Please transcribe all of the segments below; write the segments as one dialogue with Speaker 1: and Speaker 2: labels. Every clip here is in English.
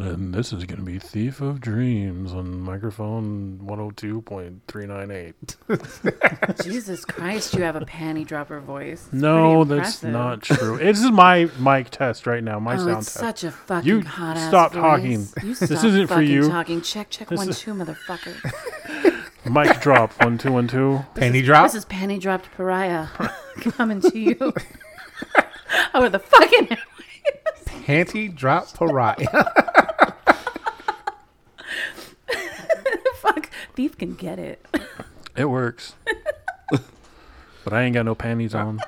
Speaker 1: And this is going to be Thief of Dreams on microphone 102.398.
Speaker 2: Jesus Christ, you have a panty dropper voice. It's
Speaker 1: No,
Speaker 2: pretty
Speaker 1: that's
Speaker 2: impressive.
Speaker 1: not true. This is my mic test right now, my
Speaker 2: Oh,
Speaker 1: sound
Speaker 2: it's
Speaker 1: test.
Speaker 2: such a fucking
Speaker 1: You
Speaker 2: hot ass
Speaker 1: stop
Speaker 2: voice.
Speaker 1: talking.
Speaker 2: You
Speaker 1: This
Speaker 2: stop
Speaker 1: isn't for
Speaker 2: fucking
Speaker 1: you.
Speaker 2: Talking. Check, check,
Speaker 1: This
Speaker 2: one,
Speaker 1: is-
Speaker 2: two, motherfucker.
Speaker 1: mic drop 1212.
Speaker 3: Penny drop.
Speaker 2: This is panty dropped pariah coming to you over the fucking.
Speaker 3: Panty drop pariah.
Speaker 2: Fuck, thief can get it.
Speaker 1: It works. but I ain't got no panties on.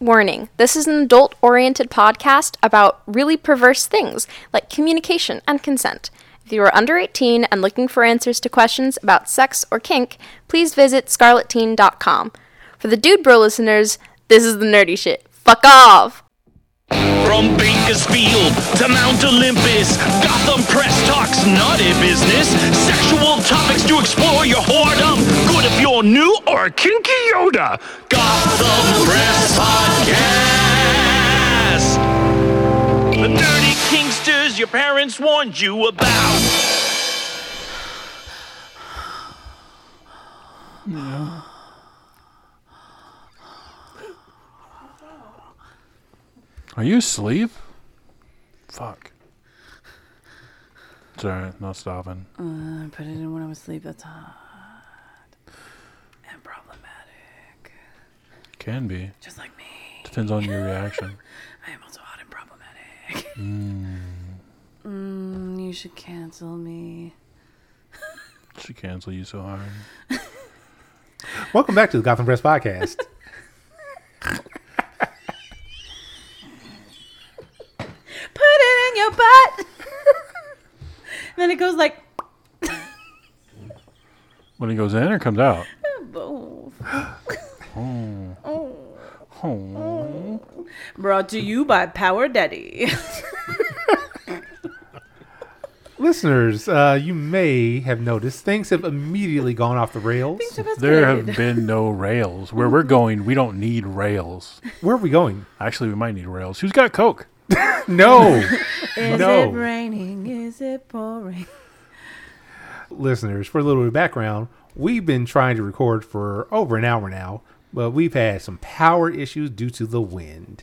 Speaker 4: Warning this is an adult oriented podcast about really perverse things like communication and consent. If you are under 18 and looking for answers to questions about sex or kink, please visit scarletteen.com. For the Dude Bro listeners, this is the nerdy shit. Fuck off!
Speaker 5: From Bakersfield to Mount Olympus, Gotham Press talks naughty business. Sexual topics to explore your whoredom. Good if you're new or a kinky Yoda. Gotham Press Podcast. The dirty kingsters your parents warned you about.
Speaker 1: Are you asleep? Fuck. It's alright, not stopping.
Speaker 2: I put it in when I was asleep. That's hot and problematic.
Speaker 1: Can be.
Speaker 2: Just like me,
Speaker 1: Depends on your reaction.
Speaker 2: I am also hot and problematic.
Speaker 1: Hmm.
Speaker 2: Mm, you should cancel me.
Speaker 1: She cancel you so hard.
Speaker 3: Welcome back to the Gotham Press Podcast.
Speaker 2: put it in your butt. then it goes like
Speaker 1: When he goes in or comes out?
Speaker 2: boom.
Speaker 1: Oh.
Speaker 2: Brought to you by Power Daddy.
Speaker 3: Listeners, uh, you may have noticed things have immediately gone off the rails.
Speaker 1: There have been no rails. Where we're going, we don't need rails.
Speaker 3: Where are we going?
Speaker 1: Actually, we might need rails. Who's got Coke?
Speaker 3: No.
Speaker 2: Is
Speaker 3: no.
Speaker 2: it raining? Is it pouring?
Speaker 3: Listeners, for a little bit of background, we've been trying to record for over an hour now, but we've had some power issues due to the wind.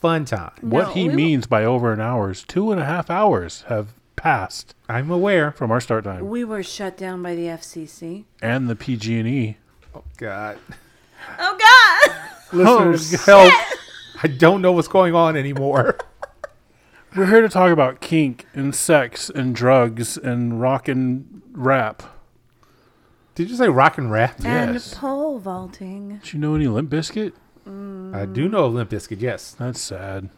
Speaker 3: Fun time.
Speaker 1: what
Speaker 2: No,
Speaker 1: he
Speaker 2: we-
Speaker 1: means by over an hour is two and a half hours have passed
Speaker 3: I'm aware.
Speaker 1: from our start time
Speaker 2: We were shut down by the FCC.
Speaker 1: and E. the PG&E.
Speaker 3: Oh, God.
Speaker 2: Oh God!
Speaker 3: Listeners, help. I don't know what's going on anymore.
Speaker 1: We're here to talk about kink and sex and drugs and rock and rap.
Speaker 3: Did you say rock and rap?
Speaker 2: Uh,
Speaker 1: Yes.
Speaker 2: And pole vaulting.
Speaker 1: Do you know any Limp Biscuit?
Speaker 3: I do know of Limp Bizkit, yes.
Speaker 1: That's sad.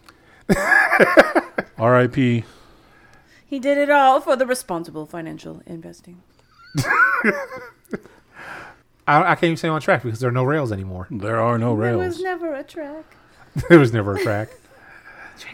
Speaker 1: R.I.P.
Speaker 2: He did it all for the responsible financial investing.
Speaker 3: I, I can't even say on track because there are no rails anymore.
Speaker 1: There are no
Speaker 2: There was
Speaker 1: rails.
Speaker 2: never a track.
Speaker 3: there was never a track.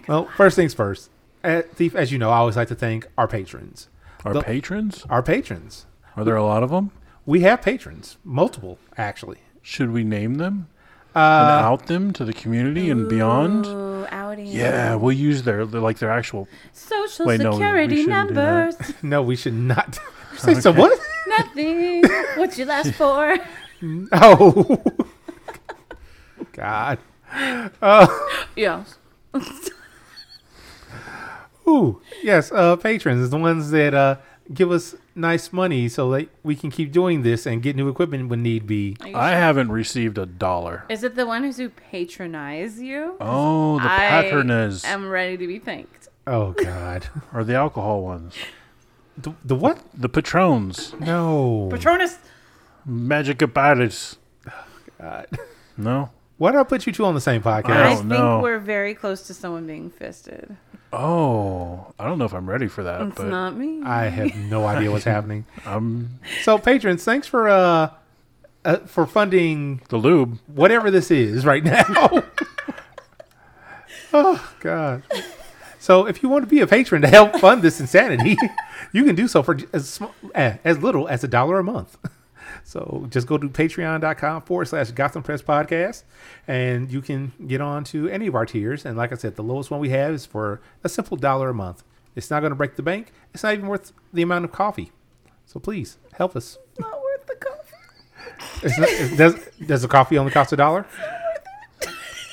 Speaker 3: well, first things first. At Thief, as you know, I always like to thank our patrons.
Speaker 1: Our
Speaker 3: the-
Speaker 1: patrons?
Speaker 3: Our patrons.
Speaker 1: Are there a lot of them?
Speaker 3: We have patrons, multiple actually.
Speaker 1: Should we name them? and out them to the community and beyond?
Speaker 2: Ooh, outing.
Speaker 1: Yeah, we'll use their, their like their actual.
Speaker 2: Social
Speaker 1: Wait, no, we
Speaker 2: security
Speaker 1: shouldn't do that.
Speaker 2: numbers.
Speaker 3: No, we should not. You say so what?
Speaker 2: Nothing. what you last for?
Speaker 3: Oh, God.
Speaker 2: Yeah.
Speaker 3: Ooh, yes. Uh, patrons, the ones that uh give us nice money so that we can keep doing this and get new equipment when need be.
Speaker 1: I haven't received a dollar.
Speaker 2: Is it the ones who patronize you?
Speaker 1: Oh, the patronas
Speaker 2: I am ready to be thanked.
Speaker 3: Oh God.
Speaker 1: are the alcohol ones.
Speaker 3: the, the what?
Speaker 1: The patrons,
Speaker 3: No.
Speaker 2: Patronus.
Speaker 1: magic abatis.
Speaker 3: God.
Speaker 1: No.
Speaker 3: Why did I put you two on the same podcast?
Speaker 1: I
Speaker 2: I
Speaker 1: don't
Speaker 2: think
Speaker 1: know.
Speaker 2: we're very close to someone being fisted.
Speaker 1: Oh, I don't know if I'm ready for that,
Speaker 2: It's
Speaker 1: but
Speaker 2: not me.
Speaker 3: I have no idea what's happening. Um, so patrons, thanks for uh, uh for funding
Speaker 1: the lube.
Speaker 3: whatever this is right now. oh God. So if you want to be a patron to help fund this insanity, you can do so for as sm- eh, as little as a dollar a month. So just go to patreon.com forward slash Gotham Press Podcast and you can get on to any of our tiers. And like I said, the lowest one we have is for a simple dollar a month. It's It's not going to break the bank. It's not even worth the amount of coffee. So please help us.
Speaker 2: Not worth the coffee.
Speaker 3: It's not, it does does the coffee only cost a dollar?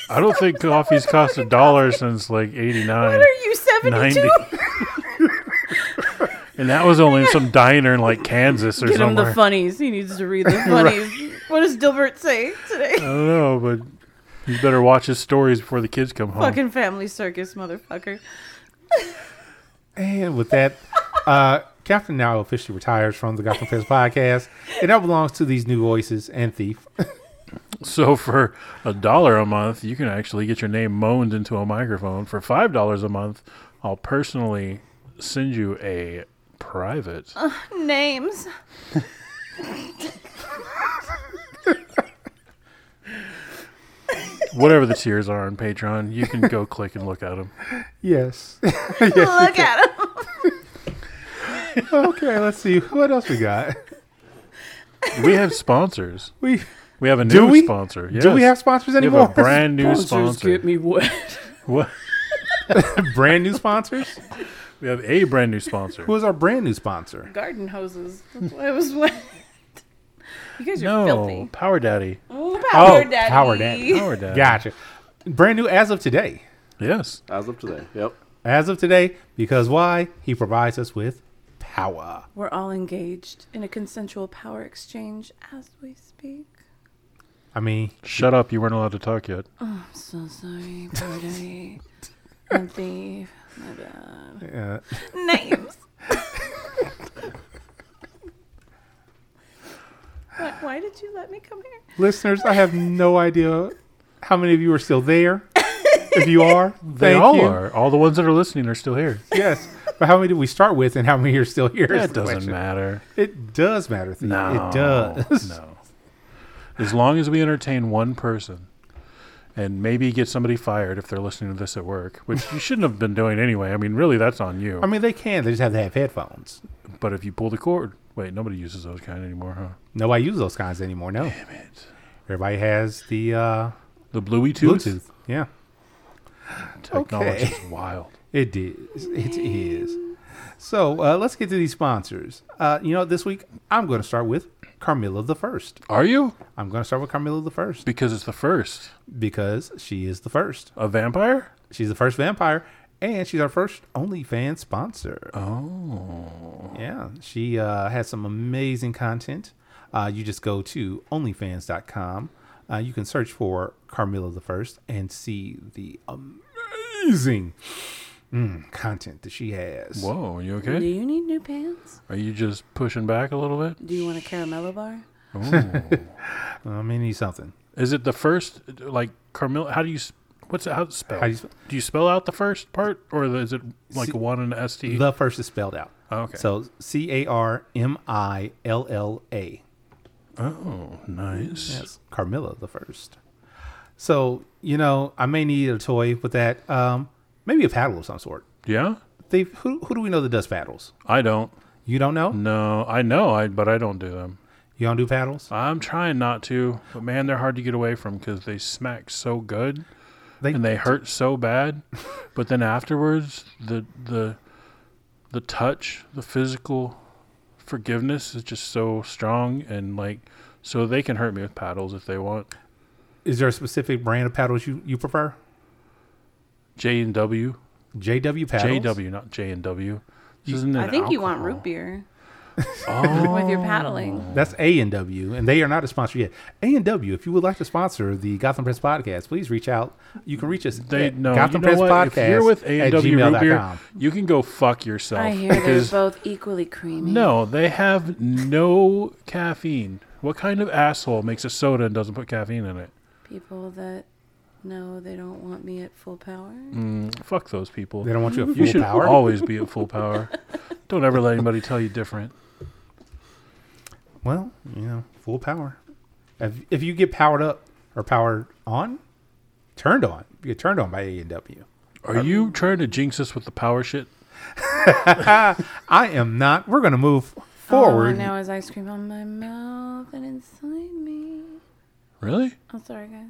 Speaker 1: I don't think coffee's cost a dollar since like '89,
Speaker 2: What are you, 72?
Speaker 1: '90, and that was only in some diner in like Kansas or
Speaker 2: Get him
Speaker 1: somewhere.
Speaker 2: the funnies. He needs to read the funnies. What does Dilbert say today?
Speaker 1: I don't know, but you better watch his stories before the kids come home.
Speaker 2: Fucking family circus, motherfucker.
Speaker 3: And with that, uh, Captain now officially retires from the Gotham Fest podcast. It now belongs to these new voices and Thief.
Speaker 1: So for a dollar a month, you can actually get your name moaned into a microphone. For five dollars a month, I'll personally send you a private.
Speaker 2: Uh. Names.
Speaker 1: Whatever the tiers are on Patreon, you can go click and look at them.
Speaker 3: Yes.
Speaker 2: Look at him.
Speaker 3: okay, let's see. What else we got?
Speaker 1: We have sponsors.
Speaker 3: We
Speaker 1: We have a
Speaker 3: Do
Speaker 1: new
Speaker 3: we?
Speaker 1: sponsor.
Speaker 3: Do we
Speaker 1: Yes.
Speaker 3: have sponsors
Speaker 1: We have
Speaker 3: anymore?
Speaker 1: a brand new sponsor.
Speaker 2: me wet.
Speaker 1: What?
Speaker 3: brand new sponsors?
Speaker 1: We have a brand new sponsor.
Speaker 3: Who is our brand new sponsor?
Speaker 2: Garden hoses. That's why I was wet. You guys are
Speaker 1: No,
Speaker 2: filthy.
Speaker 1: Power Daddy.
Speaker 2: Ooh, power
Speaker 3: Oh,
Speaker 2: daddy.
Speaker 3: Power Daddy.
Speaker 1: Power Daddy.
Speaker 3: Gotcha. Brand new as of today.
Speaker 1: Yes.
Speaker 2: Uh,
Speaker 6: As of today. Yep.
Speaker 3: As of today, because why? He provides us with power.
Speaker 2: We're all engaged in a consensual power exchange as we speak.
Speaker 3: I mean,
Speaker 1: Shut up. You weren't allowed to talk yet.
Speaker 2: So sorry, power daddy. I'm thief. My bad.
Speaker 3: uh,
Speaker 2: Names. why, why did you let me come here?
Speaker 3: listeners, I have no idea how many of you are still there. If you are,
Speaker 1: They
Speaker 3: thank
Speaker 1: all
Speaker 3: you.
Speaker 1: are. All the ones that are listening are still here.
Speaker 3: Yes. But how many do we start with and how many are still here? is
Speaker 1: That
Speaker 3: the
Speaker 1: doesn't
Speaker 3: question.
Speaker 1: matter.
Speaker 3: It does matter. Thief.
Speaker 1: No,
Speaker 3: It does.
Speaker 1: No. As long as we entertain one person and maybe get somebody fired if they're listening to this at work, which you shouldn't have been doing anyway. I mean, really, that's on you.
Speaker 3: I mean, they can. They just have to have headphones.
Speaker 1: but if you pull the cord, wait, nobody uses those kind anymore, huh?
Speaker 3: Nobody uses those kinds anymore. No.
Speaker 1: Damn it.
Speaker 3: Everybody has the uh,
Speaker 1: The Bluey Tooth
Speaker 3: Bluetooth. Yeah.
Speaker 1: technology
Speaker 3: Okay.
Speaker 1: is wild.
Speaker 3: It is. It is. So uh, let's get to these sponsors. Uh, you know, this week I'm going to start with Carmilla the First.
Speaker 1: Are you?
Speaker 3: I'm going to start with Carmilla the First
Speaker 1: Because it's the first.
Speaker 3: because she is the first.
Speaker 1: A vampire?
Speaker 3: She's the first vampire, and she's our first OnlyFans sponsor. Oh,
Speaker 1: Oh.
Speaker 3: yeah. She uh, has some amazing content. Uh, you just go to OnlyFans.com. Uh, you can search for Carmilla the First and see the amazing mm, content that she has.
Speaker 1: Whoa, are you
Speaker 2: Do
Speaker 1: okay?
Speaker 2: you need new pants?
Speaker 1: Are you just pushing back a little bit?
Speaker 2: Do you want a caramello bar?
Speaker 3: I mean, he's something.
Speaker 1: Is it the first, like Carmilla? How do you? s- What's it, how it's spelled?
Speaker 3: How do you sp-
Speaker 1: do you spell out the first part, or the- is it like
Speaker 3: See-
Speaker 1: one and a st?
Speaker 3: The first is spelled out.
Speaker 1: Okay.
Speaker 3: So C A R M I L L A.
Speaker 1: oh, nice.
Speaker 3: Yes, Carmilla the first. So you know, I may need a toy with that. Um, maybe a paddle of some sort.
Speaker 1: Yeah,
Speaker 3: They who who do we know that does paddles?
Speaker 1: I don't.
Speaker 3: You don't know?
Speaker 1: No, I know, I but I don't do them.
Speaker 3: You don't do paddles?
Speaker 1: I'm trying not to, but man, they're hard to get away from because they smack so good
Speaker 3: They-
Speaker 1: and they hurt so bad. but then afterwards, the the the touch, the physical forgiveness is just so strong and like so they can hurt me with paddles if they want.
Speaker 3: Is there a specific brand of paddles you you prefer?
Speaker 1: J and W.
Speaker 3: JW paddles.
Speaker 1: JW, not J and W. Isn't
Speaker 2: I think you want root beer.
Speaker 1: Oh.
Speaker 2: With your paddling.
Speaker 3: That's A and W, and they are not a sponsor yet. A and W, if you would like to sponsor the Gotham Press Podcast, please reach out. You can reach us.
Speaker 1: They
Speaker 3: at
Speaker 1: no. you
Speaker 3: Gotham
Speaker 1: know
Speaker 3: Press
Speaker 1: what?
Speaker 3: Podcast.
Speaker 1: if you're with A
Speaker 3: at
Speaker 1: and W root beer,
Speaker 3: gmail.com.
Speaker 1: you can go fuck yourself.
Speaker 2: I hear they're
Speaker 1: Oh. because-
Speaker 2: both equally creamy.
Speaker 1: no, they have no caffeine. What kind of asshole makes a soda and doesn't put caffeine in it?
Speaker 2: People that know they don't want me at full power.
Speaker 1: Fuck those people.
Speaker 3: They don't want you at full
Speaker 1: you should
Speaker 3: power.
Speaker 1: always be at full power. don't ever let anybody tell you different.
Speaker 3: Well, you know, full power. If, if you get powered up or powered on, turned on, you get turned on by A and W.
Speaker 1: Are you trying to jinx us with the power shit?
Speaker 3: I am not. We're gonna move
Speaker 2: All Oh, I
Speaker 3: forward.
Speaker 2: know is ice cream on my mouth and inside me.
Speaker 1: Really?
Speaker 2: I'm sorry, guys.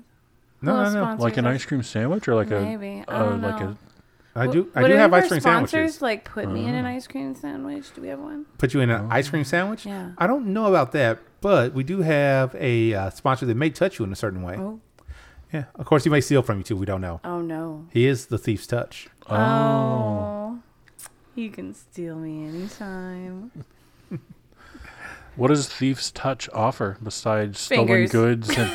Speaker 3: no,
Speaker 2: Well,
Speaker 3: no, no.
Speaker 2: sponsors
Speaker 1: Like an
Speaker 2: are-
Speaker 1: ice cream sandwich or like
Speaker 2: Maybe.
Speaker 1: a uh,
Speaker 2: I don't
Speaker 1: like
Speaker 2: know.
Speaker 1: a
Speaker 3: I do. I
Speaker 2: Would
Speaker 3: do
Speaker 2: any
Speaker 3: have
Speaker 2: of our
Speaker 3: ice cream
Speaker 2: sponsors,
Speaker 3: sandwiches. Ah.
Speaker 2: Like, put me in an ice cream sandwich. Do we have one?
Speaker 3: Put you in an ice cream sandwich.
Speaker 2: Oh. Yeah.
Speaker 3: I don't know about that, but we do have a uh, sponsor that may touch you in a certain way.
Speaker 2: Oh.
Speaker 3: Yeah. Of course, he may steal from you too. We don't know.
Speaker 2: Oh no!
Speaker 3: He is the thief's touch.
Speaker 2: Oh, you can steal me anytime.
Speaker 1: What does Thief's Touch offer besides stolen
Speaker 2: Fingers.
Speaker 1: goods?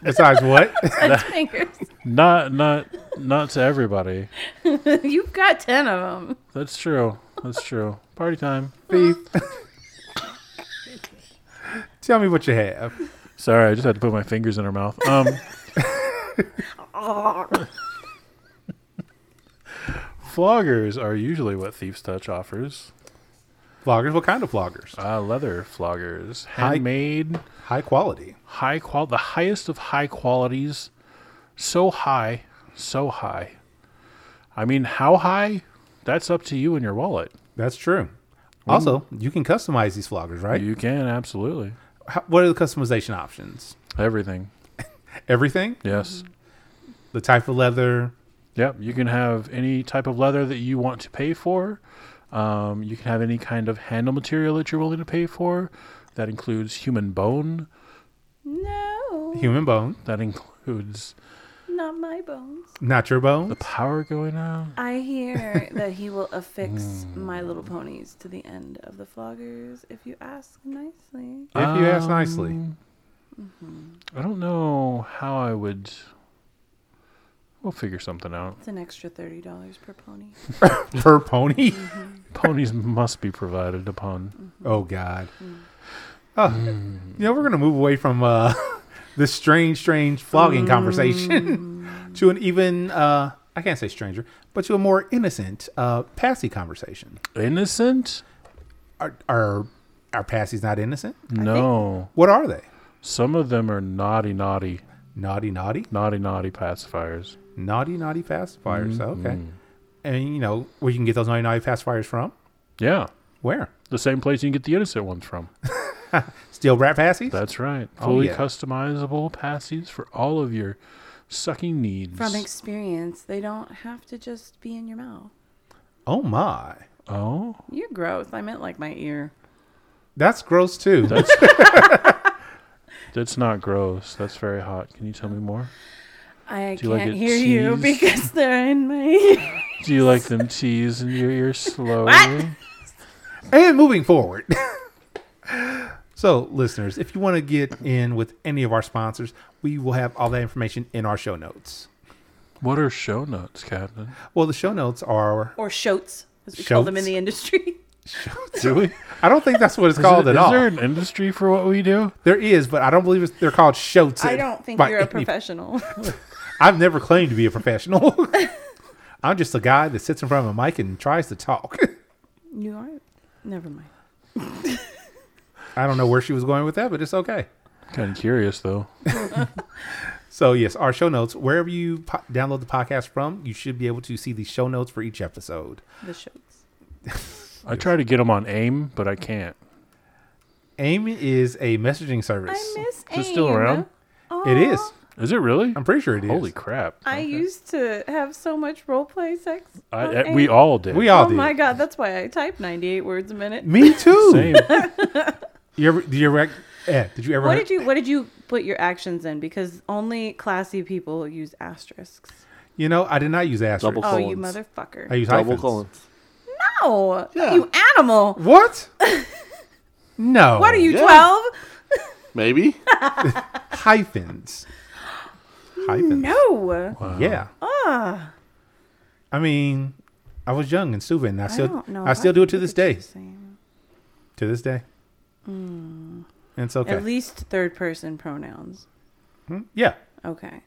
Speaker 1: And
Speaker 3: Besides what?
Speaker 2: That's fingers.
Speaker 1: not, not, not to everybody.
Speaker 2: You've got ten of them.
Speaker 1: That's true. That's true. Party time.
Speaker 3: Thief. Tell me what you have.
Speaker 1: Sorry, I just had to put my fingers in her mouth. Um, floggers are usually what Thief's Touch offers.
Speaker 3: Floggers. What kind of floggers?
Speaker 1: Uh, leather floggers, handmade,
Speaker 3: High quality.
Speaker 1: high qual, the highest of high qualities. So high, so high. I mean, how high? That's up to you and your wallet.
Speaker 3: That's true. Mm. Also, you can customize these floggers, right?
Speaker 1: You can absolutely
Speaker 3: How, what are the customization options?
Speaker 1: everything.
Speaker 3: Everything?
Speaker 1: Yes.
Speaker 3: The type of leather,
Speaker 1: Yep, you can have any type of leather that you want to pay for. Um, you can have any kind of handle material that you're willing to pay for. That includes human bone.
Speaker 2: No,
Speaker 3: human bone,
Speaker 1: That includes
Speaker 2: not my bones.
Speaker 3: not your bone.
Speaker 1: the power going out.
Speaker 2: I hear that he will affix
Speaker 3: Hmm.
Speaker 2: My Little Ponies to the end of the floggers if you ask nicely.
Speaker 3: If you ask nicely,
Speaker 1: I don't know how I would. We'll figure something out.
Speaker 2: It's an extra thirty dollars per pony.
Speaker 3: per pony.
Speaker 1: Ponies must be provided upon.
Speaker 3: Oh God. Oh, You know we're gonna move away from uh, this strange, strange flogging conversation to an even uh, I can't say stranger, but to a more innocent uh, passy conversation.
Speaker 1: Innocent?
Speaker 3: Are are are passies not innocent?
Speaker 1: No.
Speaker 3: What are they?
Speaker 1: Some of them are naughty, naughty,
Speaker 3: Naughty, naughty,
Speaker 1: naughty, naughty pacifiers.
Speaker 3: naughty, naughty pacifiers. Okay.
Speaker 1: Mm-hmm.
Speaker 3: And you know where you can get those naughty, naughty pacifiers from?
Speaker 1: Yeah.
Speaker 3: Where?
Speaker 1: The same place you can get the innocent ones from.
Speaker 3: Steel rat passies.
Speaker 1: That's right.
Speaker 3: Oh,
Speaker 1: Fully
Speaker 3: yeah.
Speaker 1: customizable passies for all of your sucking needs.
Speaker 2: From experience, they don't have to just be in your mouth.
Speaker 3: oh my,
Speaker 1: oh,
Speaker 2: You're gross. I meant like my ear.
Speaker 3: that's gross too.
Speaker 1: that's not gross. That's very hot. Can you tell me more?
Speaker 2: I
Speaker 1: Do you like
Speaker 2: can't
Speaker 1: it
Speaker 2: hear you
Speaker 1: teased?
Speaker 2: because they're in my ear.
Speaker 1: Do you like them teased in your ear slowly?
Speaker 3: And moving forward. so, listeners, if you want to get in with any of our sponsors, we will have all that information in our show notes.
Speaker 1: What are show notes, Captain?
Speaker 3: Well, the show notes are.
Speaker 2: Or shotes, as we call them in
Speaker 3: Shotes?
Speaker 2: the industry.
Speaker 1: Do we?
Speaker 3: I don't think that's what it's called
Speaker 1: is,
Speaker 3: at all.
Speaker 1: there an industry for what we do?
Speaker 3: there is, but I don't believe it's, they're called shotes.
Speaker 2: I don't think
Speaker 3: by
Speaker 2: you're a
Speaker 3: any-
Speaker 2: professional.
Speaker 3: I've never claimed to be a professional. I'm just a guy that sits in front of a mic and tries to talk.
Speaker 2: you are? Never mind.
Speaker 3: I don't know where she was going with that, but it's okay.
Speaker 1: Kind of curious though.
Speaker 3: So, yes, our show notes, wherever you po- download the podcast from, you should be able to see the show notes for each episode.
Speaker 2: The shotes.
Speaker 1: I try to get them on AIM, but I can't.
Speaker 3: AIM is a messaging service.
Speaker 2: I miss
Speaker 1: Is it still around?
Speaker 3: It is.
Speaker 1: Is it really?
Speaker 3: I'm pretty sure it is.
Speaker 1: Holy crap!
Speaker 2: I used to have so much roleplay sex.
Speaker 1: I,
Speaker 2: Uh, on
Speaker 1: I- we
Speaker 2: AIM.
Speaker 1: all did.
Speaker 3: We all
Speaker 2: oh
Speaker 3: did.
Speaker 2: my god, that's why I type 98 words a minute.
Speaker 3: Me too.
Speaker 1: Same.
Speaker 3: You ever? Did you ever? Eh, did you ever?
Speaker 2: What did you What did you put your actions in? Because only classy people use asterisks.
Speaker 3: You know, I did not use asterisks.
Speaker 6: Double-
Speaker 2: Oh, you
Speaker 6: Colons.
Speaker 3: I
Speaker 2: motherfucker!
Speaker 3: use
Speaker 6: Double
Speaker 3: hyphens.
Speaker 6: colons.
Speaker 2: No, you animal.
Speaker 3: What? no.
Speaker 2: What are you
Speaker 6: Yeah.
Speaker 2: 12?
Speaker 6: Maybe.
Speaker 3: Hyphens. Hyphens.
Speaker 2: No.
Speaker 3: Yeah.
Speaker 2: Ah.
Speaker 3: I mean, I was young and stupid, and I
Speaker 2: I
Speaker 3: still,
Speaker 2: don't know.
Speaker 3: I, still do it to this day.
Speaker 2: At
Speaker 3: To this day.
Speaker 2: Hmm.
Speaker 3: And it's okay.
Speaker 2: least third person pronouns.
Speaker 3: yeah.
Speaker 2: Okay.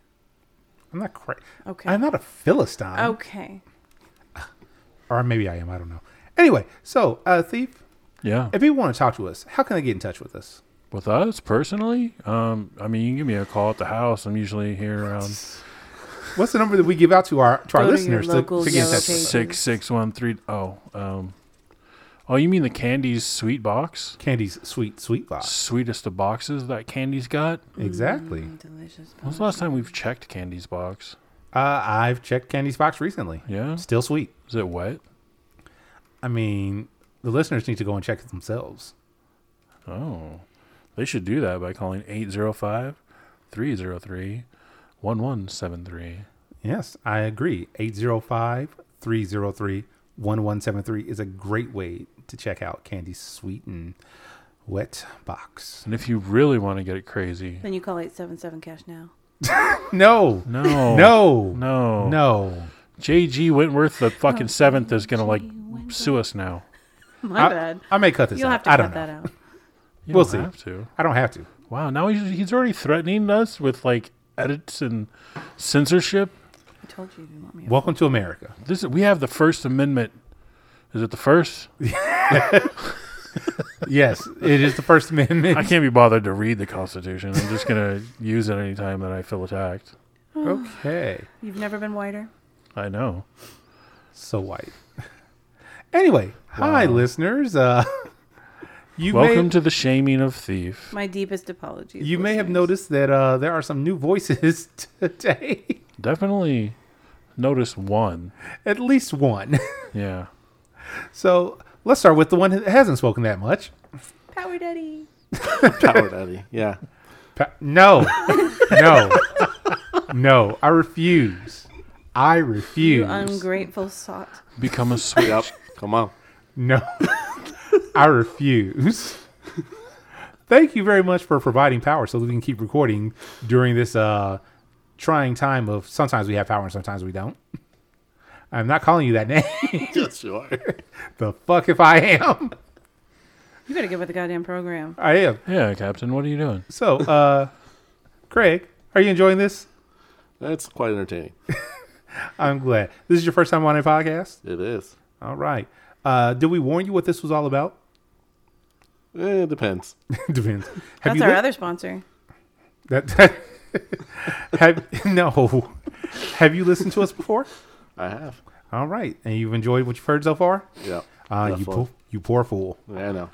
Speaker 3: I'm not crazy.
Speaker 2: Okay. Oh.
Speaker 3: I'm not a philistine.
Speaker 2: Okay.
Speaker 3: Or maybe I am. I don't know. Anyway, so uh, thief,
Speaker 1: yeah.
Speaker 3: if you want to talk to us, how can they get in touch with us?
Speaker 1: With us personally, um, I mean, you can give me a call at the house. I'm usually here around
Speaker 3: What's the number that we give out to our to our
Speaker 2: Go to your
Speaker 3: listeners to,
Speaker 2: local
Speaker 3: to get in
Speaker 2: yellow
Speaker 3: touch with
Speaker 2: pages.
Speaker 3: us?
Speaker 1: six six one three. Oh, um, oh, you mean the candy's sweet box?
Speaker 3: Candy's sweet, sweet box.
Speaker 1: Sweetest of boxes that candy's got.
Speaker 2: Hmm.
Speaker 3: Exactly.
Speaker 2: Delicious.
Speaker 1: When's the last time we've checked candy's box?
Speaker 3: Uh, I've checked Candy's box recently.
Speaker 1: Yeah?
Speaker 3: Still sweet.
Speaker 1: Is it wet?
Speaker 3: I mean, the listeners need to go and check it themselves.
Speaker 1: Oh. They should do that by calling 805 303 1173.
Speaker 3: Yes, I agree. 805-303-1173 is a great way to check out Candy's sweet and wet box.
Speaker 1: And if you really want to get it crazy,
Speaker 2: Then you call 877 Cash now.
Speaker 3: No.
Speaker 1: no.
Speaker 3: No.
Speaker 1: No.
Speaker 3: No.
Speaker 1: J.G. Wentworth, the
Speaker 3: Oh,
Speaker 1: fucking seventh, is going to like
Speaker 2: Wentworth.
Speaker 1: sue us now.
Speaker 2: My
Speaker 3: I,
Speaker 2: bad.
Speaker 3: I may cut this
Speaker 2: You'll have
Speaker 3: out.
Speaker 2: to
Speaker 3: I
Speaker 2: cut
Speaker 3: don't
Speaker 2: that
Speaker 3: know.
Speaker 2: out.
Speaker 1: You
Speaker 3: We'll
Speaker 1: don't
Speaker 3: see.
Speaker 1: have to.
Speaker 3: I don't have to.
Speaker 1: Wow, now he's, he's already threatening us with like edits and censorship.
Speaker 2: I told you you didn't want me.
Speaker 3: Welcome to America.
Speaker 1: This is, we have the First Amendment. Is it the first?
Speaker 3: Yes, it is the First Amendment.
Speaker 1: I can't be bothered to read the Constitution. I'm just gonna use it anytime that I feel attacked.
Speaker 3: Okay.
Speaker 2: You've never been whiter.
Speaker 1: I know.
Speaker 3: So white. Anyway, hi listeners. Uh you
Speaker 1: Welcome
Speaker 3: may,
Speaker 1: to the shaming of thief.
Speaker 2: My deepest apologies.
Speaker 3: you may have
Speaker 2: listeners.
Speaker 3: noticed that uh there are some new voices today.
Speaker 1: Definitely notice one.
Speaker 3: At least one.
Speaker 1: Yeah.
Speaker 3: So let's start with the one that hasn't spoken that much.
Speaker 2: Power Daddy.
Speaker 6: Power Daddy. Yeah.
Speaker 3: Pa- No, no, no. I refuse. I
Speaker 2: You
Speaker 3: refuse.
Speaker 2: ungrateful sot.
Speaker 1: Become a switch.
Speaker 6: Yep. Come on.
Speaker 3: no, I refuse. Thank you very much for providing power so that we can keep recording during this uh, trying time of sometimes we have power and sometimes we don't. I'm not calling you that name.
Speaker 6: Yes, you are.
Speaker 3: the fuck if I am.
Speaker 2: You better get with the goddamn program.
Speaker 3: I am.
Speaker 1: Yeah, Captain. What are you doing?
Speaker 3: So, uh, Craig, are you enjoying this?
Speaker 6: That's quite entertaining.
Speaker 3: I'm glad. This is your first time on a podcast.
Speaker 6: It is.
Speaker 3: All right. Uh, did we warn you what this was all about?
Speaker 6: Eh, It depends.
Speaker 3: Depends. Have
Speaker 2: That's
Speaker 3: you
Speaker 2: our
Speaker 3: li-
Speaker 2: other sponsor.
Speaker 3: That, have no. Have you listened to us before?
Speaker 6: I have.
Speaker 3: All right, and you've enjoyed what you've heard so far.
Speaker 6: Yeah.
Speaker 3: Uh, you
Speaker 6: Definitely.
Speaker 3: po- you poor fool.
Speaker 6: Yeah, I know.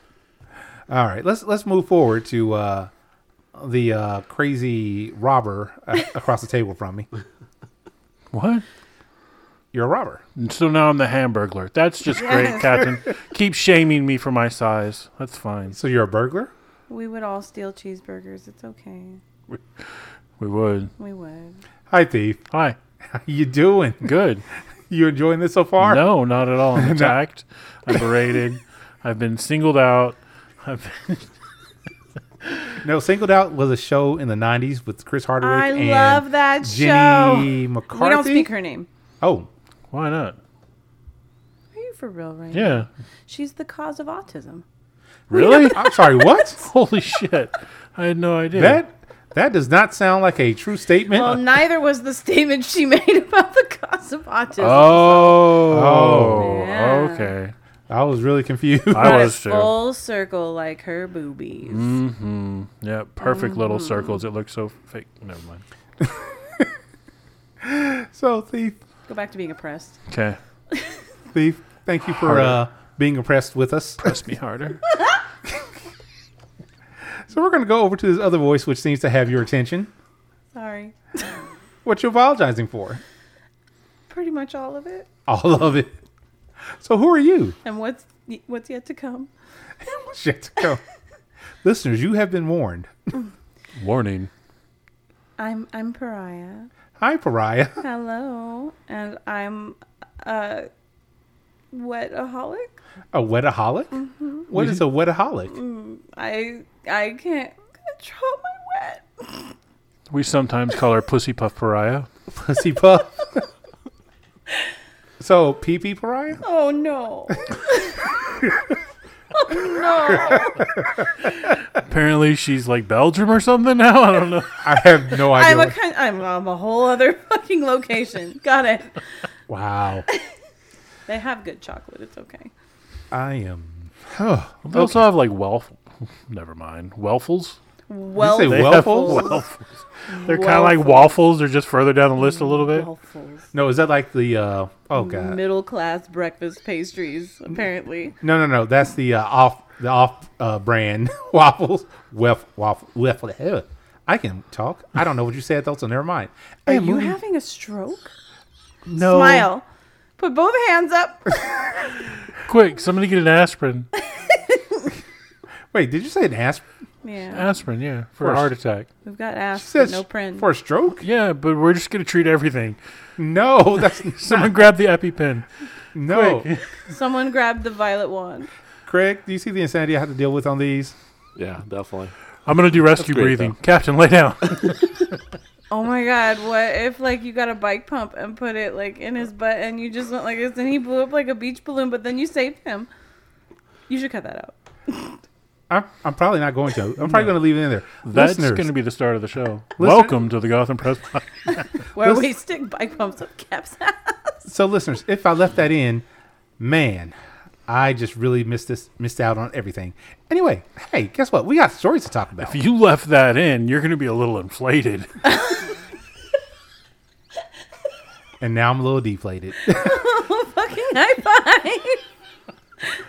Speaker 3: All right, let's let's move forward to uh, the uh, crazy robber uh, across the table from me.
Speaker 1: What?
Speaker 3: You're a robber.
Speaker 1: And So now I'm the Hamburglar. That's just great, Captain. Keep shaming me for my size. That's fine.
Speaker 3: So you're a burglar.
Speaker 2: We would all steal cheeseburgers. It's okay.
Speaker 1: We would.
Speaker 2: We would.
Speaker 3: Hi thief.
Speaker 1: Hi.
Speaker 3: How you doing?
Speaker 1: Good.
Speaker 3: You enjoying this so far?
Speaker 1: No, not at all. I'm attacked. I'm berated. I've been singled out. I've been,
Speaker 3: No, Singled Out was a show in the '90s with Chris Hardwick.
Speaker 2: I
Speaker 3: and
Speaker 2: love that
Speaker 3: Jenny
Speaker 2: show.
Speaker 3: McCarthy.
Speaker 2: We don't speak her name.
Speaker 3: Oh,
Speaker 1: why not?
Speaker 2: Are you for real right now?
Speaker 1: Yeah.
Speaker 2: She's the cause of autism.
Speaker 1: Really?
Speaker 3: I'm sorry. What?
Speaker 1: Holy shit. I had no idea.
Speaker 3: that that does not sound like a true statement.
Speaker 2: Well, neither was the statement she made about the cause of autism.
Speaker 1: oh,
Speaker 2: Yeah.
Speaker 1: okay.
Speaker 3: I was really confused.
Speaker 1: I
Speaker 2: Got it
Speaker 1: was too. Mm.
Speaker 2: full circle like her boobies.
Speaker 1: Yeah, perfect little circles. It looks so fake. Never mind.
Speaker 3: so thief,
Speaker 2: Go back to being oppressed.
Speaker 1: Okay.
Speaker 3: thief. Thank you for uh, being impressed with us.
Speaker 1: Press me harder.
Speaker 3: So we're going to go over to this other voice, which seems to have your attention.
Speaker 2: Sorry.
Speaker 3: What you apologizing for?
Speaker 2: Pretty much all of it.
Speaker 3: All of it. So who are you?
Speaker 2: And what's what's yet to come?
Speaker 3: Shit. Go. Listeners, you have been warned.
Speaker 1: Warning.
Speaker 2: I'm I'm Pariah.
Speaker 3: Hi, pariah.
Speaker 2: Hello, and I'm a wetaholic.
Speaker 3: A wetaholic. What is a wetaholic?
Speaker 2: I I can't control my wet.
Speaker 1: We sometimes call her Pussy Puff Pariah.
Speaker 3: Pussy puff. so pee pee pariah.
Speaker 2: Oh no. oh no.
Speaker 1: Apparently, she's like Belgium or something now. I don't know.
Speaker 3: I have no idea.
Speaker 2: I'm a
Speaker 3: what-
Speaker 2: kind, I'm, I'm a whole other fucking location. Got it.
Speaker 3: wow.
Speaker 2: They have good chocolate. It's okay.
Speaker 3: I am.
Speaker 1: They also have like Welf. Never mind. Welfels?
Speaker 2: Well,
Speaker 3: say
Speaker 1: They have
Speaker 3: Waffles?
Speaker 1: waffles. They're kind of like waffles. They're just further down the list a little bit.
Speaker 3: No, is that like the uh oh god.
Speaker 2: middle class breakfast pastries.
Speaker 3: Mm.
Speaker 2: Apparently,
Speaker 3: No, no, no. That's the uh, off the off uh, brand waffles. Wef waffle waffle. I can talk. I don't know what you said though, so never mind.
Speaker 2: Are
Speaker 3: Hey,
Speaker 2: you
Speaker 3: Moon,
Speaker 2: having a stroke?
Speaker 3: no
Speaker 2: Smile. Put both hands up.
Speaker 1: Quick, somebody get an aspirin.
Speaker 3: Wait, did you say an aspirin?
Speaker 2: yeah,
Speaker 1: Aspirin, yeah, for a
Speaker 3: First.
Speaker 1: heart attack.
Speaker 2: we've got ass,
Speaker 3: Says
Speaker 2: but no print.
Speaker 3: for a stroke?
Speaker 1: Yeah, but we're just gonna treat everything.
Speaker 3: No, that's
Speaker 1: Someone grab the EpiPen.
Speaker 3: no.
Speaker 2: Someone grabbed the violet wand.
Speaker 3: Craig, do you see the insanity I have to deal with on these?
Speaker 6: Yeah, definitely.
Speaker 1: I'm gonna do rescue
Speaker 6: great,
Speaker 1: breathing.
Speaker 6: though.
Speaker 1: Captain, lay down.
Speaker 2: Oh my god, what if like you got a bike pump and put it like in his butt and you just went like this and he blew up like a beach balloon, but then you saved him. You should cut that out.
Speaker 3: I'm, I'm probably not going to. I'm probably going to leave it in there.
Speaker 1: That's
Speaker 3: Listeners,
Speaker 1: gonna be the start of the show. Welcome to the Gotham Press. Pod-
Speaker 2: Where
Speaker 3: Let's-
Speaker 2: we stick bike pumps up caps.
Speaker 3: so listeners, if I left that in, man, I just really missed this missed out on everything. Anyway, hey, guess what? We got stories to talk about.
Speaker 1: if you left that in, you're gonna be a little inflated.
Speaker 3: And now I'm a little deflated.
Speaker 2: High five.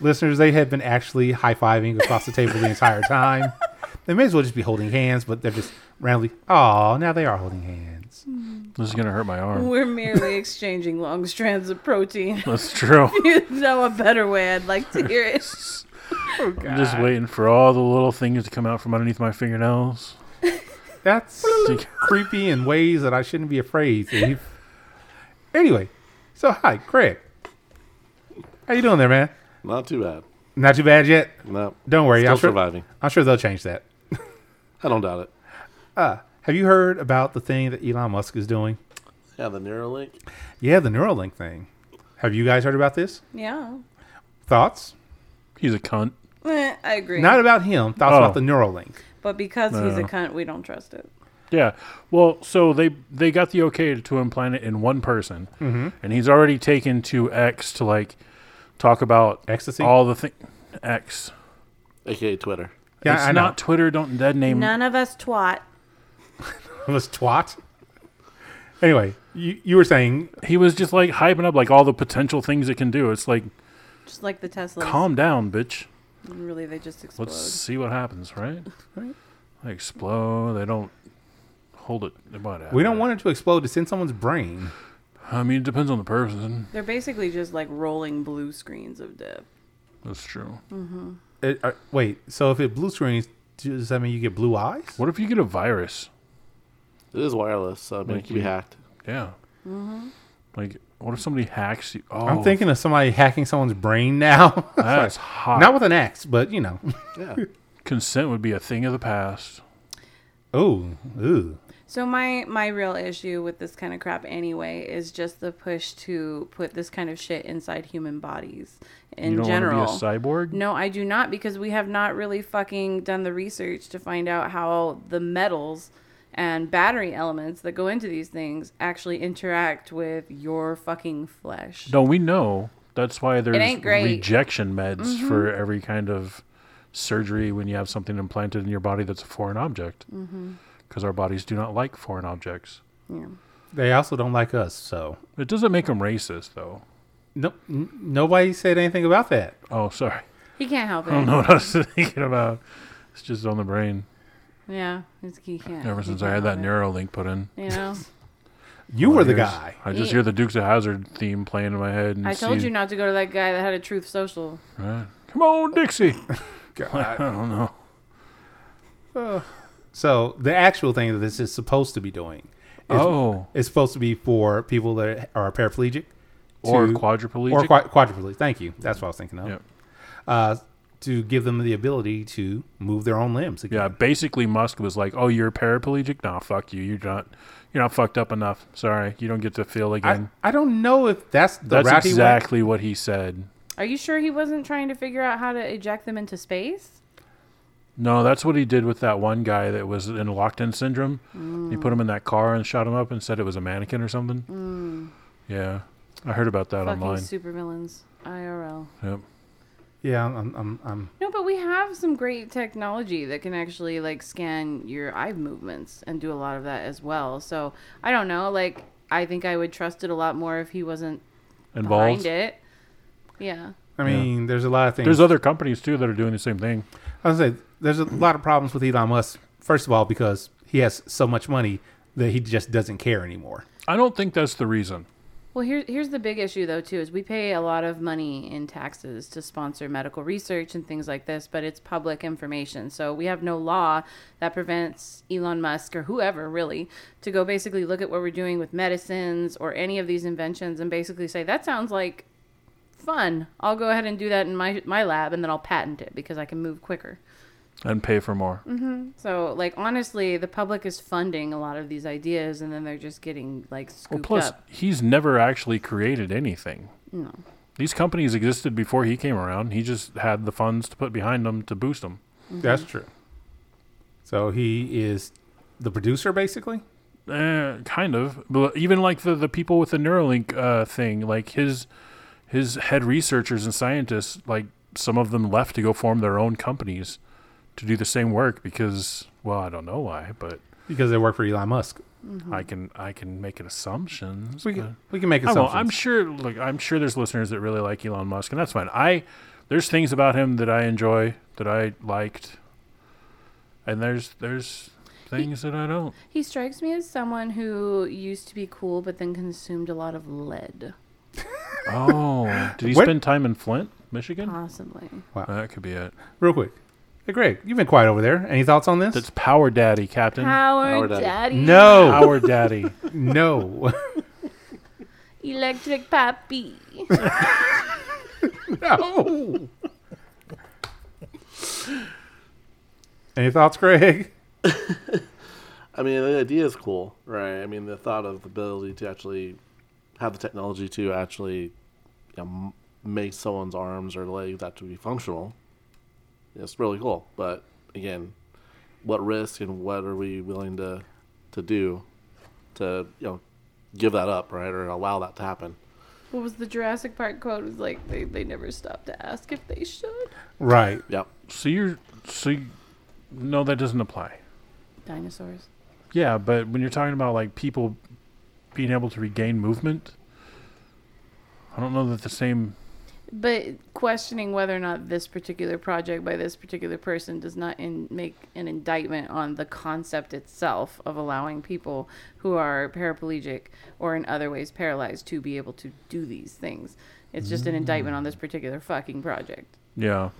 Speaker 3: listeners, they have been actually high fiving across the table the entire time. They may as well just be holding hands, but they're just randomly. Oh, now they are holding hands.
Speaker 1: This is gonna hurt my arm.
Speaker 2: We're merely exchanging long strands of protein.
Speaker 1: That's true.
Speaker 2: you know a better way. I'd like to hear it.
Speaker 1: I'm just waiting for all the little things to come out from underneath my fingernails.
Speaker 3: That's
Speaker 1: To-
Speaker 3: creepy in ways that I shouldn't be afraid. Steve. Anyway, so hi, Craig. How you doing there, man?
Speaker 6: Not too bad.
Speaker 3: Not too bad yet.
Speaker 6: No.
Speaker 3: Don't worry,
Speaker 6: Still
Speaker 3: I'm sure-
Speaker 6: surviving.
Speaker 3: I'm sure they'll change that.
Speaker 6: I don't doubt it.
Speaker 3: Have you heard about the thing that Elon Musk is doing?
Speaker 6: Yeah, the Neuralink.
Speaker 3: Yeah, the Neuralink thing. Have you guys heard about this?
Speaker 2: Yeah.
Speaker 3: Thoughts?
Speaker 1: He's a cunt.
Speaker 2: Eh, I agree.
Speaker 3: Not about him. Thoughts
Speaker 1: Oh.
Speaker 3: about the Neuralink.
Speaker 2: but because he's a
Speaker 1: No.
Speaker 2: cunt, we don't trust it.
Speaker 1: Yeah. Well, so they they got the okay to implant it in one person,
Speaker 3: Mm-hmm.
Speaker 1: and he's already taken to X to like talk about
Speaker 3: Ecstasy?
Speaker 1: all the thing. X.
Speaker 6: AKA Twitter.
Speaker 3: Yeah,
Speaker 1: it's
Speaker 3: I know.
Speaker 1: not Twitter. Don't that name.
Speaker 2: None of us twat.
Speaker 3: It was twat. Anyway, you, you were saying
Speaker 1: He was just like hyping up like all the potential things it can do. It's like
Speaker 2: Just like the Tesla.
Speaker 1: calm down, bitch.
Speaker 2: Really, they just explode.
Speaker 1: Let's see what happens, right? They explode. They don't hold it. They might
Speaker 3: we don't want it to explode. It's in someone's brain.
Speaker 1: I mean, it depends on the person.
Speaker 2: They're basically just like rolling blue screens of death.
Speaker 1: That's true.
Speaker 3: It, uh, wait, so if it blue screens, does that mean you get blue eyes?
Speaker 1: What if you get a virus?
Speaker 6: It is wireless, so I mean, it can be hacked.
Speaker 1: Yeah. Like, what if somebody hacks you? Oh,
Speaker 3: I'm thinking of somebody hacking someone's brain now.
Speaker 1: that's hot.
Speaker 3: Not with an axe, but you know.
Speaker 6: Yeah.
Speaker 1: Consent would be a thing of the past.
Speaker 3: Oh, ooh.
Speaker 2: So my my real issue with this kind of crap anyway is just the push to put this kind of shit inside human bodies in
Speaker 1: you don't
Speaker 2: general.
Speaker 1: want to be a cyborg?
Speaker 2: No, I do not because we have not really fucking done the research to find out how the metals and battery elements that go into these things actually interact with your fucking flesh.
Speaker 1: No, we know. That's why there's
Speaker 2: ain't great. Mm-hmm.
Speaker 1: rejection meds for every kind of surgery when you have something implanted in your body that's a foreign object. Because
Speaker 2: Mm-hmm.
Speaker 1: our bodies do not like foreign objects.
Speaker 3: They also don't like us, so
Speaker 1: It doesn't make them racist, though.
Speaker 3: no, n- nobody said anything about that.
Speaker 1: Oh, sorry.
Speaker 2: He can't help it.
Speaker 1: I don't know what I was thinking about. It's just on the brain.
Speaker 2: Yeah, it's, he can't.
Speaker 1: Ever
Speaker 2: he
Speaker 1: since I had
Speaker 2: can't
Speaker 1: that
Speaker 2: help
Speaker 1: Neuralink put in.
Speaker 2: it, You know,
Speaker 3: You were the
Speaker 1: Here's-
Speaker 3: guy.
Speaker 1: I just
Speaker 2: He-
Speaker 1: hear the Dukes of Hazard theme playing in my head. And
Speaker 2: I told
Speaker 1: see-
Speaker 2: you not to go to that guy that had a Truth Social.
Speaker 1: Right. Come on, Dixie. I
Speaker 3: God.
Speaker 1: don't know.
Speaker 3: So the actual thing that this is supposed to be doing is
Speaker 1: Oh,
Speaker 3: it's supposed to be for people that are paraplegic
Speaker 1: or
Speaker 3: to-
Speaker 1: quadriplegic.
Speaker 3: or quad- quadriplegic. Thank you. That's what I was thinking of.
Speaker 1: yeah.
Speaker 3: Uh, to give them the ability to move their own limbs.
Speaker 1: yeah, basically Musk was like, "Oh, you're paraplegic? Nah, fuck you. You're not. You're not fucked up enough. Sorry, you don't get to feel
Speaker 3: I,
Speaker 1: again."
Speaker 3: I don't know if that's the
Speaker 1: That's
Speaker 3: route he went.
Speaker 1: exactly what he said.
Speaker 2: Are you sure he wasn't trying to figure out how to eject them into space?
Speaker 1: No, that's what he did with that one guy that was in locked-in syndrome. He put him in that car and shot him up and said it was a mannequin or something.
Speaker 3: Mm.
Speaker 1: Yeah, I heard about that
Speaker 2: Fucking
Speaker 1: online.
Speaker 2: supervillains, IRL.
Speaker 1: Yep.
Speaker 3: Yeah, I'm, I'm, I'm.
Speaker 2: No, but we have some great technology that can actually like scan your eye movements and do a lot of that as well. So I don't know. Like I think I would trust it a lot more if he wasn't
Speaker 1: Involved.
Speaker 2: behind it. Yeah.
Speaker 3: I mean, there's a lot of things.
Speaker 1: There's other companies too that are doing the same thing.
Speaker 3: I was gonna say there's a lot of problems with Elon Musk First of all, because he has so much money that he just doesn't care anymore.
Speaker 1: I don't think that's the reason.
Speaker 2: Well, here, here's the big issue, though, too, is we pay a lot of money in taxes to sponsor medical research and things like this, but it's public information. So we have no law that prevents Elon Musk or whoever, really, to go basically look at what we're doing with medicines or any of these inventions and basically say, that sounds like fun. I'll go ahead and do that in my, my lab and then I'll patent it because I can move quicker.
Speaker 1: And pay for more.
Speaker 2: Mm, So, like, honestly, the public is funding a lot of these ideas and then they're just getting, like, scooped
Speaker 1: Well, plus
Speaker 2: up.
Speaker 1: he's never actually created anything. No. These companies existed before he came around. He just had the funds to put behind them to boost them.
Speaker 3: That's true. So he is the producer, basically.
Speaker 1: Eh, kind of, but even like the the people with the Neuralink uh, thing, like his his head researchers and scientists, like some of them left to go form their own companies to do the same work because, well, I don't know why, but
Speaker 3: Because they work for Elon Musk.
Speaker 1: I can I can make an assumption.
Speaker 3: We can, we can make
Speaker 1: I
Speaker 3: assumptions.
Speaker 1: am sure. Look, Oh, I'm sure there's listeners that really like Elon Musk, and that's fine. I there's things about him that I enjoy, that I liked, and there's there's things that I don't.
Speaker 2: He strikes me as someone who used to be cool but then consumed a lot of lead.
Speaker 1: Oh, did he
Speaker 3: Where-
Speaker 1: spend time in Flint, Michigan?
Speaker 2: Possibly.
Speaker 1: That could be it.
Speaker 3: Real quick. Hey, Greg, you've been quiet over there. Any thoughts on this?
Speaker 1: That's Power Daddy, Captain.
Speaker 2: Power
Speaker 6: Daddy.
Speaker 2: Daddy.
Speaker 3: no.
Speaker 1: Power Daddy.
Speaker 3: no.
Speaker 2: Electric Pappy.
Speaker 3: no. Any thoughts, Greg?
Speaker 6: I mean, the idea is cool, right? I mean, the thought of the ability to actually have the technology to actually you know, m- make someone's arms or legs actually be functional. It's really cool, but again, what risk and what are we willing to to do to you know give that up, right, or allow that to happen?
Speaker 2: What was the Jurassic Park quote? It was like they, they never stop to ask if they should.
Speaker 3: Right.
Speaker 6: Yep.
Speaker 1: So you're so you, no, that doesn't apply.
Speaker 2: Dinosaurs.
Speaker 1: Yeah, but when you're talking about like people being able to regain movement, I don't know that the same.
Speaker 2: But questioning whether or not this particular project by this particular person does not in, make an indictment on the concept itself of allowing people who are paraplegic or in other ways paralyzed to be able to do these things. It's just an indictment on this particular fucking project.
Speaker 1: Yeah.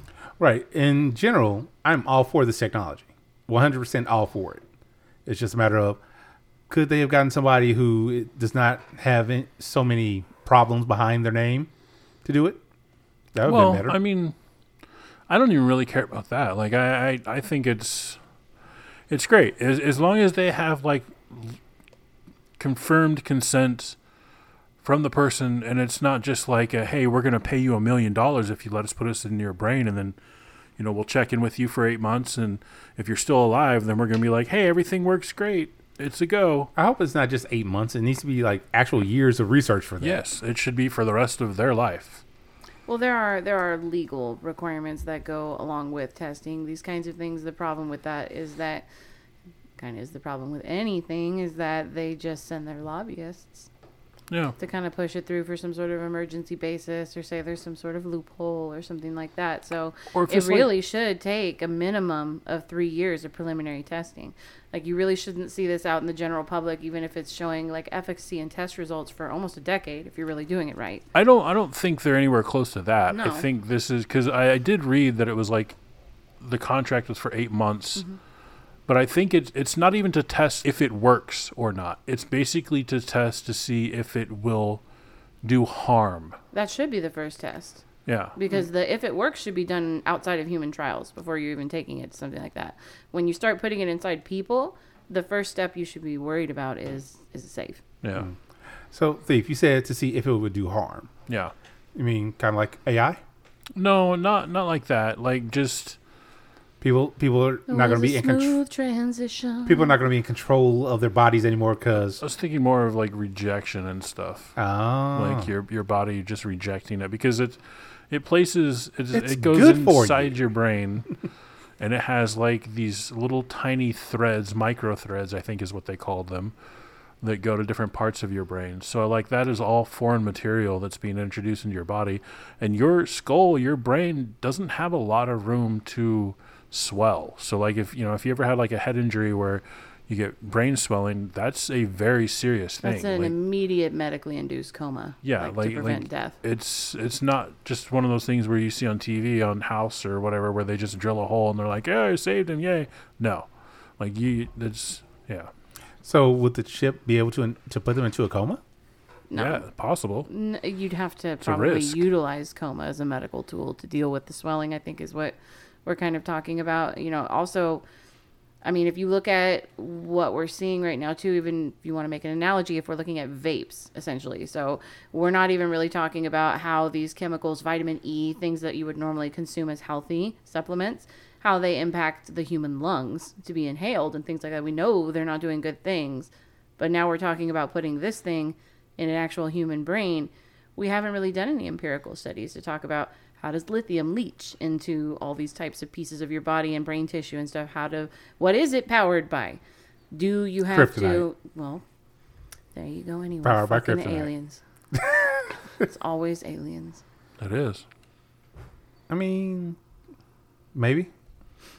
Speaker 3: Right. In general, I'm all for this technology. 100% all for it. It's just a matter of could they have gotten somebody who does not have in- so many problems behind their name to do it? That would
Speaker 1: Well,
Speaker 3: be better.
Speaker 1: I mean, I don't even really care about that. Like, I, I, I think it's it's great as, as long as they have like confirmed consent from the person, and it's not just like, a, hey, we're gonna pay you a million dollars if you let us put this in your brain, and then you know we'll check in with you for eight months, and if you're still alive, then we're gonna be like, hey, everything works great, it's a go.
Speaker 3: I hope it's not just eight months. It needs to be like actual years of research for that.
Speaker 1: Yes, it should be for the rest of their life.
Speaker 2: Well, there are there are legal requirements that go along with testing these kinds of things. The problem with that is that kind of is the problem with anything is that they just send their lobbyists
Speaker 1: Yeah.
Speaker 2: to kind of push it through for some sort of emergency basis or say there's some sort of loophole or something like that. So
Speaker 1: Or if
Speaker 2: it
Speaker 1: it's like-
Speaker 2: really should take a minimum of three years of preliminary testing. Like you really shouldn't see this out in the general public, even if it's showing like efficacy and test results for almost a decade if you're really doing it right.
Speaker 1: I don't. I don't think they're anywhere close to that. I
Speaker 2: No.
Speaker 1: think this is because I, I did read that it was like the contract was for eight months, but I think it's it's not even to test if it works or not. It's basically to test to see if it will do harm.
Speaker 2: That should be the first test.
Speaker 1: Yeah.
Speaker 2: because the if it works should be done outside of human trials before you're even taking it to something like that when you start putting it inside people the first step you should be worried about is is it safe
Speaker 1: Yeah.
Speaker 3: So, Thief, you said to see if it would do harm.
Speaker 1: Yeah.
Speaker 3: You mean kind of like AI?
Speaker 1: No, not not like that. Like just
Speaker 3: People, people are not going to be in control.
Speaker 2: smooth transition
Speaker 3: People are not going to be in control of their bodies anymore because
Speaker 1: I was thinking more of like rejection and stuff.
Speaker 3: uh, Ah.
Speaker 1: like your your body just rejecting it because it it places it,
Speaker 3: It's
Speaker 1: it goes
Speaker 3: good for
Speaker 1: inside your brain and it has like these little tiny threads micro threads i think is what they called them that go to different parts of your brain so like that is all foreign material that's being introduced into your body and your skull your brain doesn't have a lot of room to swell. So like if you know if you ever had like a head injury where you get brain swelling, that's a very serious thing.
Speaker 2: That's an
Speaker 1: Like,
Speaker 2: immediate medically induced coma.
Speaker 1: yeah,
Speaker 2: like,
Speaker 1: like,
Speaker 2: to
Speaker 1: like,
Speaker 2: prevent death.
Speaker 1: It's it's not just one of those things where you see on TV on House or whatever where they just drill a hole and they're like, "Yeah, I saved him, yay!" No, like you, it's yeah,
Speaker 3: So would the chip be able to to put them into a coma?
Speaker 2: No,
Speaker 1: yeah, possible.
Speaker 2: N- you'd have to probably
Speaker 1: risk.
Speaker 2: utilize coma as a medical tool to deal with the swelling i think is what we're kind of talking about you know also i mean if you look at what we're seeing right now too even if you want to make an analogy if we're looking at vapes essentially so we're not even really talking about how these chemicals vitamin e things that you would normally consume as healthy supplements how they impact the human lungs to be inhaled and things like that we know they're not doing good things but now we're talking about putting this thing in an actual human brain. We haven't really done any empirical studies to talk about how does lithium leach into all these types of pieces of your body and brain tissue and stuff. How to what is it powered by? Do you have to?
Speaker 3: Kryptonite.
Speaker 2: Well, there you go. Anyway,
Speaker 3: Powered by
Speaker 2: Fucking
Speaker 3: kryptonite.
Speaker 2: aliens. it's always aliens.
Speaker 1: It is
Speaker 3: I mean, maybe.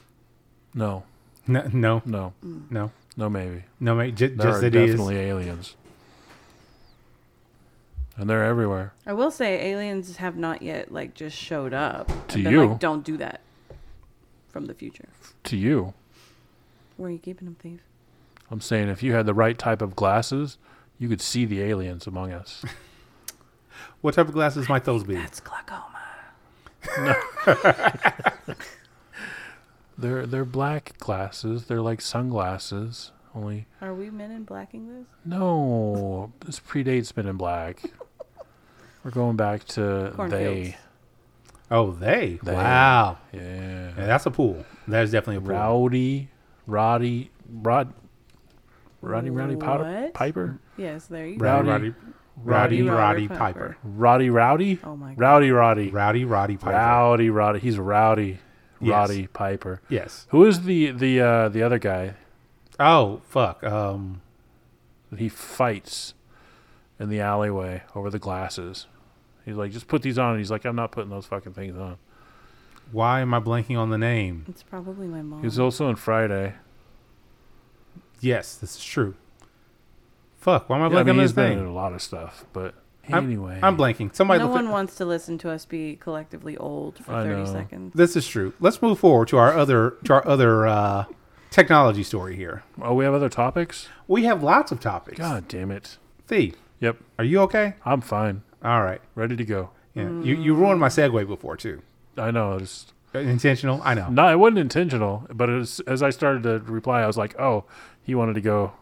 Speaker 1: no,
Speaker 3: No, no,
Speaker 1: no,
Speaker 3: no,
Speaker 1: no, maybe
Speaker 3: no. Maybe just,
Speaker 1: there
Speaker 3: just
Speaker 1: are
Speaker 3: it is.
Speaker 1: definitely aliens, and they're everywhere.
Speaker 2: I will say aliens have not yet like just showed up.
Speaker 1: To
Speaker 2: I've been
Speaker 1: you.
Speaker 2: like, don't do that. From the future,
Speaker 1: To you,
Speaker 2: where are you keeping them, thief?
Speaker 1: I'm saying if you had the right type of glasses, you could see the aliens among us.
Speaker 3: What type of glasses might those be?
Speaker 2: It's glaucoma.
Speaker 1: They're they're black glasses. They're like sunglasses. Only
Speaker 2: Are we men in blacking this?
Speaker 1: no, this predates Men in Black. We're going back to they.
Speaker 2: Cornfields.
Speaker 3: Oh, they.
Speaker 1: They.
Speaker 3: Wow,
Speaker 1: Yeah,
Speaker 3: yeah, that's a pool. That is definitely a pool.
Speaker 1: Rowdy, Roddy, Rod, Roddy, Rowdy Powder,
Speaker 2: What?
Speaker 1: Piper,
Speaker 2: Yes, there you
Speaker 1: Rowdy,
Speaker 3: Roddy,
Speaker 1: Roddy, Roddy,
Speaker 3: Roddy, Roddy
Speaker 2: Piper.
Speaker 3: Piper.
Speaker 1: Roddy, Rowdy,
Speaker 2: Oh my God.
Speaker 1: Rowdy, Roddy,
Speaker 3: Rowdy, Roddy Piper.
Speaker 1: Rowdy, Roddy. He's Rowdy,
Speaker 3: Yes.
Speaker 1: Roddy Piper.
Speaker 3: Yes.
Speaker 1: Who is the the uh, the other guy
Speaker 3: Oh, fuck. Um,
Speaker 1: that he fights in the alleyway over the glasses? He's like, just put these on. He's like, I'm not putting those fucking things on.
Speaker 3: why am I blanking on the name?
Speaker 2: It's probably my mom.
Speaker 1: He was also on Friday.
Speaker 3: Yes, this is true. Fuck. Why am I
Speaker 1: Yeah, I
Speaker 3: blanking
Speaker 1: mean,
Speaker 3: on
Speaker 1: he's
Speaker 3: this
Speaker 1: been in
Speaker 3: name?
Speaker 1: a lot of stuff, but
Speaker 3: I'm-
Speaker 1: anyway,
Speaker 3: I'm blanking. Somebody
Speaker 2: no
Speaker 3: look
Speaker 2: one
Speaker 3: it-
Speaker 2: wants to listen to us be collectively old for
Speaker 1: I
Speaker 2: 30
Speaker 1: know.
Speaker 2: seconds.
Speaker 3: This is true. Let's move forward to our other to our other uh, technology story here.
Speaker 1: Oh, we have other topics.
Speaker 3: We have lots of topics.
Speaker 1: God damn it.
Speaker 3: Thee,
Speaker 1: Yep,
Speaker 3: are you okay?
Speaker 1: I'm fine.
Speaker 3: All right.
Speaker 1: Ready to go.
Speaker 3: Yeah. You
Speaker 2: Mm.
Speaker 3: you ruined my segue before too. Uh,
Speaker 1: I know. It's
Speaker 3: Intentional. I know.
Speaker 1: not. It wasn't intentional, but it was, as I started to reply, I was like, "Oh, he wanted to go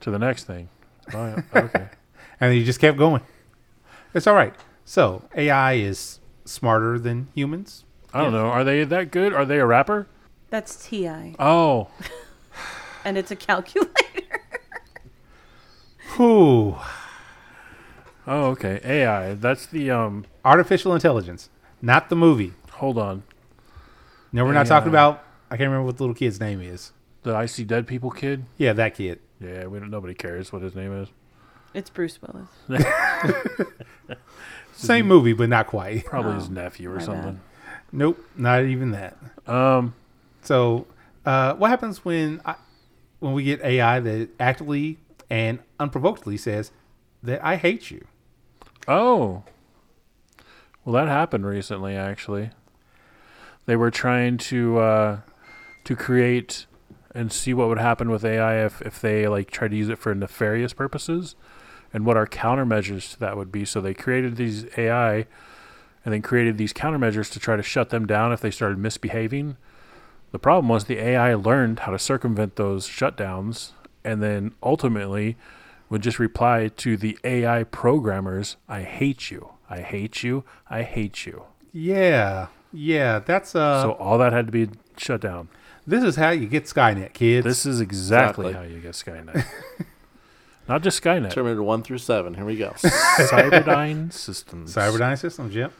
Speaker 1: to the next thing." Oh, yeah, okay.
Speaker 3: And you just kept going. It's all right. So AI is smarter than humans.
Speaker 1: I don't know. Are they that good? Are they a rapper?
Speaker 2: That's TI.
Speaker 1: Oh,
Speaker 2: And it's a calculator.
Speaker 3: Whew.
Speaker 1: oh, okay. AI. That's the um.
Speaker 3: Artificial intelligence, not the movie.
Speaker 1: Hold on.
Speaker 3: No, we're not talking
Speaker 1: AI.
Speaker 3: about. I can't remember what the little kid's name is.
Speaker 1: The I see dead people kid.
Speaker 3: Yeah, that kid.
Speaker 1: Yeah, we don't. Nobody cares what his name is.
Speaker 2: It's Bruce Willis.
Speaker 3: Same movie, but not quite.
Speaker 1: Probably
Speaker 2: Oh,
Speaker 1: his nephew or
Speaker 2: my
Speaker 1: something.
Speaker 3: Nope, not even that.
Speaker 1: Um.
Speaker 3: So, uh, what happens when I, when we get AI that actively and unprovokingly says that I hate you?
Speaker 1: Oh. Well, that happened recently, actually. They were trying to uh, to create and see what would happen with AI if, if they like tried to use it for nefarious purposes, and what our countermeasures to that would be. So they created these AI, and then created these countermeasures to try to shut them down if they started misbehaving. The problem was the AI learned how to circumvent those shutdowns, and then ultimately would just reply to the AI programmers, I hate you. I hate you. I hate you.
Speaker 3: Yeah, yeah. That's uh.
Speaker 1: so all that had to be shut down.
Speaker 3: this is how you get Skynet, kids.
Speaker 1: This is exactly,
Speaker 6: Exactly.
Speaker 1: how you get Skynet. Not just Skynet.
Speaker 6: Terminator 1 through 7. Here we go.
Speaker 1: Cyberdyne Systems.
Speaker 3: Cyberdyne Systems. Yep.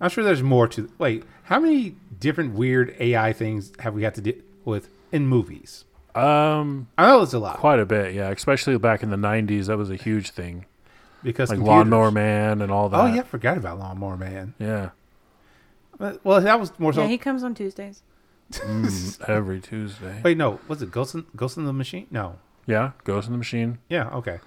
Speaker 3: I'm sure there's more to. Wait, how many different weird AI things have we had to deal with in movies?
Speaker 1: Um,
Speaker 3: I know it's a lot
Speaker 1: quite a bit, yeah. Especially back in the '90s, that was a huge thing,
Speaker 3: because
Speaker 1: like
Speaker 3: computers-
Speaker 1: Lawnmower Man and all that.
Speaker 3: Oh yeah, I forgot about Lawnmower Man.
Speaker 1: yeah.
Speaker 3: Uh, Well, that was more so.
Speaker 2: yeah, he comes on Tuesdays.
Speaker 1: every Tuesday.
Speaker 3: Wait, no, was it Ghost in, Ghost in the Machine? No,
Speaker 1: Yeah, Ghost in the Machine.
Speaker 3: yeah, okay.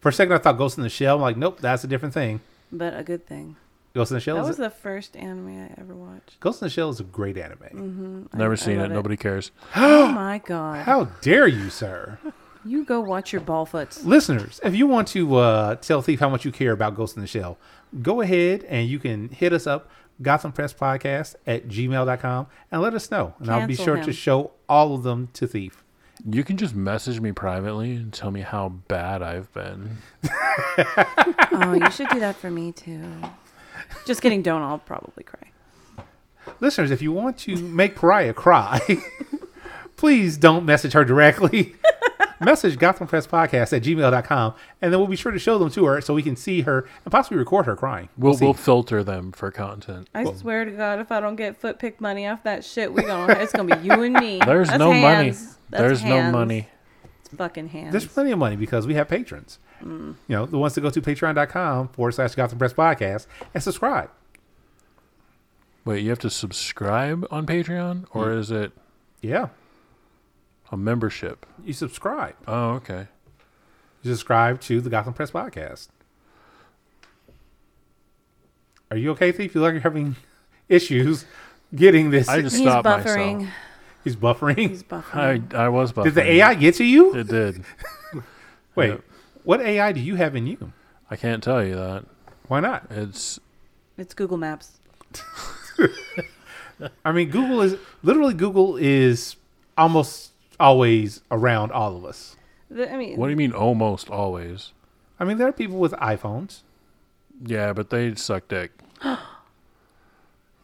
Speaker 3: For a second, I thought Ghost in the Shell. I'm like, nope, that's a different thing.
Speaker 2: but a good thing.
Speaker 3: Ghost in the Shell
Speaker 2: That
Speaker 3: is
Speaker 2: was
Speaker 3: a-
Speaker 2: the first anime I ever watched.
Speaker 3: Ghost in the Shell is a great anime.
Speaker 2: Mm-hmm.
Speaker 1: Never seen it.
Speaker 2: love it.
Speaker 1: Nobody cares.
Speaker 2: Oh my god!
Speaker 3: How dare you, sir?
Speaker 2: You go watch your ball foots.
Speaker 3: Listeners, if you want to uh, tell Thief how much you care about Ghost in the Shell, go ahead and you can hit us up, Gotham Press Podcast at gmail.com, and let us know. And I'll be
Speaker 2: Cancel
Speaker 3: sure
Speaker 2: him.
Speaker 3: to show all of them to Thief.
Speaker 1: You can just message me privately and tell me how bad I've been.
Speaker 2: Oh, you should do that for me too. Just kidding. Don't. I'll probably cry.
Speaker 3: Listeners, if you want to make Pariah cry, please don't message her directly. message Gotham Press Podcast at gmail.com, and then we'll be sure to show them to her so we can see her and possibly record her crying.
Speaker 1: We'll
Speaker 3: see.
Speaker 1: we'll filter them for content.
Speaker 2: I swear to God, if I don't get foot pick money off that shit, we gonna it's gonna be you and me.
Speaker 1: There's
Speaker 2: That's
Speaker 1: no
Speaker 2: hands.
Speaker 1: money.
Speaker 2: That's
Speaker 1: There's no
Speaker 2: hands.
Speaker 1: money.
Speaker 2: It's fucking hands.
Speaker 3: There's plenty of money because we have patrons. You know, the ones that go to patreon.com forward slash Gotham Press Podcast and subscribe.
Speaker 1: Wait, you have to subscribe on Patreon, or is it
Speaker 3: Yeah,
Speaker 1: a membership?
Speaker 3: you subscribe.
Speaker 1: Oh, okay.
Speaker 3: You subscribe to the Gotham Press Podcast. Are you okay, Thief? You like you're having issues getting this.
Speaker 1: I just
Speaker 2: He's
Speaker 1: stopped
Speaker 2: buffering.
Speaker 1: myself.
Speaker 3: He's buffering.
Speaker 2: He's buffering.
Speaker 1: I I was buffering.
Speaker 3: Did the AI get to you?
Speaker 1: It did.
Speaker 3: Wait,
Speaker 1: Yep.
Speaker 3: what AI do you have in you?
Speaker 1: I can't tell you that.
Speaker 3: Why not?
Speaker 1: It's
Speaker 2: It's Google Maps.
Speaker 3: I mean, Google is literally Google is almost always around all of us.
Speaker 2: The- I mean,
Speaker 1: what do you mean almost always?
Speaker 3: I mean, there are people with iPhones.
Speaker 1: Yeah, but they suck dick.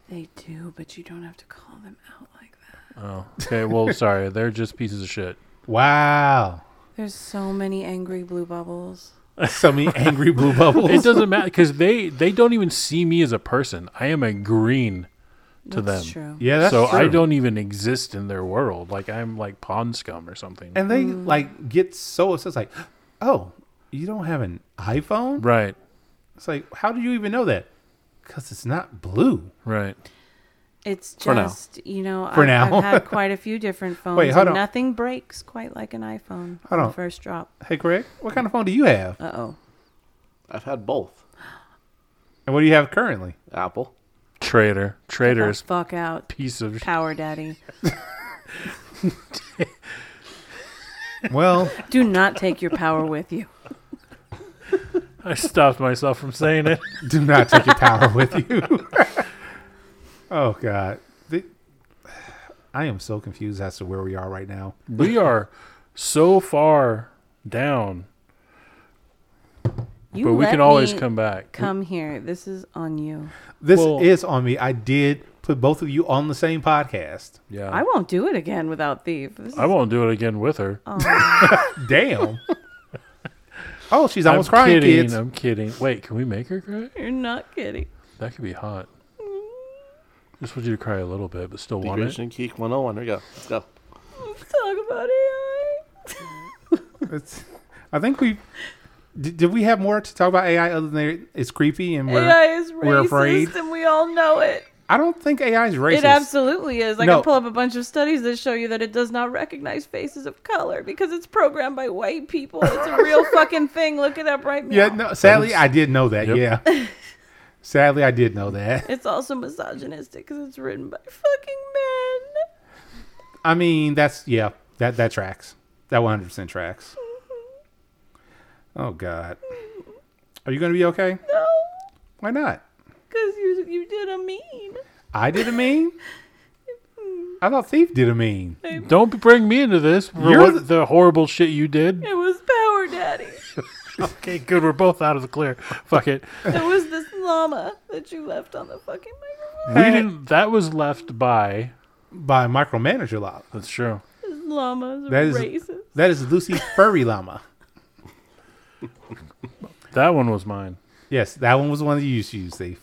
Speaker 2: they do, but you don't have to call them out like that.
Speaker 1: Okay, well, sorry, they're just pieces of shit.
Speaker 3: Wow.
Speaker 2: There's so many angry blue bubbles.
Speaker 3: So many angry blue bubbles.
Speaker 1: It doesn't matter because they they don't even see me as a person. I am a green to
Speaker 2: That's
Speaker 1: them.
Speaker 2: true.
Speaker 3: Yeah, that's
Speaker 1: so I
Speaker 3: true.
Speaker 1: don't even exist in their world. Like I'm like pond scum or something.
Speaker 3: And they like get so obsessed. Like, oh, you don't have an iPhone?
Speaker 1: right,
Speaker 3: It's like, how do you even know that? Because it's not blue.
Speaker 1: right.
Speaker 2: It's
Speaker 6: now.
Speaker 2: just you know
Speaker 3: For
Speaker 2: I've,
Speaker 3: now.
Speaker 2: I've had quite a few different phones.
Speaker 3: Wait, hold
Speaker 2: and
Speaker 3: on.
Speaker 2: Nothing breaks quite like an iPhone.
Speaker 3: Hold
Speaker 2: on
Speaker 3: on.
Speaker 2: the first drop.
Speaker 3: Hey, Craig, what kind of phone do you have?
Speaker 2: Uh oh.
Speaker 6: I've had both.
Speaker 3: And what do you have currently?
Speaker 6: Apple.
Speaker 1: Traitor, traitor's
Speaker 2: Fuck out,
Speaker 1: piece of. Sh-
Speaker 2: power daddy.
Speaker 3: Well,
Speaker 2: Do not take your power with you.
Speaker 1: I stopped myself from saying it.
Speaker 3: do not take your power with you. oh God, The- I am so confused as to where we are right now.
Speaker 1: we are so far down,
Speaker 2: You
Speaker 1: but we
Speaker 2: let
Speaker 1: can always
Speaker 2: me
Speaker 1: come back.
Speaker 2: Come here. This is on you.
Speaker 3: This
Speaker 1: Well-
Speaker 3: is on me. I did put both of you on the same podcast.
Speaker 1: yeah,
Speaker 2: I won't do it again without Thief. This
Speaker 1: I won't do it again with her.
Speaker 2: Oh.
Speaker 3: Damn. oh, she's almost
Speaker 1: I'm
Speaker 3: crying,
Speaker 1: kidding.
Speaker 3: kids.
Speaker 1: I'm kidding. Wait, can we make her cry?
Speaker 2: is- you're not kidding.
Speaker 1: That could be hot. Just want you to cry a little bit, but still want it.
Speaker 6: Degradation Geek 101. Here we go. Let's go.
Speaker 2: Let's talk about AI.
Speaker 3: It's- I think we did, did. We have more to talk about AI other than it's creepy and we're.
Speaker 2: AI is
Speaker 3: we're
Speaker 2: racist,
Speaker 3: afraid.
Speaker 2: and we all know it.
Speaker 3: I don't think AI is racist.
Speaker 2: It absolutely is. I
Speaker 3: No.
Speaker 2: can pull up a bunch of studies that show you that it does not recognize faces of color because it's programmed by white people. It's a real fucking thing. Look it up right now.
Speaker 3: yeah. No. Sadly,
Speaker 1: That's-
Speaker 3: I did know that.
Speaker 1: Yep.
Speaker 3: Yeah. sadly, I did know that.
Speaker 2: It's also misogynistic because it's written by fucking men.
Speaker 3: I mean, that's yeah, that that tracks. That one hundred percent tracks. Oh God, are you gonna be okay?
Speaker 2: No,
Speaker 3: Why not?
Speaker 2: because you you did a mean.
Speaker 3: I did a mean. I thought Thief did a mean.
Speaker 1: Don't bring me into this for
Speaker 3: You're
Speaker 1: what
Speaker 3: the-
Speaker 1: the-, horrible shit you did.
Speaker 2: It was Power Daddy.
Speaker 1: Okay, good. We're both out of the clear. Fuck it.
Speaker 2: It was this llama that you left on the fucking microphone.
Speaker 1: We didn't. That was left by.
Speaker 3: By micromanager llama.
Speaker 1: That's true.
Speaker 2: This llama is
Speaker 3: That is
Speaker 2: racist.
Speaker 3: that is Lucy Furry Llama.
Speaker 1: That one was mine.
Speaker 3: Yes, that one was the one that you used to use, Thief.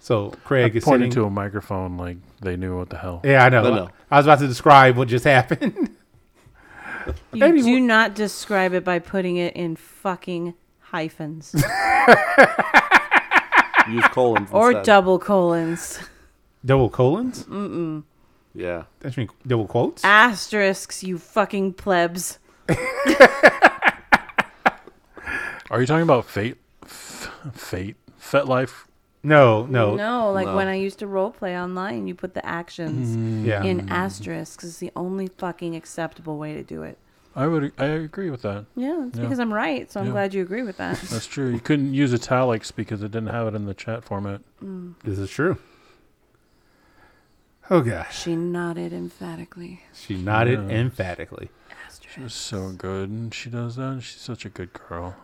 Speaker 3: So Craig is
Speaker 1: Pointed
Speaker 3: pointing
Speaker 1: to a microphone like they knew what the hell.
Speaker 3: Yeah, I know.
Speaker 6: I know.
Speaker 3: I was about to describe what just happened.
Speaker 2: You
Speaker 3: Anyway.
Speaker 2: do not describe it by putting it in fucking hyphens
Speaker 6: Use colon
Speaker 2: or
Speaker 6: instead.
Speaker 2: double colons.
Speaker 3: Double colons.
Speaker 6: Yeah.
Speaker 3: That's mean double quotes.
Speaker 2: Asterisks, you fucking plebs.
Speaker 1: Are you talking about fate? F- fate? FetLife?
Speaker 3: No, no, Mm,
Speaker 2: No, like when I used to role play online, you put the actions
Speaker 3: yeah.
Speaker 2: in asterisks. It's the only fucking acceptable way to do it.
Speaker 1: I would. I agree with that.
Speaker 2: Yeah, it's
Speaker 1: Yeah.
Speaker 2: because I'm right, so I'm
Speaker 1: Yeah.
Speaker 2: glad you agree with that.
Speaker 1: That's true. You couldn't use italics because it didn't have it in the chat format.
Speaker 3: Mm. this is true. Oh gosh,
Speaker 2: she nodded emphatically.
Speaker 3: she nodded emphatically.
Speaker 2: Asterisk.
Speaker 1: It's so good, and she does that. and She's such a good girl.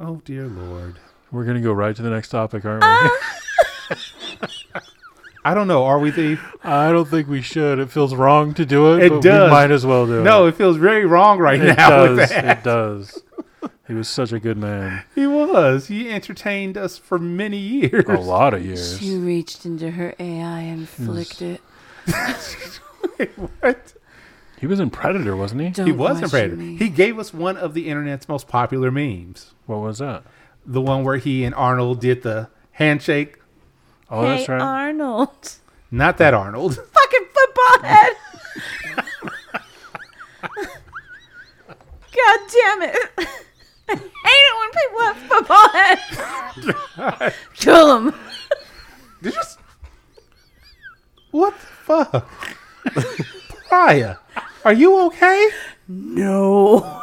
Speaker 3: Oh dear lord.
Speaker 1: We're gonna go right to the next topic, aren't
Speaker 3: Uh.
Speaker 1: we?
Speaker 3: I don't know. Are we the?
Speaker 1: I don't think we should. It feels wrong to do it.
Speaker 3: It
Speaker 1: but
Speaker 3: does.
Speaker 1: We might as well do it.
Speaker 3: No, it feels very wrong right
Speaker 1: Uh, it
Speaker 3: now. with
Speaker 1: does.
Speaker 3: that.
Speaker 1: It does. He was such a good man.
Speaker 3: He was. He entertained us for many years.
Speaker 1: A lot of years.
Speaker 2: She reached into her AI and flicked it.
Speaker 3: What?
Speaker 1: He was in Predator, wasn't he?
Speaker 2: Don't
Speaker 3: He was a
Speaker 2: question
Speaker 3: predator.
Speaker 2: me.
Speaker 3: He gave us one of the internet's most popular memes.
Speaker 1: What was that?
Speaker 3: The one where he and Arnold did the handshake.
Speaker 1: Oh,
Speaker 2: hey,
Speaker 1: that's right.
Speaker 2: Arnold.
Speaker 3: Not that Arnold.
Speaker 2: Fucking football head. God damn it. I hate it when people have football heads. Kill them.
Speaker 3: Did you? s- What the fuck? Raya, are you okay?
Speaker 2: No.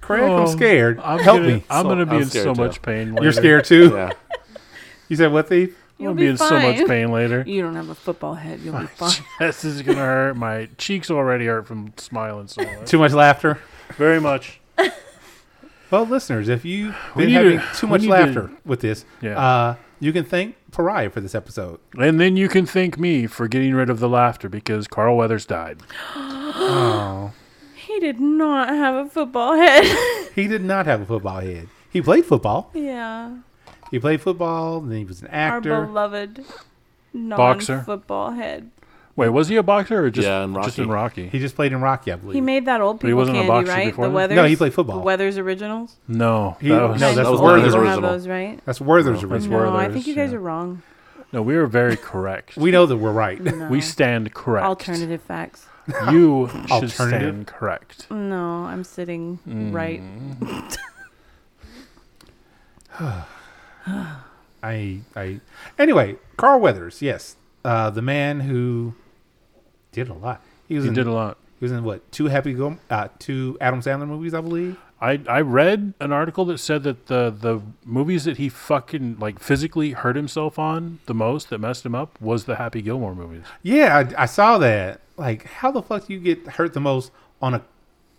Speaker 3: Craig,
Speaker 1: Oh,
Speaker 3: I'm scared.
Speaker 1: I'm
Speaker 3: Help
Speaker 1: gonna,
Speaker 3: me.
Speaker 1: I'm
Speaker 6: So-
Speaker 1: gonna be
Speaker 6: I'm
Speaker 1: in so
Speaker 6: scared, too.
Speaker 1: much pain. Later.
Speaker 3: You're scared too.
Speaker 6: Yeah.
Speaker 3: You said what thief?
Speaker 1: I'm
Speaker 2: You'll
Speaker 1: gonna
Speaker 2: be
Speaker 1: be in so much
Speaker 2: fine.
Speaker 1: pain later.
Speaker 2: You don't have a football head. You'll be fine.
Speaker 1: This is gonna hurt. My cheeks already hurt from smiling so much.
Speaker 3: Too much laughter.
Speaker 1: Very much.
Speaker 3: Well, listeners, if you've
Speaker 1: We
Speaker 3: been
Speaker 1: need
Speaker 3: having
Speaker 1: to-
Speaker 3: too
Speaker 1: we
Speaker 3: much
Speaker 1: need
Speaker 3: laughter
Speaker 1: to-
Speaker 3: with this,
Speaker 1: Yeah.
Speaker 3: uh, you can thank Pariah for this episode.
Speaker 1: And then you can thank me for getting rid of the laughter because Carl Weathers died.
Speaker 2: He did not have a football head.
Speaker 3: He did not have a football head. He played football.
Speaker 2: yeah.
Speaker 3: He played football. Then he was an
Speaker 2: Our
Speaker 3: actor.
Speaker 2: beloved non
Speaker 1: Boxer.
Speaker 2: football head.
Speaker 1: Wait, was he a boxer or just,
Speaker 6: Yeah, in
Speaker 1: just in Rocky?
Speaker 3: he just played in Rocky, I believe.
Speaker 2: He made that old
Speaker 1: he
Speaker 2: people
Speaker 1: wasn't a
Speaker 2: candy,
Speaker 1: boxer
Speaker 2: right?
Speaker 1: before
Speaker 2: the
Speaker 1: that?
Speaker 2: Weathers.
Speaker 3: No, he played football.
Speaker 2: The Weathers originals.
Speaker 1: no,
Speaker 3: He-
Speaker 1: that was,
Speaker 3: no,
Speaker 1: no,
Speaker 2: I
Speaker 3: that's
Speaker 2: know you
Speaker 3: the Werther's
Speaker 2: don't have
Speaker 6: original.
Speaker 2: those, right?
Speaker 3: That's Werther's
Speaker 1: that's
Speaker 3: original.
Speaker 2: No, I
Speaker 1: Werther's,
Speaker 2: think you guys
Speaker 1: yeah.
Speaker 2: are wrong.
Speaker 1: we are very correct.
Speaker 3: We know that we're right.
Speaker 1: We stand correct.
Speaker 2: Alternative facts.
Speaker 1: You should
Speaker 3: Alternative?
Speaker 1: stand correct.
Speaker 2: No, I'm sitting right.
Speaker 1: Mm.
Speaker 3: I, I. Anyway, Carl Weathers, yes, uh, the man who did a lot. He was
Speaker 1: He
Speaker 3: in,
Speaker 1: did a lot.
Speaker 3: He was in what two Happy Go, uh, two Adam Sandler movies, I believe.
Speaker 1: I, I read an article that said that the, the movies that he fucking like physically hurt himself on the most that messed him up was the Happy Gilmore movies.
Speaker 3: Yeah, I, I saw that. Like, how the fuck do you get hurt the most on a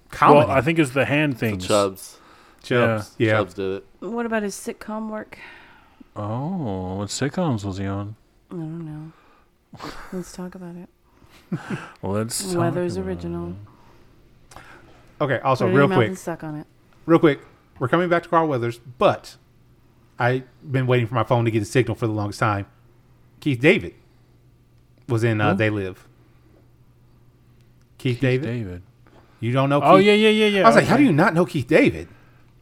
Speaker 3: comedy?
Speaker 1: Well, I think it's the hand things.
Speaker 6: Chubbs.
Speaker 3: Chubbs. Yeah.
Speaker 6: Chubbs did it.
Speaker 2: What about his sitcom work?
Speaker 1: Oh, what sitcoms was he on?
Speaker 2: I don't know. Let's talk about it.
Speaker 1: Let's talk
Speaker 2: Weather's
Speaker 1: about it.
Speaker 2: original.
Speaker 3: Okay. Also,
Speaker 2: Put it in your
Speaker 3: real
Speaker 2: mouth
Speaker 3: quick,
Speaker 2: and suck on it.
Speaker 3: real quick, we're coming back to Carl Weathers, but I've been waiting for my phone to get a signal for the longest time. Keith David was in uh, They Live. Keith, David?
Speaker 1: David.
Speaker 3: You don't know Keith
Speaker 1: Oh yeah, yeah, yeah, yeah.
Speaker 3: I was like, how do you not know Keith David?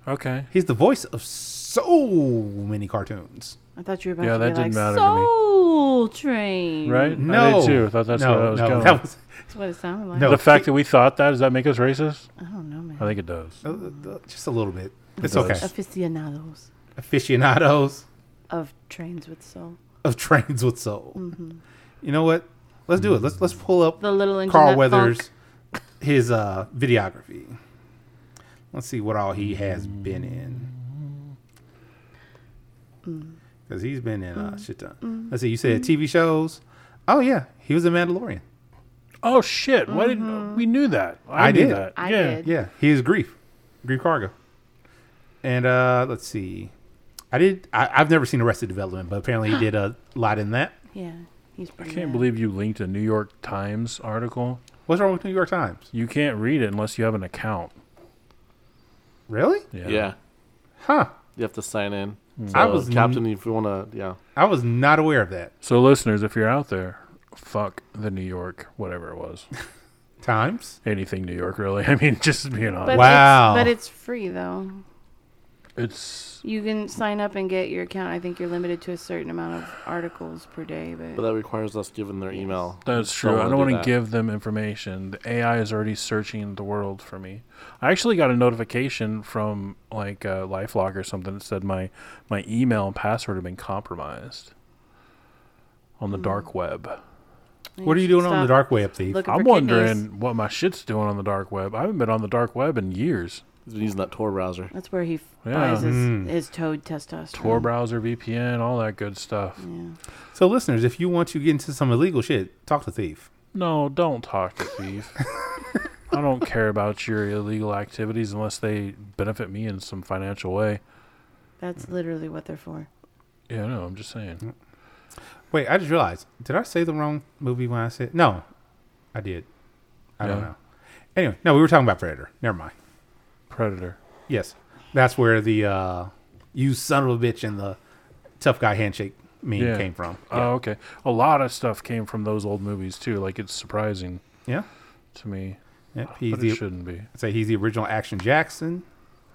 Speaker 1: Okay.
Speaker 3: He's the voice of so many cartoons.
Speaker 2: I thought you were about
Speaker 1: Yeah,
Speaker 2: to
Speaker 1: that
Speaker 2: be like
Speaker 1: didn't matter to me.
Speaker 2: Soul Train.
Speaker 1: Right? I
Speaker 3: No.
Speaker 1: did too. I thought that's
Speaker 3: no,
Speaker 1: where I was
Speaker 3: no,
Speaker 1: going.
Speaker 3: That was,
Speaker 2: That's what it sounded like.
Speaker 3: No.
Speaker 1: the fact that we thought that does that make us racist?
Speaker 2: I don't know, man.
Speaker 1: I think it does.
Speaker 3: uh, uh, just a little bit. It's
Speaker 6: does.
Speaker 3: okay.
Speaker 2: Aficionados
Speaker 3: Aficionados
Speaker 2: of trains with soul.
Speaker 3: of Trains with Soul. You know what? Let's do it. Let's let's pull up
Speaker 2: The little internet
Speaker 3: Carl
Speaker 2: funk.
Speaker 3: Weathers, his uh, videography. Let's see what all he has been in.
Speaker 2: Mm.
Speaker 3: Because he's been in a shit ton. Let's see. You said TV shows. Oh yeah, he was in Mandalorian.
Speaker 1: Oh shit! Why didn't we knew that? I,
Speaker 3: Mm-hmm. I
Speaker 1: knew
Speaker 3: did.
Speaker 1: that.
Speaker 2: I
Speaker 1: yeah.
Speaker 2: did.
Speaker 3: Yeah, he is grief, grief cargo. And uh let's see, I did. I, I've never seen Arrested Development, but apparently he did a lot in that.
Speaker 2: Yeah, he's
Speaker 1: I
Speaker 2: pretty
Speaker 1: can't
Speaker 2: bad.
Speaker 1: believe you linked a New York Times article.
Speaker 3: What's wrong with New York Times?
Speaker 1: You can't read it unless you have an account.
Speaker 3: Really?
Speaker 1: Yeah. Mm.
Speaker 6: Yeah.
Speaker 3: Huh?
Speaker 6: You have to sign in.
Speaker 3: I
Speaker 6: So,
Speaker 3: was n-
Speaker 6: captain if you want to. Yeah.
Speaker 3: I was not aware of that.
Speaker 1: So listeners, if you're out there, fuck the New York, whatever it was,
Speaker 3: Times.
Speaker 1: anything New York really. I mean, just being honest.
Speaker 2: But
Speaker 3: Wow.
Speaker 2: It's, but it's free though.
Speaker 1: It's
Speaker 2: You can sign up and get your account. I think you're limited to a certain amount of articles per day,
Speaker 6: But
Speaker 2: but
Speaker 6: that requires us giving their email.
Speaker 1: that's true. I
Speaker 6: wanna
Speaker 1: don't
Speaker 6: do
Speaker 1: want to
Speaker 6: that.
Speaker 1: give them information. The AI is already searching the world for me. I actually got a notification from like uh, LifeLock or something that said my my email and password have been compromised on the
Speaker 2: Hmm.
Speaker 1: dark web.
Speaker 3: What are you doing on the
Speaker 2: Stop
Speaker 3: dark web, thief?
Speaker 2: looking
Speaker 1: I'm
Speaker 2: for kidneys.
Speaker 1: wondering what my shit's doing on the dark web. I haven't been on the dark web in years.
Speaker 6: He's been using that Tor browser.
Speaker 2: That's where he f-
Speaker 1: Yeah.
Speaker 2: buys his, his toad testosterone.
Speaker 6: Hmm.
Speaker 1: Tor browser, VPN, all that good stuff.
Speaker 3: So, listeners, if you want to get into some illegal shit, talk to thief.
Speaker 1: No, don't talk to thief. I don't care about your illegal activities unless they benefit me in some financial way.
Speaker 2: That's literally what they're for.
Speaker 1: Yeah, no, I'm just saying.
Speaker 3: Wait, I just realized. Did I say the wrong movie when I said no? I did. I don't
Speaker 1: Yeah.
Speaker 3: know. Anyway, no, we were talking about Predator. Never mind.
Speaker 1: Predator.
Speaker 3: Yes, that's where the uh, "you son of a bitch" and the tough guy handshake meme
Speaker 1: Yeah.
Speaker 3: came from.
Speaker 1: Oh, okay. A lot of stuff came from those old movies too. Like it's surprising
Speaker 3: Yeah,
Speaker 1: to me,
Speaker 3: yeah. He's
Speaker 1: but it
Speaker 3: the,
Speaker 1: shouldn't be.
Speaker 3: say he's the original Action Jackson.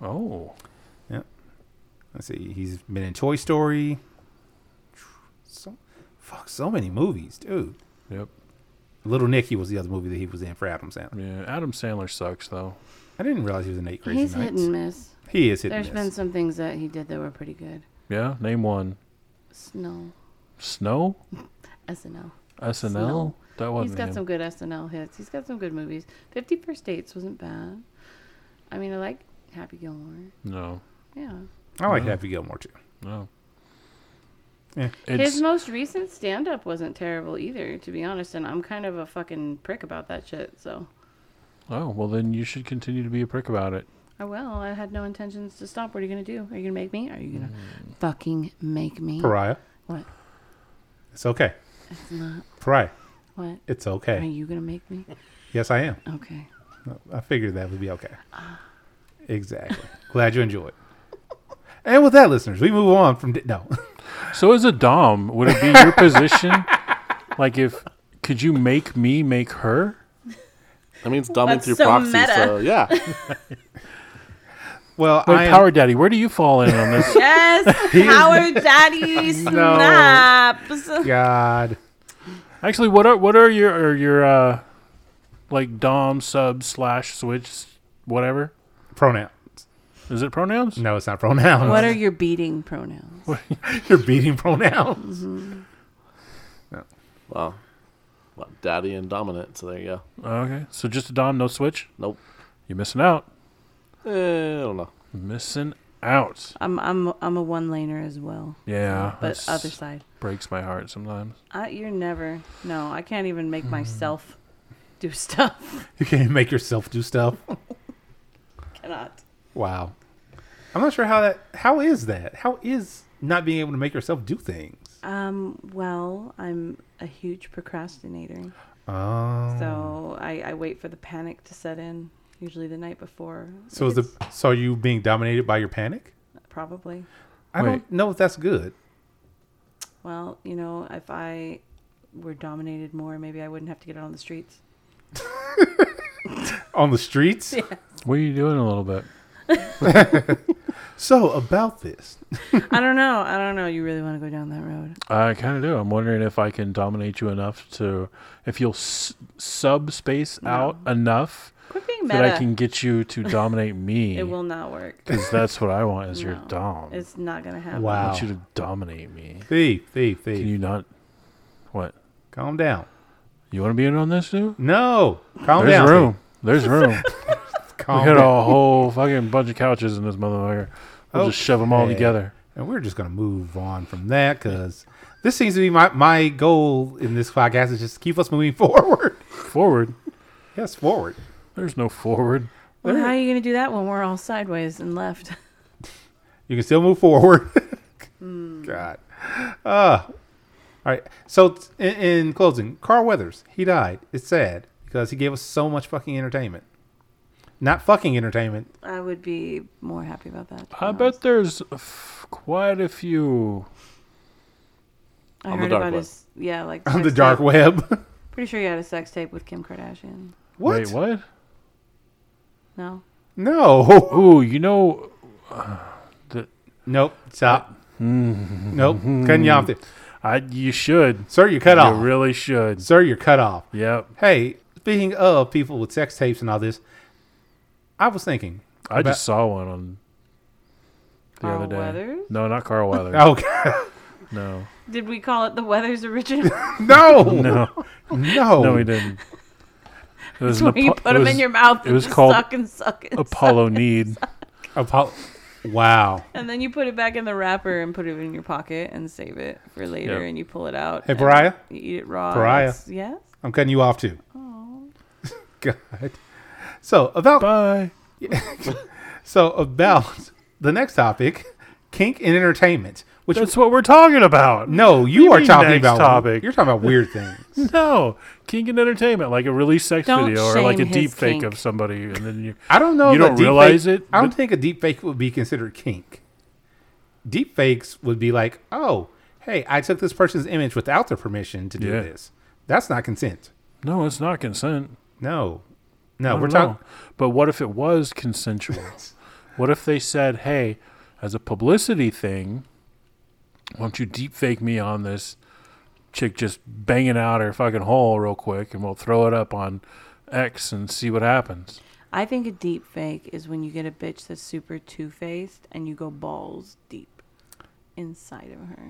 Speaker 1: Oh,
Speaker 3: Let's see, he's been in Toy Story. So, fuck, so many movies, dude.
Speaker 1: yep.
Speaker 3: Little Nicky was the other movie that he was in for Adam Sandler.
Speaker 1: Yeah, Adam Sandler sucks though.
Speaker 3: I didn't realize he was in Eight Crazy
Speaker 2: He's hit
Speaker 3: Nights.
Speaker 2: and miss.
Speaker 3: He is hitting.
Speaker 2: There's been some things that he did that were pretty good.
Speaker 1: Yeah, name one.
Speaker 2: Snow,
Speaker 1: Snow.
Speaker 2: SNL.
Speaker 1: SNL.
Speaker 2: Snow.
Speaker 1: That wasn't
Speaker 2: He's got
Speaker 1: him.
Speaker 2: some good SNL hits. He's got some good movies. Fifty First Dates wasn't bad. I mean, I like Happy Gilmore.
Speaker 1: No,
Speaker 2: Yeah.
Speaker 3: Oh, I like Happy Gilmore too.
Speaker 1: no.
Speaker 3: Yeah.
Speaker 1: It's
Speaker 2: His most recent stand up wasn't terrible either, to be honest, and I'm kind of a fucking prick about that shit, so
Speaker 1: oh well, then you should continue to be a prick about it.
Speaker 2: I will. I had no intentions to stop. What are you gonna do? Are you gonna make me? Are you gonna fucking make me?
Speaker 3: Pariah,
Speaker 2: What?
Speaker 3: it's okay.
Speaker 2: It's not
Speaker 3: Pariah,
Speaker 2: what?
Speaker 3: it's
Speaker 2: Are
Speaker 3: okay.
Speaker 2: you Oh. gonna make me?
Speaker 3: Yes, I am.
Speaker 2: Okay.
Speaker 3: I figured that would be okay.
Speaker 2: Ah.
Speaker 3: Exactly. Glad you enjoyed. And with that, listeners, we move on from di- no.
Speaker 1: So as a dom, would it be your position? Like if could you make me make her?
Speaker 6: That means dumbing
Speaker 2: That's
Speaker 6: through
Speaker 2: so
Speaker 6: proxy.
Speaker 2: meta.
Speaker 6: So yeah,
Speaker 3: Well,
Speaker 1: Wait,
Speaker 3: I am-
Speaker 1: Power Daddy, where do you fall in on this?
Speaker 2: Yes, Howard Daddy snaps.
Speaker 3: God.
Speaker 1: Actually, what are what are your are your uh like dom sub slash switch whatever?
Speaker 3: Pronoun.
Speaker 1: Is it pronouns?
Speaker 3: No, it's not pronouns.
Speaker 2: What are your beating pronouns?
Speaker 3: You're beating pronouns.
Speaker 6: well, well, daddy and dominant. So there you go.
Speaker 1: Okay, so just a dom, no switch.
Speaker 6: Nope.
Speaker 1: You're missing out.
Speaker 6: Eh, I don't know.
Speaker 1: Missing out.
Speaker 2: I'm I'm I'm a one laner as well,
Speaker 1: Yeah,
Speaker 2: but
Speaker 1: Uh, that's-
Speaker 2: other side.
Speaker 1: breaks my heart sometimes.
Speaker 2: I, you're never. No, I can't even make myself do stuff.
Speaker 3: You can't make yourself do stuff.
Speaker 2: Cannot.
Speaker 3: Wow. I'm not sure how that. How is that? How is not being able to make yourself do things?
Speaker 2: Um. Well, I'm a huge procrastinator,
Speaker 3: Oh.
Speaker 2: so I, I wait for the panic to set in. Usually the night before.
Speaker 3: So is the
Speaker 2: It's-
Speaker 3: so are you being dominated by your panic?
Speaker 2: probably.
Speaker 3: I
Speaker 1: Wait.
Speaker 3: don't know if that's good.
Speaker 2: Well, you know, if I were dominated more, maybe I wouldn't have to get out on the streets.
Speaker 3: On the streets.
Speaker 1: What are you doing a little bit?
Speaker 3: So about this.
Speaker 2: I don't know. I don't know. You really want to go down that road?
Speaker 1: I kind of do. I'm wondering if I can dominate you enough to, if you'll s- subspace out enough
Speaker 2: Quit being
Speaker 1: that I
Speaker 2: meta.
Speaker 1: can get you to dominate me.
Speaker 2: It will not work.
Speaker 1: 'cause that's what I want as your
Speaker 2: No.
Speaker 1: dom.
Speaker 2: It's not gonna happen.
Speaker 1: I
Speaker 3: Wow.
Speaker 1: want you to dominate me.
Speaker 3: Thief, thief, thief.
Speaker 1: Can you not? What?
Speaker 3: Calm down.
Speaker 1: You want to be in on this, dude?
Speaker 3: No. Calm
Speaker 1: There's
Speaker 3: down.
Speaker 1: room. There's room.
Speaker 3: thief.
Speaker 1: we
Speaker 3: Calm
Speaker 1: had
Speaker 3: down.
Speaker 1: a whole fucking bunch of couches in this motherfucker. We'll just shove them all
Speaker 3: Okay.
Speaker 1: together.
Speaker 3: And we're just going to move on from that because this seems to be my, my goal in this podcast is just to keep us moving forward.
Speaker 1: Forward.
Speaker 3: yes, forward.
Speaker 1: There's no forward.
Speaker 2: Well, how are you gonna do that when we're all sideways and left?
Speaker 3: You can still move forward. God. Uh, all right. So, t- in, in closing, Carl Weathers, he died. It's sad because he gave us so much fucking entertainment. Not fucking entertainment.
Speaker 2: I would be more happy about that. to be
Speaker 3: Oh.
Speaker 1: I
Speaker 2: honest.
Speaker 1: bet there's f- quite a few.
Speaker 2: I
Speaker 6: On the
Speaker 2: heard
Speaker 6: dark
Speaker 2: about
Speaker 6: web.
Speaker 2: his yeah, like
Speaker 3: on the
Speaker 2: sex
Speaker 3: dark
Speaker 2: tape.
Speaker 3: web.
Speaker 2: Pretty sure he had a sex tape with Kim Kardashian.
Speaker 3: what?
Speaker 1: Wait, what?
Speaker 2: No,
Speaker 3: No. Oh.
Speaker 1: Ooh, you know, uh, the
Speaker 3: Nope. Stop. nope. Cutting you off there.
Speaker 1: I you should.
Speaker 3: Sir, you're cut
Speaker 1: you
Speaker 3: off.
Speaker 1: really should.
Speaker 3: Sir, you're cut off.
Speaker 1: Yep.
Speaker 3: Hey, speaking of people with sex tapes and all this, I was thinking.
Speaker 1: I
Speaker 3: about-
Speaker 1: just saw one on the
Speaker 2: Carl
Speaker 1: other day.
Speaker 2: Weathers?
Speaker 1: No, not Carl Weathers.
Speaker 3: Oh,
Speaker 1: No,
Speaker 2: Did we call it the Weather's original?
Speaker 3: no.
Speaker 1: no,
Speaker 3: No.
Speaker 1: no, he didn't. It was an
Speaker 2: Where you
Speaker 1: Apo-
Speaker 2: put
Speaker 1: it
Speaker 2: them
Speaker 1: was
Speaker 2: in your mouth and
Speaker 1: it was
Speaker 2: just
Speaker 1: called
Speaker 2: suck and suck and suck.
Speaker 1: Apollo Need.
Speaker 3: Apo- wow.
Speaker 2: And then you put it back in the wrapper and put it in your pocket and save it for later
Speaker 1: Yep.
Speaker 2: and you pull it out.
Speaker 3: Hey,
Speaker 2: and
Speaker 3: Pariah?
Speaker 2: You eat it raw.
Speaker 3: Pariah.
Speaker 2: It's- Yes?
Speaker 3: I'm cutting you off too. God. So about
Speaker 1: Bye.
Speaker 3: so about the next topic, kink in entertainment. Which
Speaker 1: That's what we're talking about.
Speaker 3: no,
Speaker 1: What
Speaker 3: you
Speaker 1: do
Speaker 3: are
Speaker 1: mean
Speaker 3: talking
Speaker 1: next
Speaker 3: about
Speaker 1: topic.
Speaker 3: You're talking about weird things.
Speaker 1: No, kink and entertainment, like a really sex
Speaker 2: Don't
Speaker 1: video or like a
Speaker 2: shame his
Speaker 1: deep fake
Speaker 2: kink.
Speaker 1: of somebody, and then you.
Speaker 3: I don't know.
Speaker 1: You
Speaker 3: if a
Speaker 1: don't
Speaker 3: deep
Speaker 1: realize
Speaker 3: fake-
Speaker 1: it,
Speaker 3: I don't
Speaker 1: but-
Speaker 3: think a deep fake would be considered kink. Deep fakes would be like, oh, hey, I took this person's image without their permission to do
Speaker 1: Yeah.
Speaker 3: this. That's not consent.
Speaker 1: No, it's not consent.
Speaker 3: No, no,
Speaker 1: I
Speaker 3: we're
Speaker 1: don't know.
Speaker 3: talking.
Speaker 1: But what if it was consensual? what if they said, "Hey, as a publicity thing, why don't you deep fake me on this chick just banging out her fucking hole real quick, and we'll throw it up on X and see what happens."
Speaker 2: I think a deep fake is when you get a bitch that's super two faced and you go balls deep inside of her.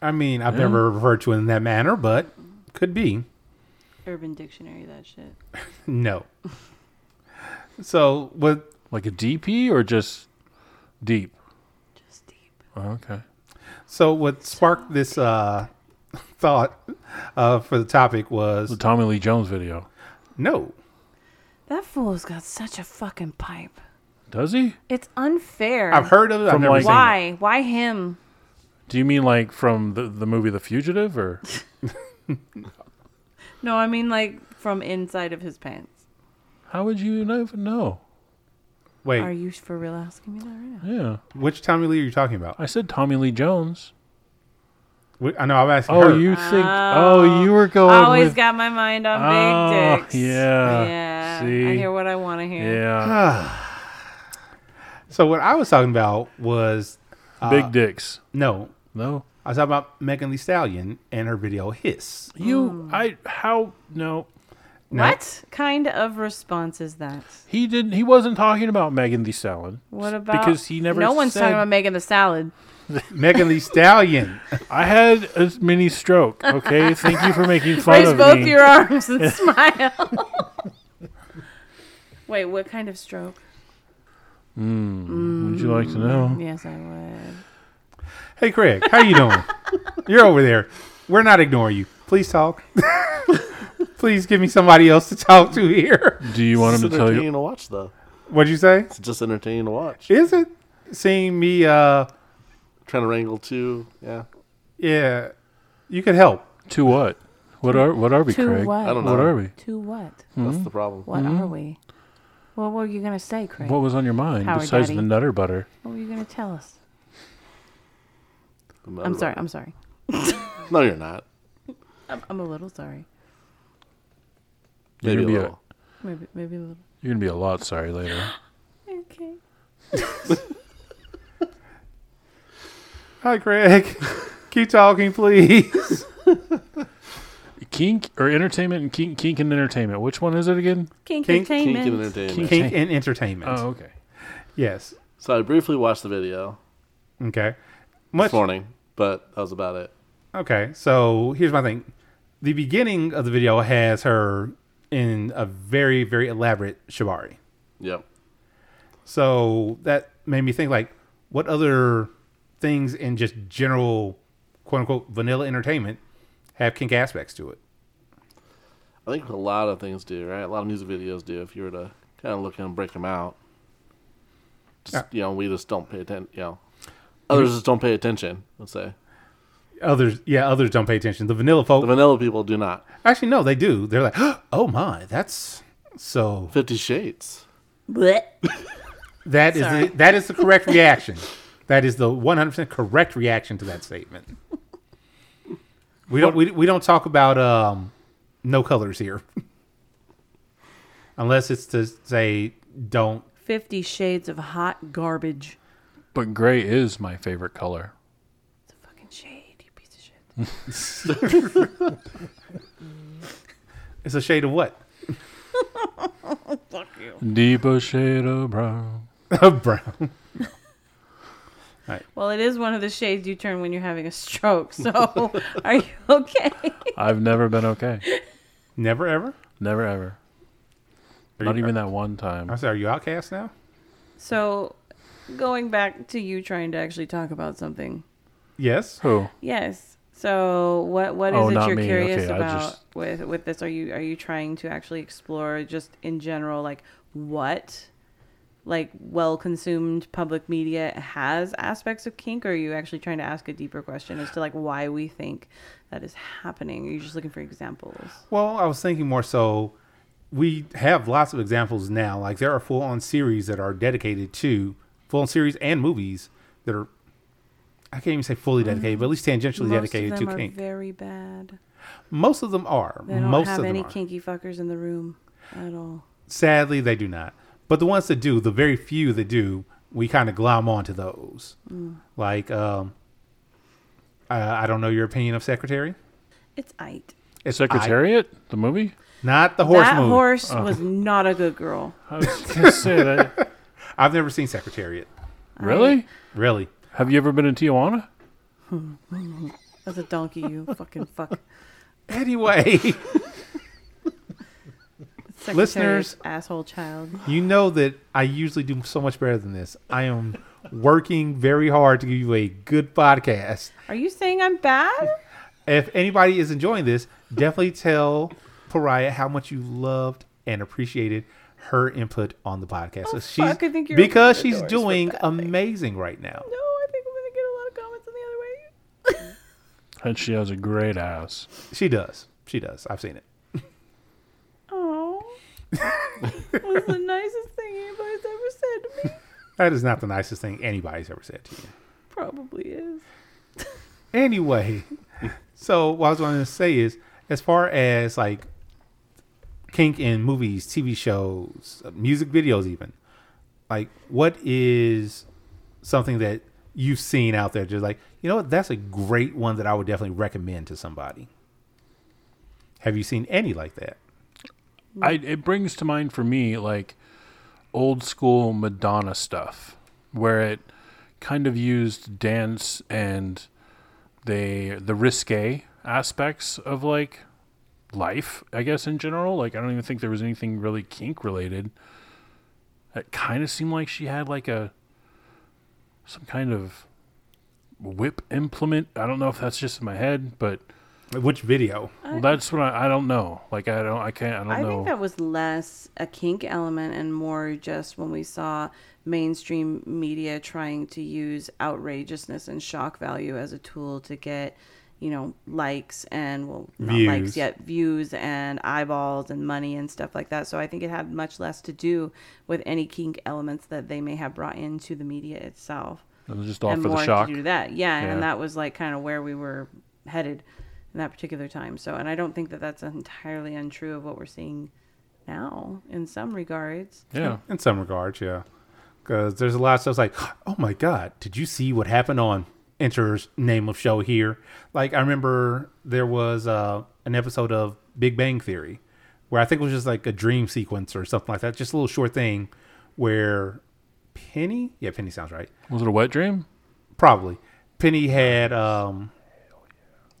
Speaker 3: I mean, I've never referred to it in that manner, but could be.
Speaker 2: Urban Dictionary, that shit.
Speaker 3: No. so with
Speaker 1: Like a DP or just deep?
Speaker 2: Just deep.
Speaker 1: Oh, okay.
Speaker 3: so what sparked this uh, thought uh, for the topic was
Speaker 1: The Tommy Lee Jones video.
Speaker 3: no.
Speaker 2: That fool's got such a fucking pipe.
Speaker 1: Does he?
Speaker 2: It's unfair.
Speaker 3: I've heard of it. I've
Speaker 1: From
Speaker 3: never
Speaker 1: like-
Speaker 3: seen it.
Speaker 2: Why? Why him?
Speaker 1: Do you mean like from the, the movie The Fugitive or
Speaker 2: No, I mean like from inside of his pants.
Speaker 1: how would you even know?
Speaker 3: Wait,
Speaker 2: Are you for real asking me that right now?
Speaker 1: Yeah.
Speaker 3: which Tommy Lee are you talking about?
Speaker 1: I said Tommy Lee Jones.
Speaker 3: Wh- I know I'm asking
Speaker 1: Oh,
Speaker 3: her.
Speaker 1: you think Oh, you were going
Speaker 2: I always
Speaker 1: with
Speaker 2: got my mind on
Speaker 1: Oh,
Speaker 2: big dicks.
Speaker 1: yeah.
Speaker 2: Yeah. I
Speaker 1: See?
Speaker 2: hear what I want to hear.
Speaker 1: Yeah.
Speaker 3: so what I was talking about was
Speaker 1: Big dicks.
Speaker 3: no.
Speaker 1: No.
Speaker 3: I was talking about Megan Thee Stallion and her video "Hiss."
Speaker 1: You
Speaker 2: Hmm.
Speaker 1: I how no.
Speaker 3: No.
Speaker 2: What kind of response is that?
Speaker 1: He didn't he wasn't talking about Megan Thee Stallion.
Speaker 2: What about
Speaker 1: because he never
Speaker 2: No one's
Speaker 1: said-
Speaker 2: talking about making the salad.
Speaker 3: Megan Thee Stallion.
Speaker 1: I had a mini stroke, okay? Thank you for making fun
Speaker 2: Raise
Speaker 1: of
Speaker 2: both
Speaker 1: me.
Speaker 2: your arms and smile. Wait, what kind of stroke?
Speaker 1: would you like to know?
Speaker 2: Yes, I would.
Speaker 3: Hey, Craig, how you doing? You're over there. We're not ignoring you. Please talk. Please give me somebody else to talk to here.
Speaker 1: Do you want
Speaker 6: It's
Speaker 1: him to tell
Speaker 6: entertaining
Speaker 1: you
Speaker 6: to watch, though.
Speaker 3: What'd you say?
Speaker 6: It's just entertaining to watch.
Speaker 3: Is it seeing me? Uh,
Speaker 6: Trying to wrangle two. Yeah.
Speaker 3: yeah, you could help.
Speaker 1: to what? What are what are we,
Speaker 2: To
Speaker 1: Craig? Mm-hmm.
Speaker 2: what?
Speaker 6: I don't know.
Speaker 1: What are we?
Speaker 2: To what?
Speaker 1: Hmm?
Speaker 6: That's the problem.
Speaker 2: What are we? What were you gonna say, Craig?
Speaker 1: What was on your mind
Speaker 2: Power
Speaker 1: besides
Speaker 2: Daddy.
Speaker 1: the nutter butter?
Speaker 2: What were you gonna tell us?
Speaker 6: I'm, not
Speaker 2: I'm
Speaker 6: a-
Speaker 2: sorry. I'm sorry.
Speaker 6: No, you're not.
Speaker 2: I'm, I'm a little sorry.
Speaker 1: You're
Speaker 6: Maybe a
Speaker 1: gonna be a-
Speaker 6: little.
Speaker 2: Maybe maybe a little.
Speaker 1: You're gonna be a lot sorry later.
Speaker 2: Okay.
Speaker 3: Hi, Craig. Keep talking, please.
Speaker 1: Kink or entertainment and kink, kink and entertainment. Which one is it again?
Speaker 2: Kink,
Speaker 3: Kink-
Speaker 6: Kink
Speaker 2: entertainment.
Speaker 6: and entertainment.
Speaker 3: Kink and entertainment.
Speaker 1: Oh, okay.
Speaker 3: Yes.
Speaker 6: So I briefly watched the video
Speaker 3: Okay.
Speaker 6: this
Speaker 3: Much.
Speaker 6: morning, but that was about it.
Speaker 3: Okay. So here's my thing. The beginning of the video has her in a very, very elaborate shibari.
Speaker 6: Yep.
Speaker 3: So that made me think like, what other things in just general quote unquote vanilla entertainment have kink aspects to it?
Speaker 6: I think a lot of things do, right? A lot of music videos do. If you were to kind of look and break them out, just,
Speaker 3: Yeah.
Speaker 6: you know, we just don't pay attention. You know, others just don't pay attention. Let's say
Speaker 3: Others yeah, others don't pay attention. The vanilla folk
Speaker 6: the vanilla people do not.
Speaker 3: actually no, they do. They're like, Oh my, that's so
Speaker 6: Fifty Shades.
Speaker 2: Blech.
Speaker 3: That is the, that is the correct reaction. That is the 100% correct reaction to that statement. We don't we, we don't talk about um, no colors here. Unless it's to say don't
Speaker 2: Fifty Shades of Hot Garbage.
Speaker 1: But gray is my favorite color.
Speaker 2: It's a fucking shade, you piece of shit.
Speaker 3: It's a shade of what?
Speaker 2: Fuck you.
Speaker 1: Deeper shade of brown.
Speaker 3: Of brown.
Speaker 2: Well, it is one of the shades you turn when you're having a stroke. So, are you okay?
Speaker 1: I've never been okay.
Speaker 3: Never ever.
Speaker 1: Never ever.
Speaker 3: Are
Speaker 1: Not
Speaker 3: you-
Speaker 1: even that one time.
Speaker 3: I said, are you outcast now?
Speaker 2: So, going back to you trying to actually talk about something.
Speaker 3: Yes.
Speaker 1: Who?
Speaker 2: Yes. So, what what is
Speaker 1: Oh,
Speaker 2: it
Speaker 1: not
Speaker 2: you're
Speaker 1: me.
Speaker 2: curious
Speaker 1: Okay, I
Speaker 2: about
Speaker 1: just-
Speaker 2: with with this? Are you are you trying to actually explore just in general, like what? like well-consumed public media has aspects of kink or are you actually trying to ask a deeper question as to like why we think that is happening are you just looking for examples
Speaker 3: Well, I was thinking more so. We have lots of examples now. Like there are full-on series that are dedicated to full-on series and movies that are. I can't even say fully dedicated, but at least tangentially dedicated
Speaker 2: Most of them
Speaker 3: to
Speaker 2: are
Speaker 3: kink.
Speaker 2: very bad.
Speaker 3: Most of them are.
Speaker 2: They don't
Speaker 3: Most
Speaker 2: have
Speaker 3: of them
Speaker 2: any
Speaker 3: are.
Speaker 2: kinky fuckers in the room at all.
Speaker 3: Sadly, they do not. But the ones that do, the very few that do, we kind of glom onto those.
Speaker 2: Mm.
Speaker 3: Like, um, I, I don't know your opinion of Secretary.
Speaker 2: It's it.
Speaker 3: It's
Speaker 1: Secretariat? the movie?
Speaker 3: I- not the horse Uh.
Speaker 2: that
Speaker 3: movie.
Speaker 2: horse was not a good girl.
Speaker 1: I was gonna say that.
Speaker 3: I've never seen Secretariat.
Speaker 1: Really?
Speaker 3: Really?
Speaker 1: Have you ever been in Tijuana?
Speaker 2: That's a donkey, you fucking fuck.
Speaker 3: Anyway,
Speaker 2: Secretary
Speaker 3: Listeners-
Speaker 2: asshole child.
Speaker 3: you know that I usually do so much better than this. I am working very hard to give you a good podcast.
Speaker 2: Are you saying I'm bad?
Speaker 3: If anybody is enjoying this, definitely tell Pariah how much you loved and appreciated her input on the podcast. so she's,
Speaker 2: Oh, fuck, I think you're
Speaker 3: because
Speaker 2: opening the
Speaker 3: she's
Speaker 2: doors for
Speaker 3: doing
Speaker 2: bad things.
Speaker 3: amazing right now.
Speaker 2: No, I think I'm gonna get a lot of comments in the other way.
Speaker 1: And she has a great ass.
Speaker 3: She does. She does. I've seen it.
Speaker 2: Oh, was the nicest thing anybody's ever said to me.
Speaker 3: That is not the nicest thing anybody's ever said to you.
Speaker 2: Probably is.
Speaker 3: Anyway, so what I was going to say is, as far as like kink in movies, TV shows, uh, music videos, even like what is something that you've seen out there? Just like you know what, that's a great one that I would definitely recommend to somebody. Have you seen any like that?
Speaker 1: I, it brings to mind for me like old school Madonna stuff, where it kind of used dance and the the risque aspects of like life, I guess in general. Like I don't even think there was anything really kink related. It kind of seemed like she had like a some kind of whip implement. I don't know if that's just in my head, but
Speaker 3: Which video?
Speaker 1: well, that's what I, I don't know. Like I don't I can't I don't
Speaker 2: I
Speaker 1: know.
Speaker 2: think that was less a kink element and more just when we saw mainstream media trying to use outrageousness and shock value as a tool to get, you know, likes and well, not
Speaker 3: Views.
Speaker 2: likes yet, views and eyeballs and money and stuff like that. So I think it had much less to do with any kink elements that they may have brought into the media itself.
Speaker 1: It was just all
Speaker 2: and
Speaker 1: for
Speaker 2: more
Speaker 1: the shock.
Speaker 2: to do that. Yeah,
Speaker 1: Yeah.
Speaker 2: and that was like kind of where we were headed in that particular time. So, and I don't think that that's entirely untrue of what we're seeing now in some regards.
Speaker 1: Yeah.
Speaker 3: In some regards, yeah. Because there's a lot of stuff like, oh my God, did you see what happened on Enter's name of show here? Like, I remember there was uh, an episode of Big Bang Theory where I think it was just like a dream sequence or something like that, just a little short thing where Penny, yeah, Penny sounds right,
Speaker 1: Was it a wet dream?
Speaker 3: probably. Penny had um,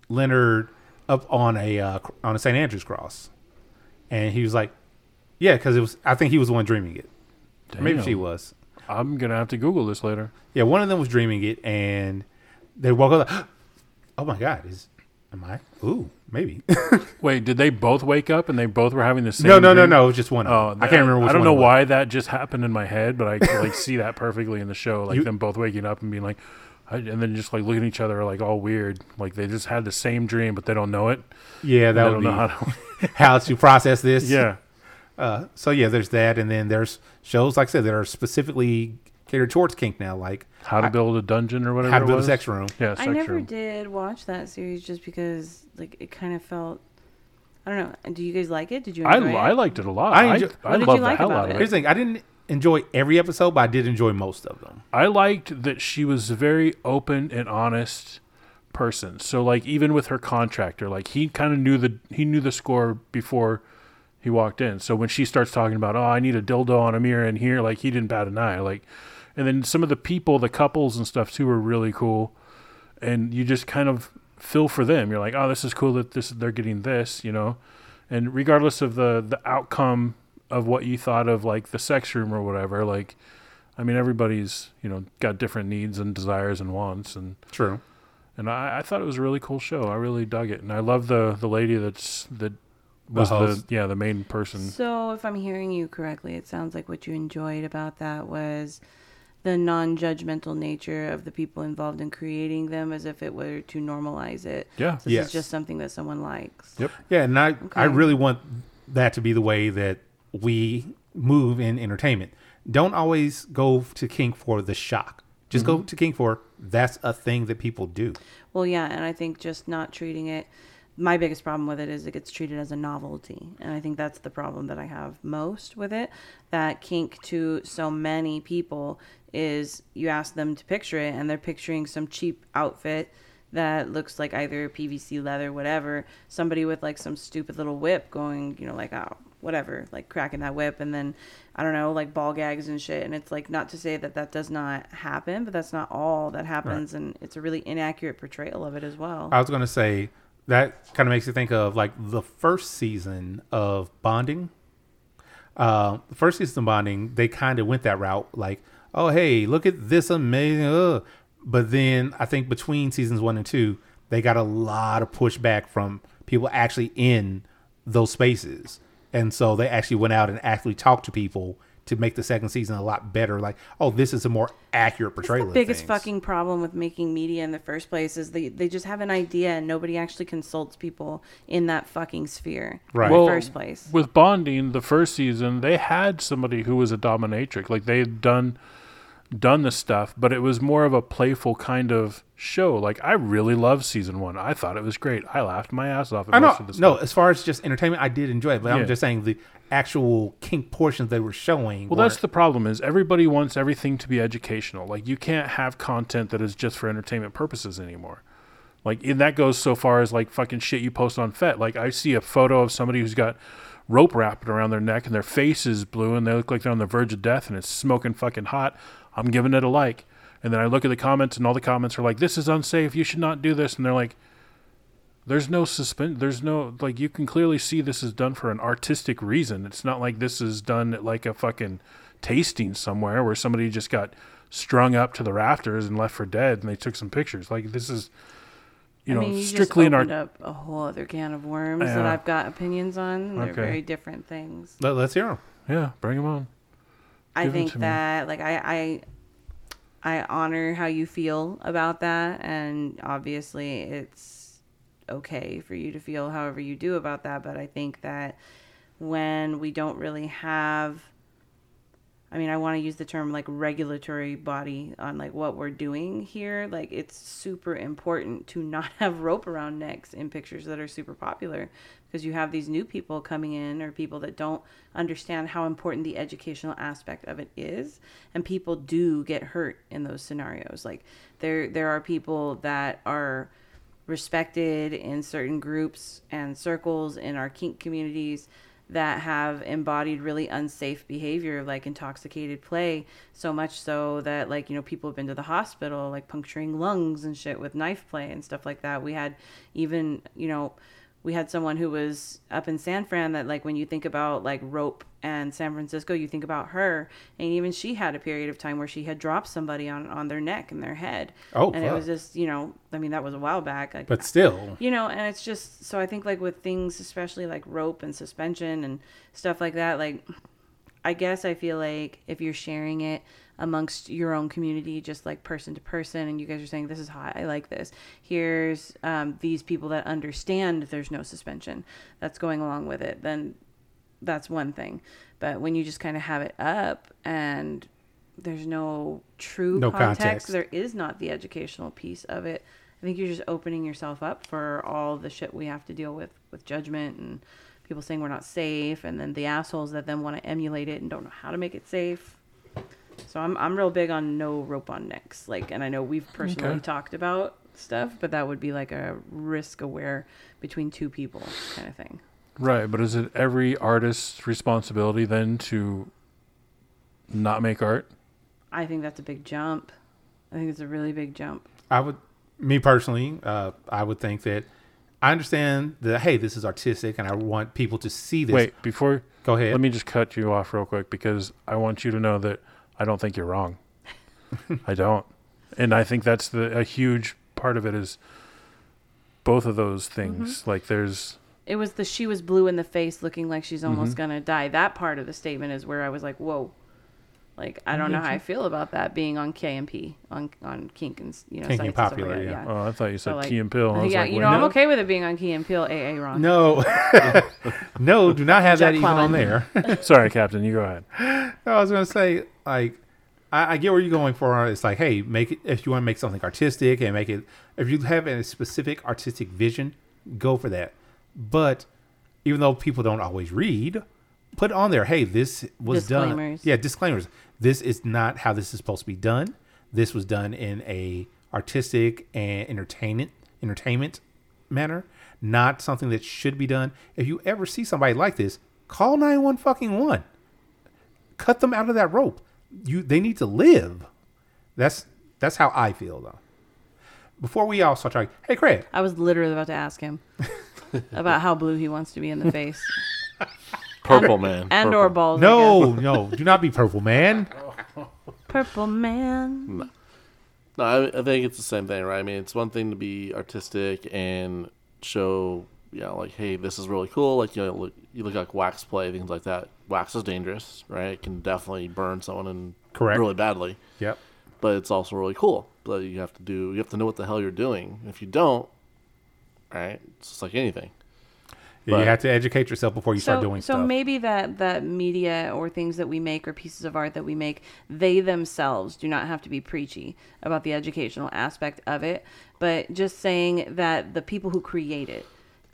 Speaker 3: Leonard up on a uh, cr- on a St. Andrew's cross, and he was like, yeah, because it was. I think he was the one dreaming it. Or Maybe she
Speaker 1: Damn.
Speaker 3: was.
Speaker 1: I'm gonna have to Google this later.
Speaker 3: Yeah, one of them was dreaming it, and they woke up. Like, oh my god, is am I? Ooh, maybe.
Speaker 1: Wait, did they both wake up and they both were having the same?
Speaker 3: no, no, no,
Speaker 1: dream?
Speaker 3: no. It was just one.
Speaker 1: Oh,
Speaker 3: Of them. I can't remember. Which
Speaker 1: I don't
Speaker 3: one
Speaker 1: know
Speaker 3: it was.
Speaker 1: why that just happened in my head, but I could, like see that perfectly in the show, like
Speaker 3: You-
Speaker 1: them both waking up and being like, I, and then just like looking at each other like all weird, like they just had the same dream but they don't know it.
Speaker 3: Yeah,
Speaker 1: They
Speaker 3: that would
Speaker 1: don't
Speaker 3: be
Speaker 1: know how to.
Speaker 3: how to process this.
Speaker 1: yeah,
Speaker 3: Uh, so yeah, there's that, and then there's shows like I said that are specifically catered towards kink now, like
Speaker 1: how to build a dungeon or whatever.
Speaker 3: how to
Speaker 1: it
Speaker 3: build a
Speaker 1: was.
Speaker 3: sex room.
Speaker 1: Yeah, sex
Speaker 2: I never
Speaker 1: room.
Speaker 2: did watch that series just because like it kind of felt. I don't know. Do you guys like it? Did you?
Speaker 1: I,
Speaker 2: Enjoy it?
Speaker 1: I liked it a lot.
Speaker 3: I
Speaker 1: I,
Speaker 3: enjo-
Speaker 1: I
Speaker 2: What did you
Speaker 1: loved the
Speaker 2: like
Speaker 1: hell
Speaker 2: about
Speaker 1: out of
Speaker 2: it?
Speaker 1: it.
Speaker 3: Here's the thing: I didn't enjoy every episode, but I did enjoy most of them.
Speaker 1: I liked that she was a very open and honest person. So like even with her contractor, like he kind of knew the he knew the score before he walked in. So when she starts talking about, "Oh, I need a dildo on a mirror in here," like he didn't bat an eye. Like and then some of the people, the couples and stuff too were really cool. And you just kind of feel for them. You're like, "Oh, this is cool that this they're getting this," you know. And regardless of the the outcome of what you thought of like the sex room or whatever, like I mean, everybody's you know got different needs and desires and wants, and
Speaker 3: True.
Speaker 1: and I, I thought it was a really cool show. I really dug it, and I love the the lady that's that was the,
Speaker 3: host.
Speaker 1: yeah the main person.
Speaker 2: So, if I'm hearing you correctly, it sounds like what you enjoyed about that was the non judgmental nature of the people involved in creating them as if it were to normalize it.
Speaker 1: Yeah.
Speaker 2: This
Speaker 3: Yes.
Speaker 2: is just something that someone likes.
Speaker 1: Yep.
Speaker 3: Yeah, and I I really want that to be the way that we move in entertainment. Don't always go to kink for the shock. Just go to kink for that's a thing that people do.
Speaker 2: Well, yeah, and I think just not treating it. My biggest problem with it is it gets treated as a novelty, and I think that's the problem that I have most with it. That kink to so many people is you ask them to picture it, and they're picturing some cheap outfit that looks like either PVC leather, whatever. Somebody with like some stupid little whip going, you know, like oh, whatever, like cracking that whip, and then I don't know, like ball gags and shit. And it's like not to say that that does not happen, but that's not all that happens, and it's a really inaccurate portrayal of it as well.
Speaker 3: I was gonna say that kind of makes you think of like the first season of Bonding. Uh, the first season of Bonding, they kind of went that route, like, oh hey, look at this amazing. Uh. But then I think between seasons one and two, they got a lot of pushback from people actually in those spaces, and so they actually went out and actually talked to people to make the second season a lot better. Like, oh, this is a more accurate
Speaker 2: That's
Speaker 3: portrayal.
Speaker 2: the
Speaker 3: of
Speaker 2: biggest
Speaker 3: things.
Speaker 2: fucking problem with making media in the first place is they, they just have an idea and nobody actually consults people in that fucking sphere
Speaker 3: Right.
Speaker 2: in
Speaker 3: Well,
Speaker 2: the first place.
Speaker 1: With bonding, the first season they had somebody who was a dominatrix. Like they had done done this stuff, but it was more of a playful kind of show. Like I really loved season one. I thought it was great. I laughed my ass off at
Speaker 3: I
Speaker 1: most
Speaker 3: know.
Speaker 1: of the stuff.
Speaker 3: No, as far as just entertainment, I did enjoy it, but
Speaker 1: Yeah.
Speaker 3: I'm just saying the actual kink portions they were showing.
Speaker 1: Well, that's the problem is everybody wants everything to be educational. Like you can't have content that is just for entertainment purposes anymore. Like and that goes so far as like fucking shit you post on FET. Like I see a photo of somebody who's got rope wrapped around their neck and their face is blue and they look like they're on the verge of death and it's smoking fucking hot. I'm giving it a like. And then I look at the comments and all the comments are like, This is unsafe, you should not do this and they're like there's no suspense there's no like you can clearly see this is done for an artistic reason it's not like this is done at like a fucking tasting somewhere where somebody just got strung up to the rafters and left for dead and they took some pictures like this is you know
Speaker 2: I mean, you
Speaker 1: strictly an art
Speaker 2: just opened up a whole other can of worms that
Speaker 1: Yeah.
Speaker 2: I've got opinions on. and They're
Speaker 1: Okay.
Speaker 2: very different things.
Speaker 3: Let, us hear them.
Speaker 1: yeah bring them on
Speaker 2: I
Speaker 1: Give it
Speaker 2: think
Speaker 1: to me.
Speaker 2: that like I I I honor how you feel about that and obviously it's okay for you to feel however you do about that, but I think that when we don't really have I mean, I want to use the term like regulatory body on like what we're doing here. Like it's super important to not have rope around necks in pictures that are super popular because you have these new people coming in or people that don't understand how important the educational aspect of it is and people do get hurt in those scenarios. Like there there are people that are respected in certain groups and circles in our kink communities that have embodied really unsafe behavior like intoxicated play so much so that like you know people have been to the hospital like puncturing lungs and shit with knife play and stuff like that we had even you know we had someone who was up in San Fran that like when you think about like rope and San Francisco, you think about her, and even she had a period of time where she had dropped somebody on on their neck and their head.
Speaker 3: Oh,
Speaker 2: and it
Speaker 3: fuck.
Speaker 2: was just you know, I mean that was a while back. Like,
Speaker 3: But still,
Speaker 2: you know, and it's just so I think like with things, especially like rope and suspension and stuff like that, like I guess I feel like if you're sharing it amongst your own community, just like person to person, and you guys are saying, This is hot, I like this. Here's um, these people that understand there's no suspension that's going along with it, then that's one thing. But when you just kind of have it up and there's no true
Speaker 3: No
Speaker 2: context,
Speaker 3: context.
Speaker 2: there is not the educational piece of it. I think you're just opening yourself up for all the shit we have to deal with with judgment and people saying we're not safe, and then the assholes that then want to emulate it and don't know how to make it safe. So I'm I'm real big on no rope on necks. Like, and I know we've personally
Speaker 1: Okay.
Speaker 2: talked about stuff, but that would be like a risk aware between two people kind of thing.
Speaker 1: Right, but is it every artist's responsibility then to not make art?
Speaker 2: I think that's a big jump. I think it's a really big jump.
Speaker 3: I would, me personally, uh, I would think that I understand that, hey, this is artistic and I want people to see this.
Speaker 1: Wait, before
Speaker 3: Go ahead.
Speaker 1: Let me just cut you off real quick because I want you to know that I don't think you're wrong. I don't. And I think that's the a huge part of it is both of those
Speaker 2: Mm-hmm.
Speaker 1: things. Like there's
Speaker 2: It was the she was blue in the face, looking like she's almost gonna die. That part of the statement is where I was like, whoa. Like I don't know how I feel about that being on KMP on on kink and s- you know
Speaker 3: Kink
Speaker 2: sites and
Speaker 3: and
Speaker 2: stuff like
Speaker 3: popular,
Speaker 2: that,
Speaker 3: yeah.
Speaker 1: oh, I thought you
Speaker 2: So,
Speaker 1: said
Speaker 2: like-
Speaker 1: Key and Pill. I was
Speaker 2: yeah,
Speaker 1: like,
Speaker 2: you
Speaker 1: wait,
Speaker 2: know, I'm
Speaker 1: no.
Speaker 2: okay with it being on Key and Peele, AA Ron.
Speaker 3: no, no, do not have that
Speaker 4: Jack
Speaker 3: even on
Speaker 4: Quellen.
Speaker 3: there.
Speaker 1: Sorry, Captain, you go ahead.
Speaker 3: No, I was gonna say like I, I get where you're going for. It's like hey, make it if you want to make something artistic and make it if you have a specific artistic vision, go for that. But even though people don't always read, put on there hey, this was done.
Speaker 2: Disclaimers.
Speaker 3: Yeah, disclaimers. This is not how this is supposed to be done. This was done in a artistic and entertainment entertainment manner, not something that should be done. If you ever see somebody like this, call nine one fucking one cut them out of that rope. You they need to live. That's that's how I feel though. Before we all start talking, hey Craig,
Speaker 2: I was literally about to ask him about how blue he wants to be in the face
Speaker 6: Purple man.
Speaker 2: and
Speaker 6: purple.
Speaker 2: or balls. I guess.
Speaker 3: no, no, do not be purple man.
Speaker 2: purple man.
Speaker 6: No, I, I think it's the same thing, right? I mean, it's one thing to be artistic and show, you know, like, hey, this is really cool. Like, you know, look, you look like wax play, things like that. Wax is dangerous, right? It can definitely burn someone and
Speaker 3: Correct.
Speaker 6: really badly.
Speaker 3: Yep.
Speaker 6: But it's also really cool. But you have to do, you have to know what the hell you're doing. If you don't, right, it's just like anything.
Speaker 3: Yeah, you
Speaker 6: But-
Speaker 3: have to educate yourself before you
Speaker 2: So,
Speaker 3: start doing
Speaker 2: so
Speaker 3: stuff.
Speaker 2: maybe that that media or things that we make or pieces of art that we make, they themselves do not have to be preachy about the educational aspect of it, but just saying that the people who create it,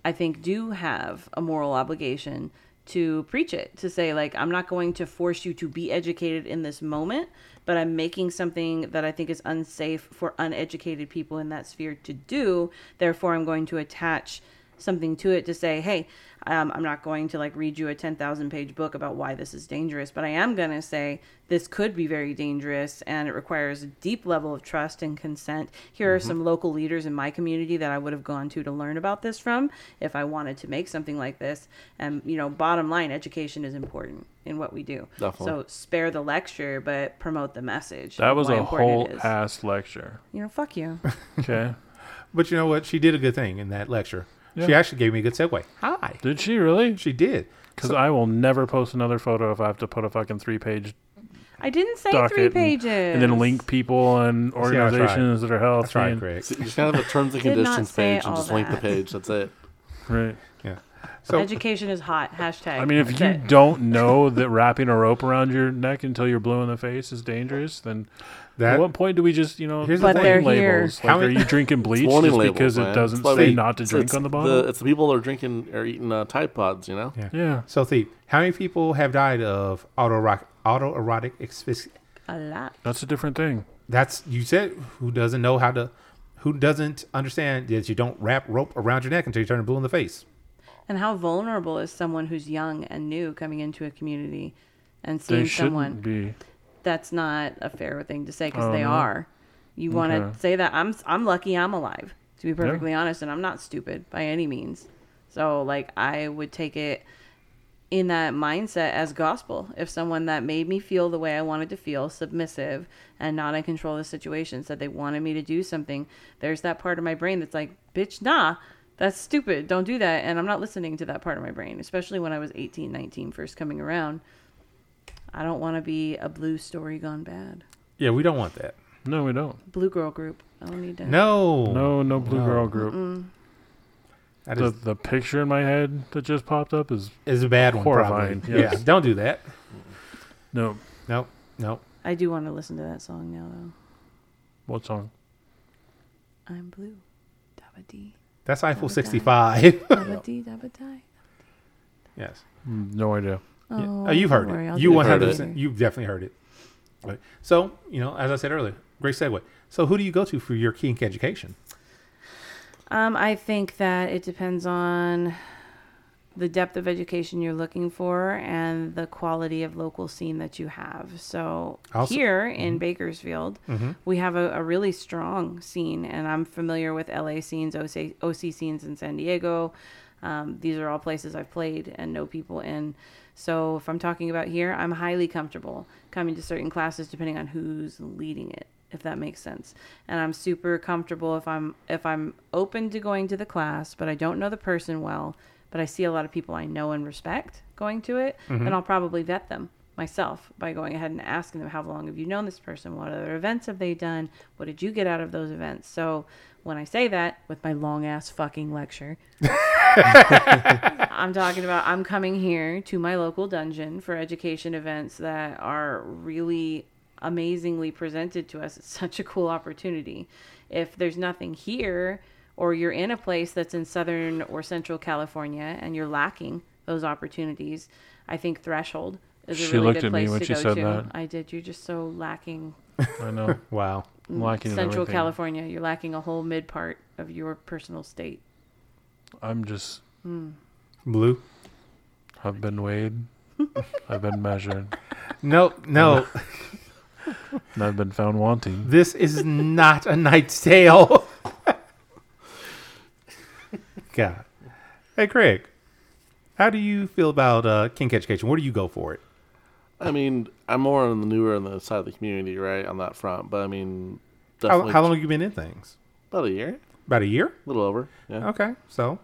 Speaker 2: I think, do have a moral obligation to preach it to say like i'm not going to force you to be educated in this moment but i'm making something that i think is unsafe for uneducated people in that sphere to do therefore i'm going to attach something to it to say, hey, um, I'm not going to like read you a 10,000 page book about why this is dangerous, but I am going to say this could be very dangerous and it requires a deep level of trust and consent. Here
Speaker 1: Mm-hmm.
Speaker 2: are some local leaders in my community that I would have gone to to learn about this from if I wanted to make something like this. And, you know, bottom line, education is important in what we do. So
Speaker 6: Definitely.
Speaker 2: spare the lecture, but promote the message.
Speaker 1: That
Speaker 2: of
Speaker 1: was
Speaker 2: why
Speaker 1: a
Speaker 2: important
Speaker 1: whole
Speaker 2: it is.
Speaker 1: ass lecture.
Speaker 2: You know, fuck you.
Speaker 1: Okay.
Speaker 3: but you know what? She did a good thing in that lecture. She
Speaker 1: Yeah.
Speaker 3: actually gave me a good segue. Hi.
Speaker 1: Did she really?
Speaker 3: She did.
Speaker 1: Because I will never post another photo if I have to put a fucking three page
Speaker 2: I didn't say
Speaker 1: docket
Speaker 2: three
Speaker 1: and-
Speaker 2: pages.
Speaker 1: and then link people and
Speaker 3: I tried.
Speaker 1: organizations that are
Speaker 3: That's
Speaker 1: healthy.
Speaker 3: right,
Speaker 1: and-
Speaker 3: Craig.
Speaker 6: So you just kind of have a terms and
Speaker 2: Did not
Speaker 6: conditions
Speaker 2: say
Speaker 6: page and
Speaker 2: all
Speaker 6: just link the
Speaker 2: that.
Speaker 6: page. That's it.
Speaker 1: Right.
Speaker 3: Yeah. So
Speaker 2: Education is hot. Hashtag.
Speaker 1: Oh. I mean, if
Speaker 2: That's
Speaker 1: you
Speaker 2: it.
Speaker 1: don't know that wrapping a rope around your neck until you're blue in the face is dangerous, then
Speaker 3: That-
Speaker 1: at what point do we just, you know,
Speaker 3: Here's the
Speaker 1: put
Speaker 3: thing.
Speaker 1: warning
Speaker 2: But they're here.
Speaker 1: labels?
Speaker 3: How
Speaker 1: Like, are
Speaker 3: many-
Speaker 1: you drinking bleach just
Speaker 6: Warning labels,
Speaker 1: because
Speaker 6: man.
Speaker 1: it doesn't
Speaker 6: That's why
Speaker 1: say
Speaker 6: we-
Speaker 1: not to
Speaker 6: it's-
Speaker 1: drink
Speaker 6: it's
Speaker 1: on the bottle?
Speaker 6: The, it's the people that are drinking or eating uh, Tide Pods, you know?
Speaker 3: yeah.
Speaker 1: yeah.
Speaker 3: So Thief, how many people have died of auto rock autoerotic asphyxia?
Speaker 2: a lot.
Speaker 1: That's a different thing.
Speaker 3: that's you said who doesn't know how to who doesn't understand that you don't wrap rope around your neck until you turn blue in the face
Speaker 2: And how vulnerable is someone who's young and new coming into a community and
Speaker 1: They
Speaker 2: seeing
Speaker 1: shouldn't
Speaker 2: someone?
Speaker 1: be.
Speaker 2: That's not a fair thing to say because
Speaker 1: Oh,
Speaker 2: they
Speaker 1: no?
Speaker 2: are. You want to
Speaker 1: Okay.
Speaker 2: say that I'm I'm lucky I'm alive to be perfectly honest, and I'm not stupid by any means. So like I would take it in that mindset as gospel if someone that made me feel the way I wanted to feel, submissive and not in control of the situation, said they wanted me to do something, there's that part of my brain that's like, bitch, nah, that's stupid. Don't do that. And I'm not listening to that part of my brain, especially when I was 18, 19, first coming around. I don't want to be a blue story gone bad.
Speaker 3: yeah we don't want that
Speaker 1: No, we don't.
Speaker 2: Blue girl group. I don't need that.
Speaker 3: no
Speaker 1: No, no blue girl group.
Speaker 3: that
Speaker 1: The,
Speaker 3: is,
Speaker 1: the picture in my head that just popped up is
Speaker 3: is a bad one
Speaker 1: Horrifying,
Speaker 3: probably.
Speaker 1: yes.
Speaker 3: yeah don't do that
Speaker 1: no.
Speaker 3: no no
Speaker 2: I do want to listen to that song now, though.
Speaker 1: What song?
Speaker 2: I'm blue. Dabba dee.
Speaker 3: that's Eiffel 65
Speaker 2: Dabba dee, dabba die.
Speaker 3: Yes.
Speaker 1: No idea.
Speaker 3: Yeah.
Speaker 2: Oh,
Speaker 3: Oh, you've
Speaker 2: don't
Speaker 3: heard
Speaker 2: worry, I'll
Speaker 3: it. You
Speaker 2: do
Speaker 6: You've
Speaker 3: one
Speaker 6: heard
Speaker 3: hundred
Speaker 6: it.
Speaker 3: percent. You've definitely heard it. Right. So you know, as I said earlier, great segue. So who do you go to for your kink education?
Speaker 2: Um, I think that it depends on the depth of education you're looking for and the quality of local scene that you have. So
Speaker 3: Also-
Speaker 2: here in Bakersfield, we have a, a really strong scene, and I'm familiar with LA scenes, OC, OC scenes in San Diego. Um, these are all places I've played and know people in. So if I'm talking about here, I'm highly comfortable coming to certain classes depending on who's leading it if that makes sense. And I'm super comfortable if I'm if I'm open to going to the class, but I don't know the person well, but I see a lot of people I know and respect going to it, and I'll probably vet them myself by going ahead and asking them how long have you known this person? What other events have they done? What did you get out of those events? So when I say that with my long ass fucking lecture, I'm talking about I'm coming here to my local dungeon for education events that are really amazingly presented to us. It's such a cool opportunity. If there's nothing here or you're in a place that's in southern or central California and you're lacking those opportunities, I think Threshold is a
Speaker 1: She
Speaker 2: really
Speaker 1: looked
Speaker 2: good
Speaker 1: at me
Speaker 2: place
Speaker 1: when
Speaker 2: to
Speaker 1: she
Speaker 2: go
Speaker 1: said
Speaker 2: to.
Speaker 1: that.
Speaker 2: I did. You're just so lacking
Speaker 1: I know.
Speaker 3: Wow.
Speaker 1: I'm lacking in
Speaker 2: Mm. central
Speaker 1: everything.
Speaker 2: California. You're lacking a whole mid part of your personal state.
Speaker 1: I'm just.
Speaker 3: Blue.
Speaker 1: I've been weighed. I've been measured.
Speaker 3: No, no.
Speaker 1: And I've been found wanting.
Speaker 3: this is not a night's tale. God. Hey, Craig. How do you feel about uh, kink education? Where do you go for it?
Speaker 6: I mean, I'm more on the newer on the side of the community, right, on that front. But I mean,
Speaker 3: How,
Speaker 6: definitely
Speaker 3: how long have you been in things?
Speaker 6: About a year,
Speaker 3: About a year.
Speaker 6: a little over. Yeah.
Speaker 3: Okay. So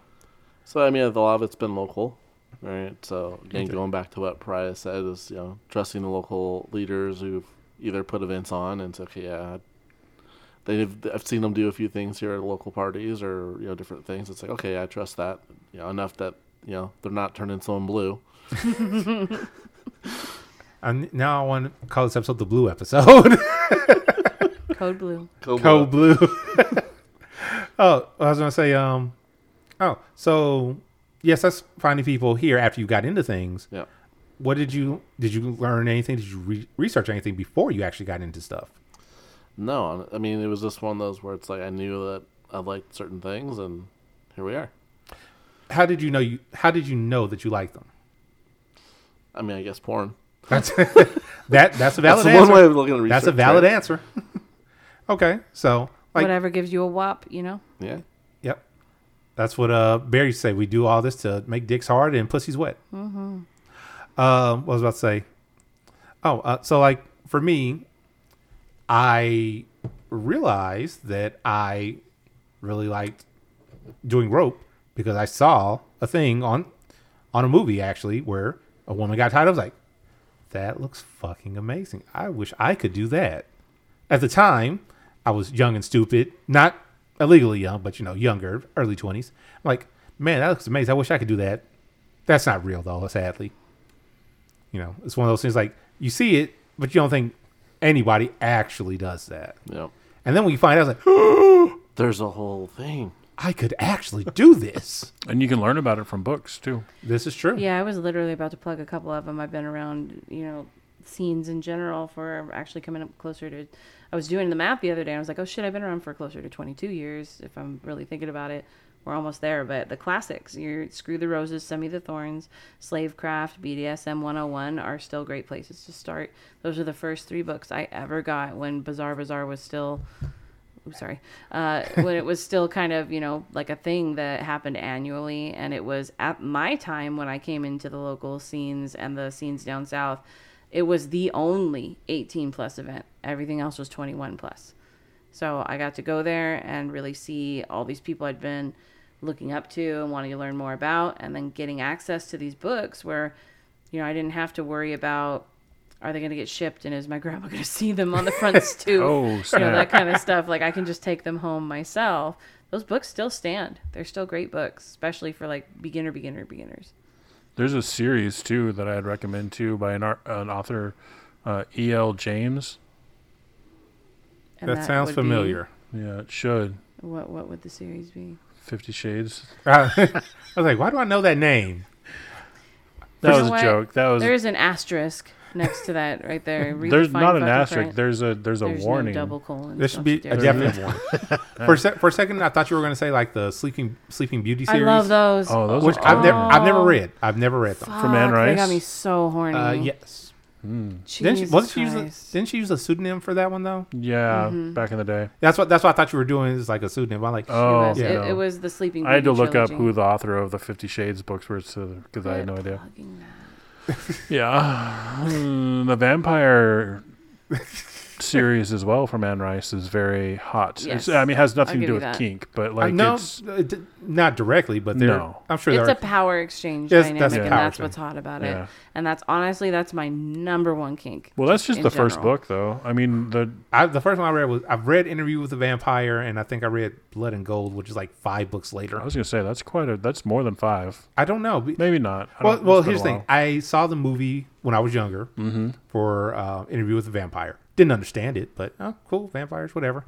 Speaker 6: So I mean, a lot of it's been local, right? So again, going back to what Pariah said is you know trusting the local leaders who've either put events on and it's okay, yeah. They've I've seen them do a few things here at local parties or you know different things. It's like okay, I trust that you know enough that you know they're not turning someone blue.
Speaker 3: um, now I want to call this episode the blue episode.
Speaker 2: Code Blue.
Speaker 6: Code
Speaker 3: Code blue. oh, I was gonna say. Um. Oh, so yes, that's finding people here after you got into things.
Speaker 6: Yeah.
Speaker 3: What did you did you learn anything? Did you re- research anything before you actually got into stuff?
Speaker 6: No, I mean it was just one of those where it's like I knew that I liked certain things, and here we are.
Speaker 3: How did you know you? How did you know that you liked them?
Speaker 6: I mean, I guess porn.
Speaker 3: That's that. That's a valid
Speaker 6: That's the
Speaker 3: answer.
Speaker 6: one way of looking at research.
Speaker 3: that's a valid
Speaker 6: right?
Speaker 3: answer. okay, so like,
Speaker 2: Whatever gives you a whop, you know?
Speaker 6: Yeah.
Speaker 3: yep, that's what uh Barry said. We do all this to make dicks hard and pussies wet. Mm-hmm. Um, what was I about to say? Oh, uh, so like for me, I realized that I really liked doing rope because I saw a thing on on a movie actually where a woman got tied. I was like, that looks fucking amazing. I wish I could do that. At the time, I was young and stupid, not illegally young, but you know, younger, early twenties. I'm like, man, that looks amazing. I wish I could do that. That's not real though, sadly. You know, it's one of those things like you see it, but you don't think anybody actually does that.
Speaker 6: Yeah.
Speaker 3: And then when you find out, it's like,
Speaker 6: There's a whole thing.
Speaker 3: I could actually do this.
Speaker 1: And you can learn about it from books, too.
Speaker 3: This is true.
Speaker 2: Yeah, I was literally about to plug a couple of them. I've been around, you know, scenes in general for actually coming up closer to. I was doing the math the other day. And I was like, oh shit, I've been around for closer to 22 years. If I'm really thinking about it, we're almost there. But the classics, your Screw the Roses, Semi the Thorns, Slavecraft, BDSM 101 are still great places to start. Those are the first three books I ever got when Bizarre Bazaar was still I'm sorry, uh, when it was still kind of, you know, like a thing that happened annually. And it was at my time when I came into the local scenes and the scenes down south, it was the only 18 plus event. Everything else was 21 plus. So I got to go there and really see all these people I'd been looking up to and wanting to learn more about, and then getting access to these books where, you know, I didn't have to worry about are they going to get shipped and is my grandma going to see them on the front stoop?
Speaker 1: Oh,
Speaker 2: You know,
Speaker 1: snap.
Speaker 2: that kind of stuff. Like I can just take them home myself. Those books still stand. They're still great books, especially for like beginner, beginner, beginners.
Speaker 1: There's a series, too, that I'd recommend, too, by an, ar- an author, uh, E.L. James.
Speaker 2: And
Speaker 3: that, sounds
Speaker 2: would be-
Speaker 3: familiar.
Speaker 1: Yeah, it should.
Speaker 2: what What would the series be?
Speaker 1: Fifty Shades.
Speaker 3: I was like, why do I know that name?
Speaker 1: That
Speaker 2: You
Speaker 1: was
Speaker 2: know
Speaker 1: a
Speaker 2: what?
Speaker 1: joke. That was.
Speaker 2: There
Speaker 1: There's,
Speaker 2: is an asterisk next to that right there. Read the fine
Speaker 1: not an
Speaker 2: fucking
Speaker 1: asterisk.
Speaker 2: print.
Speaker 1: There's a there's a
Speaker 2: There's no
Speaker 1: warning.
Speaker 2: double colon.
Speaker 3: There should be a
Speaker 1: There's
Speaker 3: definite
Speaker 1: no-
Speaker 3: warning. for, a sec- for a second, I thought you were going to say like the Sleeping Sleeping Beauty
Speaker 2: I
Speaker 3: series.
Speaker 2: love those.
Speaker 1: Oh, those
Speaker 3: Which
Speaker 1: are
Speaker 3: I've never
Speaker 1: awesome.
Speaker 3: I've never read. I've never read them.
Speaker 1: from Anne
Speaker 2: Fuck, They got
Speaker 1: Rice?
Speaker 2: me so horny.
Speaker 3: Uh, yes.
Speaker 1: mm,
Speaker 3: Didn't she,
Speaker 2: Jesus
Speaker 3: wasn't she use
Speaker 2: Christ.
Speaker 3: a, didn't she use a pseudonym for that one though?
Speaker 1: Yeah,
Speaker 2: Mm-hmm.
Speaker 1: back in the day.
Speaker 3: That's what that's what I thought you were doing is like a pseudonym. I'm like,
Speaker 2: It
Speaker 1: Oh,
Speaker 2: was, it,
Speaker 1: yeah.
Speaker 2: it was the Sleeping Beauty
Speaker 1: I had to look
Speaker 2: trilogy.
Speaker 1: up who the author of the Fifty Shades books were, because I had no idea.
Speaker 2: Fucking
Speaker 1: Yeah, Mm, the vampire series as well from Anne Rice is very hot.
Speaker 2: Yes.
Speaker 1: It's, I mean, it has nothing to
Speaker 2: give you
Speaker 1: do with
Speaker 2: that.
Speaker 1: kink, but
Speaker 3: I-
Speaker 1: like
Speaker 3: no,
Speaker 1: it's
Speaker 3: uh, d- not directly, but they're,
Speaker 1: No.
Speaker 3: I'm sure
Speaker 2: it's
Speaker 3: they're
Speaker 2: a power exchange
Speaker 3: Yes,
Speaker 2: dynamic,
Speaker 3: that's
Speaker 1: a
Speaker 2: and
Speaker 1: power
Speaker 2: that's
Speaker 3: thing.
Speaker 2: what's hot about
Speaker 1: Yeah.
Speaker 2: it. And that's honestly, that's my number one kink.
Speaker 1: well, that's just
Speaker 2: in
Speaker 1: the first
Speaker 2: general.
Speaker 1: book, though. I mean, the
Speaker 3: I, the first one I read was I've read Interview with the Vampire, and I think I read Blood and Gold, which is like five books
Speaker 1: I
Speaker 3: later.
Speaker 1: was gonna say that's quite a that's more than five,
Speaker 3: I don't know. but-
Speaker 1: maybe not. I
Speaker 3: Well,
Speaker 1: don't-
Speaker 3: well,
Speaker 1: it's been a
Speaker 3: here's the thing.
Speaker 1: while. Mm-hmm.
Speaker 3: I saw the movie when I was younger for uh, Interview with the Vampire. Didn't understand it, but oh, cool, vampires, whatever.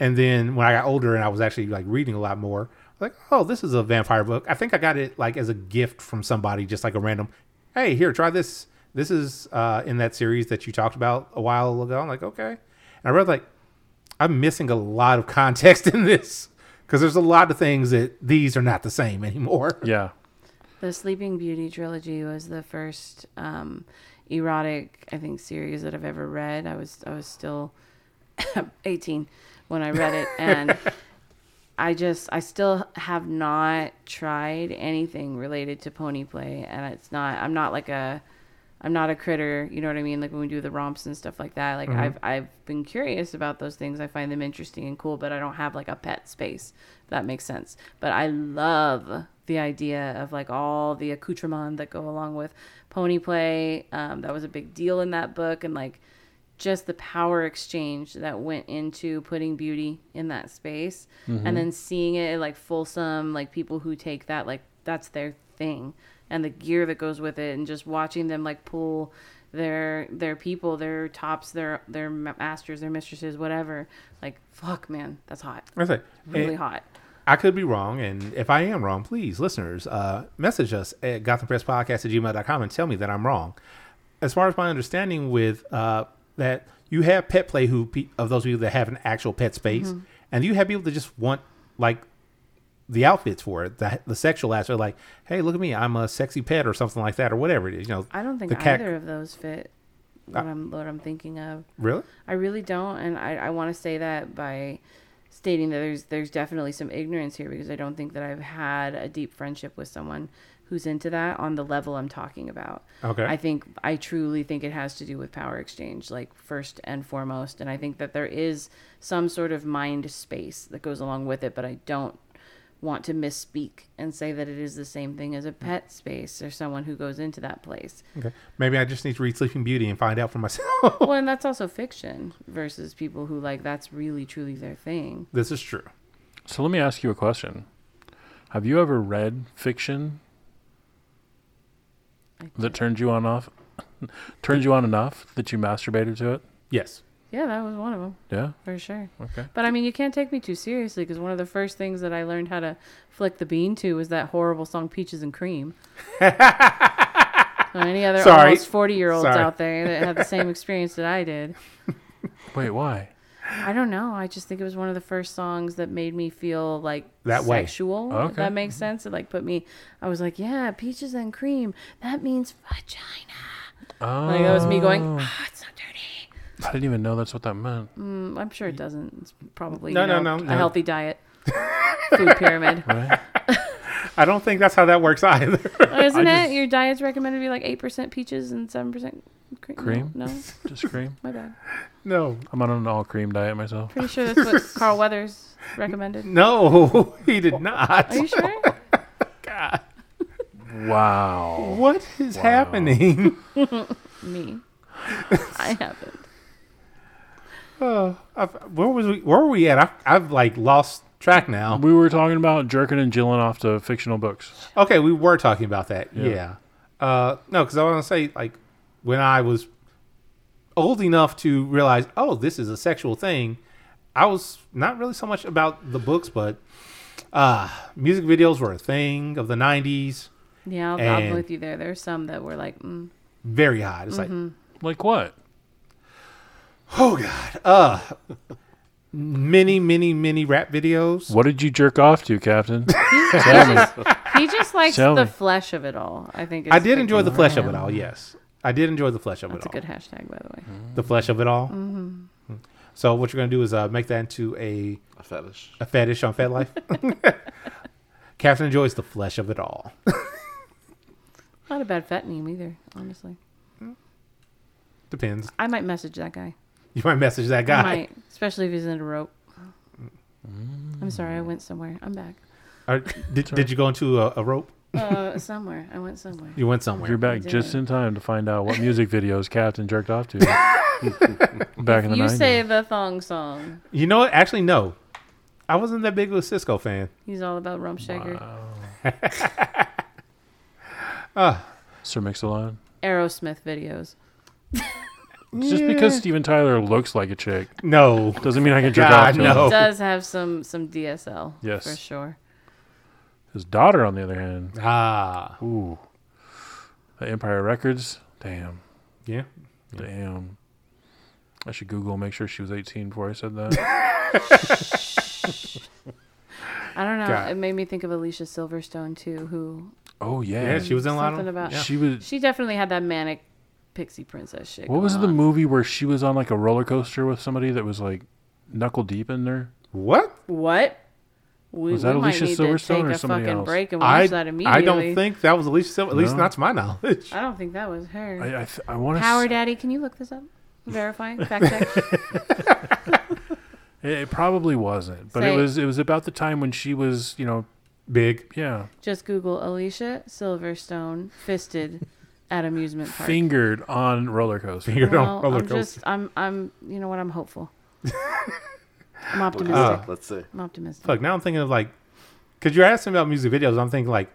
Speaker 3: And then when I got older and I was actually like reading a lot more, I was like, oh, this is a vampire book. I think I got it like as a gift from somebody, just like a random, hey, here, try this. This is uh, in that series that you talked about a while ago. I'm like, okay. And I read like, I'm missing a lot of context in this because there's a lot of things that these are not the same anymore.
Speaker 1: Yeah,
Speaker 2: The Sleeping Beauty trilogy was the first um, erotic, I think, series that I've ever read. I was I was still 18 when I read it, and I just I still have not tried anything related to pony play, and it's not I'm not like a I'm not a critter, you know what I mean? Like when we do the romps and stuff like that, like I've I've been curious about those things. I find them interesting and cool, but I don't have like a pet space. If that makes sense. But I love the idea of like all the accoutrements that go along with pony play. Um, that was a big deal in that book, and like just the power exchange that went into putting beauty in that space
Speaker 3: Mm-hmm.
Speaker 2: and then seeing it like fulsome like people who take that like that's their thing and the gear that goes with it and just watching them like pull their their people their tops their their ma- masters their mistresses whatever like fuck man that's hot
Speaker 3: I was like,
Speaker 2: really
Speaker 3: eh,
Speaker 2: hot
Speaker 3: I could be wrong, and if I am wrong, please, listeners, uh, message us at gothampresspodcast at gmail.com and tell me that I'm wrong. As far as my understanding with uh, that, you have pet play who pe- of those people that have an actual pet space,
Speaker 2: Mm-hmm.
Speaker 3: and you have people that just want like the outfits for it, the, the sexual aspect, like, hey, look at me, I'm a sexy pet or something like that, or whatever it is. You know,
Speaker 2: i don't think
Speaker 3: the cat-
Speaker 2: either of those fit what i'm what i'm thinking of
Speaker 3: Really?
Speaker 2: I really don't, and I, I want to say that by stating that there's there's definitely some ignorance here because I don't think that I've had a deep friendship with someone who's into that on the level I'm talking about.
Speaker 3: Okay.
Speaker 2: I think I truly think it has to do with power exchange, like first and foremost, and I think that there is some sort of mind space that goes along with it, but I don't want to misspeak and say that it is the same thing as a pet space or someone who goes into that place.
Speaker 3: Okay. Maybe I just need to read Sleeping Beauty and find out for myself.
Speaker 2: Well, and that's also fiction versus people who like that's really truly their thing.
Speaker 3: this is true.
Speaker 1: So let me ask you a question. Have you ever read fiction that turned you on off turned you on enough that you masturbated to it?
Speaker 3: Yes.
Speaker 2: Yeah, that was one of them
Speaker 1: Yeah.
Speaker 2: for sure.
Speaker 1: Okay.
Speaker 2: But I mean, you can't take me too seriously because one of the first things that I learned how to flick the bean to was that horrible song "Peaches and Cream." so any other
Speaker 3: Sorry.
Speaker 2: almost forty-year-olds
Speaker 3: Sorry.
Speaker 2: out there that had the same experience that I did,
Speaker 1: Wait, why?
Speaker 2: I don't know. I just think it was one of the first songs that made me feel like
Speaker 3: That way. Mm-hmm.
Speaker 2: sexual.
Speaker 1: Okay.
Speaker 2: If that makes sense. It like put me. I was like, yeah, peaches and cream. That means vagina.
Speaker 1: Oh,
Speaker 2: Like that was me going, ah, it's so dirty.
Speaker 1: I didn't even know that's what that meant.
Speaker 2: Mm, I'm sure it doesn't. It's probably
Speaker 3: No,
Speaker 2: you
Speaker 3: no,
Speaker 2: know,
Speaker 3: no,
Speaker 2: a
Speaker 3: no.
Speaker 2: healthy diet, food pyramid,
Speaker 1: Right?
Speaker 3: I don't think that's how that works either.
Speaker 2: isn't
Speaker 1: I
Speaker 2: it? Your diet's recommended to be like eight percent peaches and seven percent cream.
Speaker 1: Cream?
Speaker 2: No, no,
Speaker 1: Just cream.
Speaker 2: my bad.
Speaker 3: no.
Speaker 1: I'm on an all cream diet myself.
Speaker 2: Pretty sure that's what Carl Weathers recommended.
Speaker 3: No, he did not.
Speaker 2: Are you sure?
Speaker 1: Wow.
Speaker 3: What is happening?
Speaker 2: me, I haven't.
Speaker 3: I've, where was we? Where were we at? I've, I've like lost track now.
Speaker 1: We were talking about jerking and jilling off to fictional books.
Speaker 3: Okay, we were talking about that. Yeah.
Speaker 1: Yeah.
Speaker 3: Uh, no, because I want to say like when I was old enough to realize, oh, this is a sexual thing. I was not really so much about the books, but uh, music videos were a thing of the '90s,
Speaker 2: Yeah, I'll,
Speaker 3: And-
Speaker 2: I'm with you there. There's some that were like, mm,
Speaker 3: Very hot. It's like,
Speaker 1: Like what?
Speaker 3: oh god. Uh many, many, many rap videos.
Speaker 1: What did you jerk off to, Captain?
Speaker 2: he just likes
Speaker 1: Tell
Speaker 2: the
Speaker 1: me.
Speaker 2: flesh of it all. I think it's
Speaker 3: I did
Speaker 2: big
Speaker 3: enjoy the
Speaker 2: for
Speaker 3: flesh of it
Speaker 2: him.
Speaker 3: all, yes. I did enjoy the flesh of
Speaker 2: That's a
Speaker 3: it all.
Speaker 2: good hashtag, by the way.
Speaker 3: The flesh of it all. Mm-hmm. So what you're gonna do is uh, make that into a,
Speaker 6: A fetish.
Speaker 3: a fetish on Fed Life. Catherine enjoys the flesh of it all.
Speaker 2: Not a bad fat name either, honestly.
Speaker 3: Depends.
Speaker 2: I might message that guy.
Speaker 3: You might message that
Speaker 2: I
Speaker 3: guy.
Speaker 2: might, especially if he's into rope. I'm sorry, I went somewhere. I'm back.
Speaker 3: Or did, did you go into a, a rope?
Speaker 2: Uh, somewhere. I went somewhere.
Speaker 3: You went somewhere.
Speaker 1: You're back
Speaker 2: did.
Speaker 1: just in time to find out what music videos Captain jerked off to back in the
Speaker 2: You
Speaker 1: 90s.
Speaker 2: say the thong song.
Speaker 3: You know what? Actually, no. I wasn't that big of a Cisco fan.
Speaker 2: He's all about rump shaker.
Speaker 1: Sir Mix-a-Lot.
Speaker 2: Aerosmith videos.
Speaker 1: Just because Steven Tyler looks like a chick
Speaker 3: No.
Speaker 1: doesn't mean I can jerk
Speaker 3: God,
Speaker 1: off to
Speaker 3: no.
Speaker 1: him.
Speaker 3: Oh.
Speaker 2: Does have some some DSL.
Speaker 1: Yes.
Speaker 2: For sure.
Speaker 1: His daughter, on the other hand,
Speaker 3: Ah.
Speaker 1: ooh, the Empire Records. Damn,
Speaker 3: Yeah.
Speaker 1: damn. I should Google make sure she was 18 before I said that.
Speaker 2: I don't know.
Speaker 3: God.
Speaker 2: It made me think of Alicia Silverstone too, who
Speaker 1: oh yeah,
Speaker 3: Yeah, she was in a lot of
Speaker 2: something about
Speaker 1: She was.
Speaker 2: she definitely had that manic pixie princess shit.
Speaker 1: What was the
Speaker 2: going on.
Speaker 1: movie where she was on like a roller coaster with somebody that was like knuckle deep in there?
Speaker 3: What?
Speaker 2: What? We,
Speaker 1: Was that
Speaker 2: we might
Speaker 1: Alicia
Speaker 2: need
Speaker 1: Silverstone
Speaker 2: to
Speaker 1: or
Speaker 2: take a
Speaker 1: somebody
Speaker 2: fucking
Speaker 1: else?
Speaker 2: break and watch
Speaker 3: I,
Speaker 2: that immediately.
Speaker 3: I don't think that was Alicia Silver, at least
Speaker 1: No.
Speaker 3: not to my knowledge.
Speaker 2: I don't think that was her.
Speaker 1: I I, th- I want
Speaker 2: Power
Speaker 1: to.
Speaker 2: Daddy, can you look this up? Verify, fact check.
Speaker 1: It, it probably wasn't, but
Speaker 2: Say-
Speaker 1: it was. It was about the time when she was, you know,
Speaker 3: Big.
Speaker 1: yeah,
Speaker 2: Just Google Alicia Silverstone fisted at amusement park.
Speaker 1: fingered on roller coaster.
Speaker 3: You're
Speaker 2: Well,
Speaker 3: on roller
Speaker 2: I'm
Speaker 3: coaster.
Speaker 2: just, I'm, I'm, you know what? I'm hopeful. I'm optimistic.
Speaker 3: Ah.
Speaker 6: Let's see.
Speaker 2: I'm optimistic.
Speaker 3: Fuck, now I'm thinking of like, because you're asking about music videos. I'm thinking like,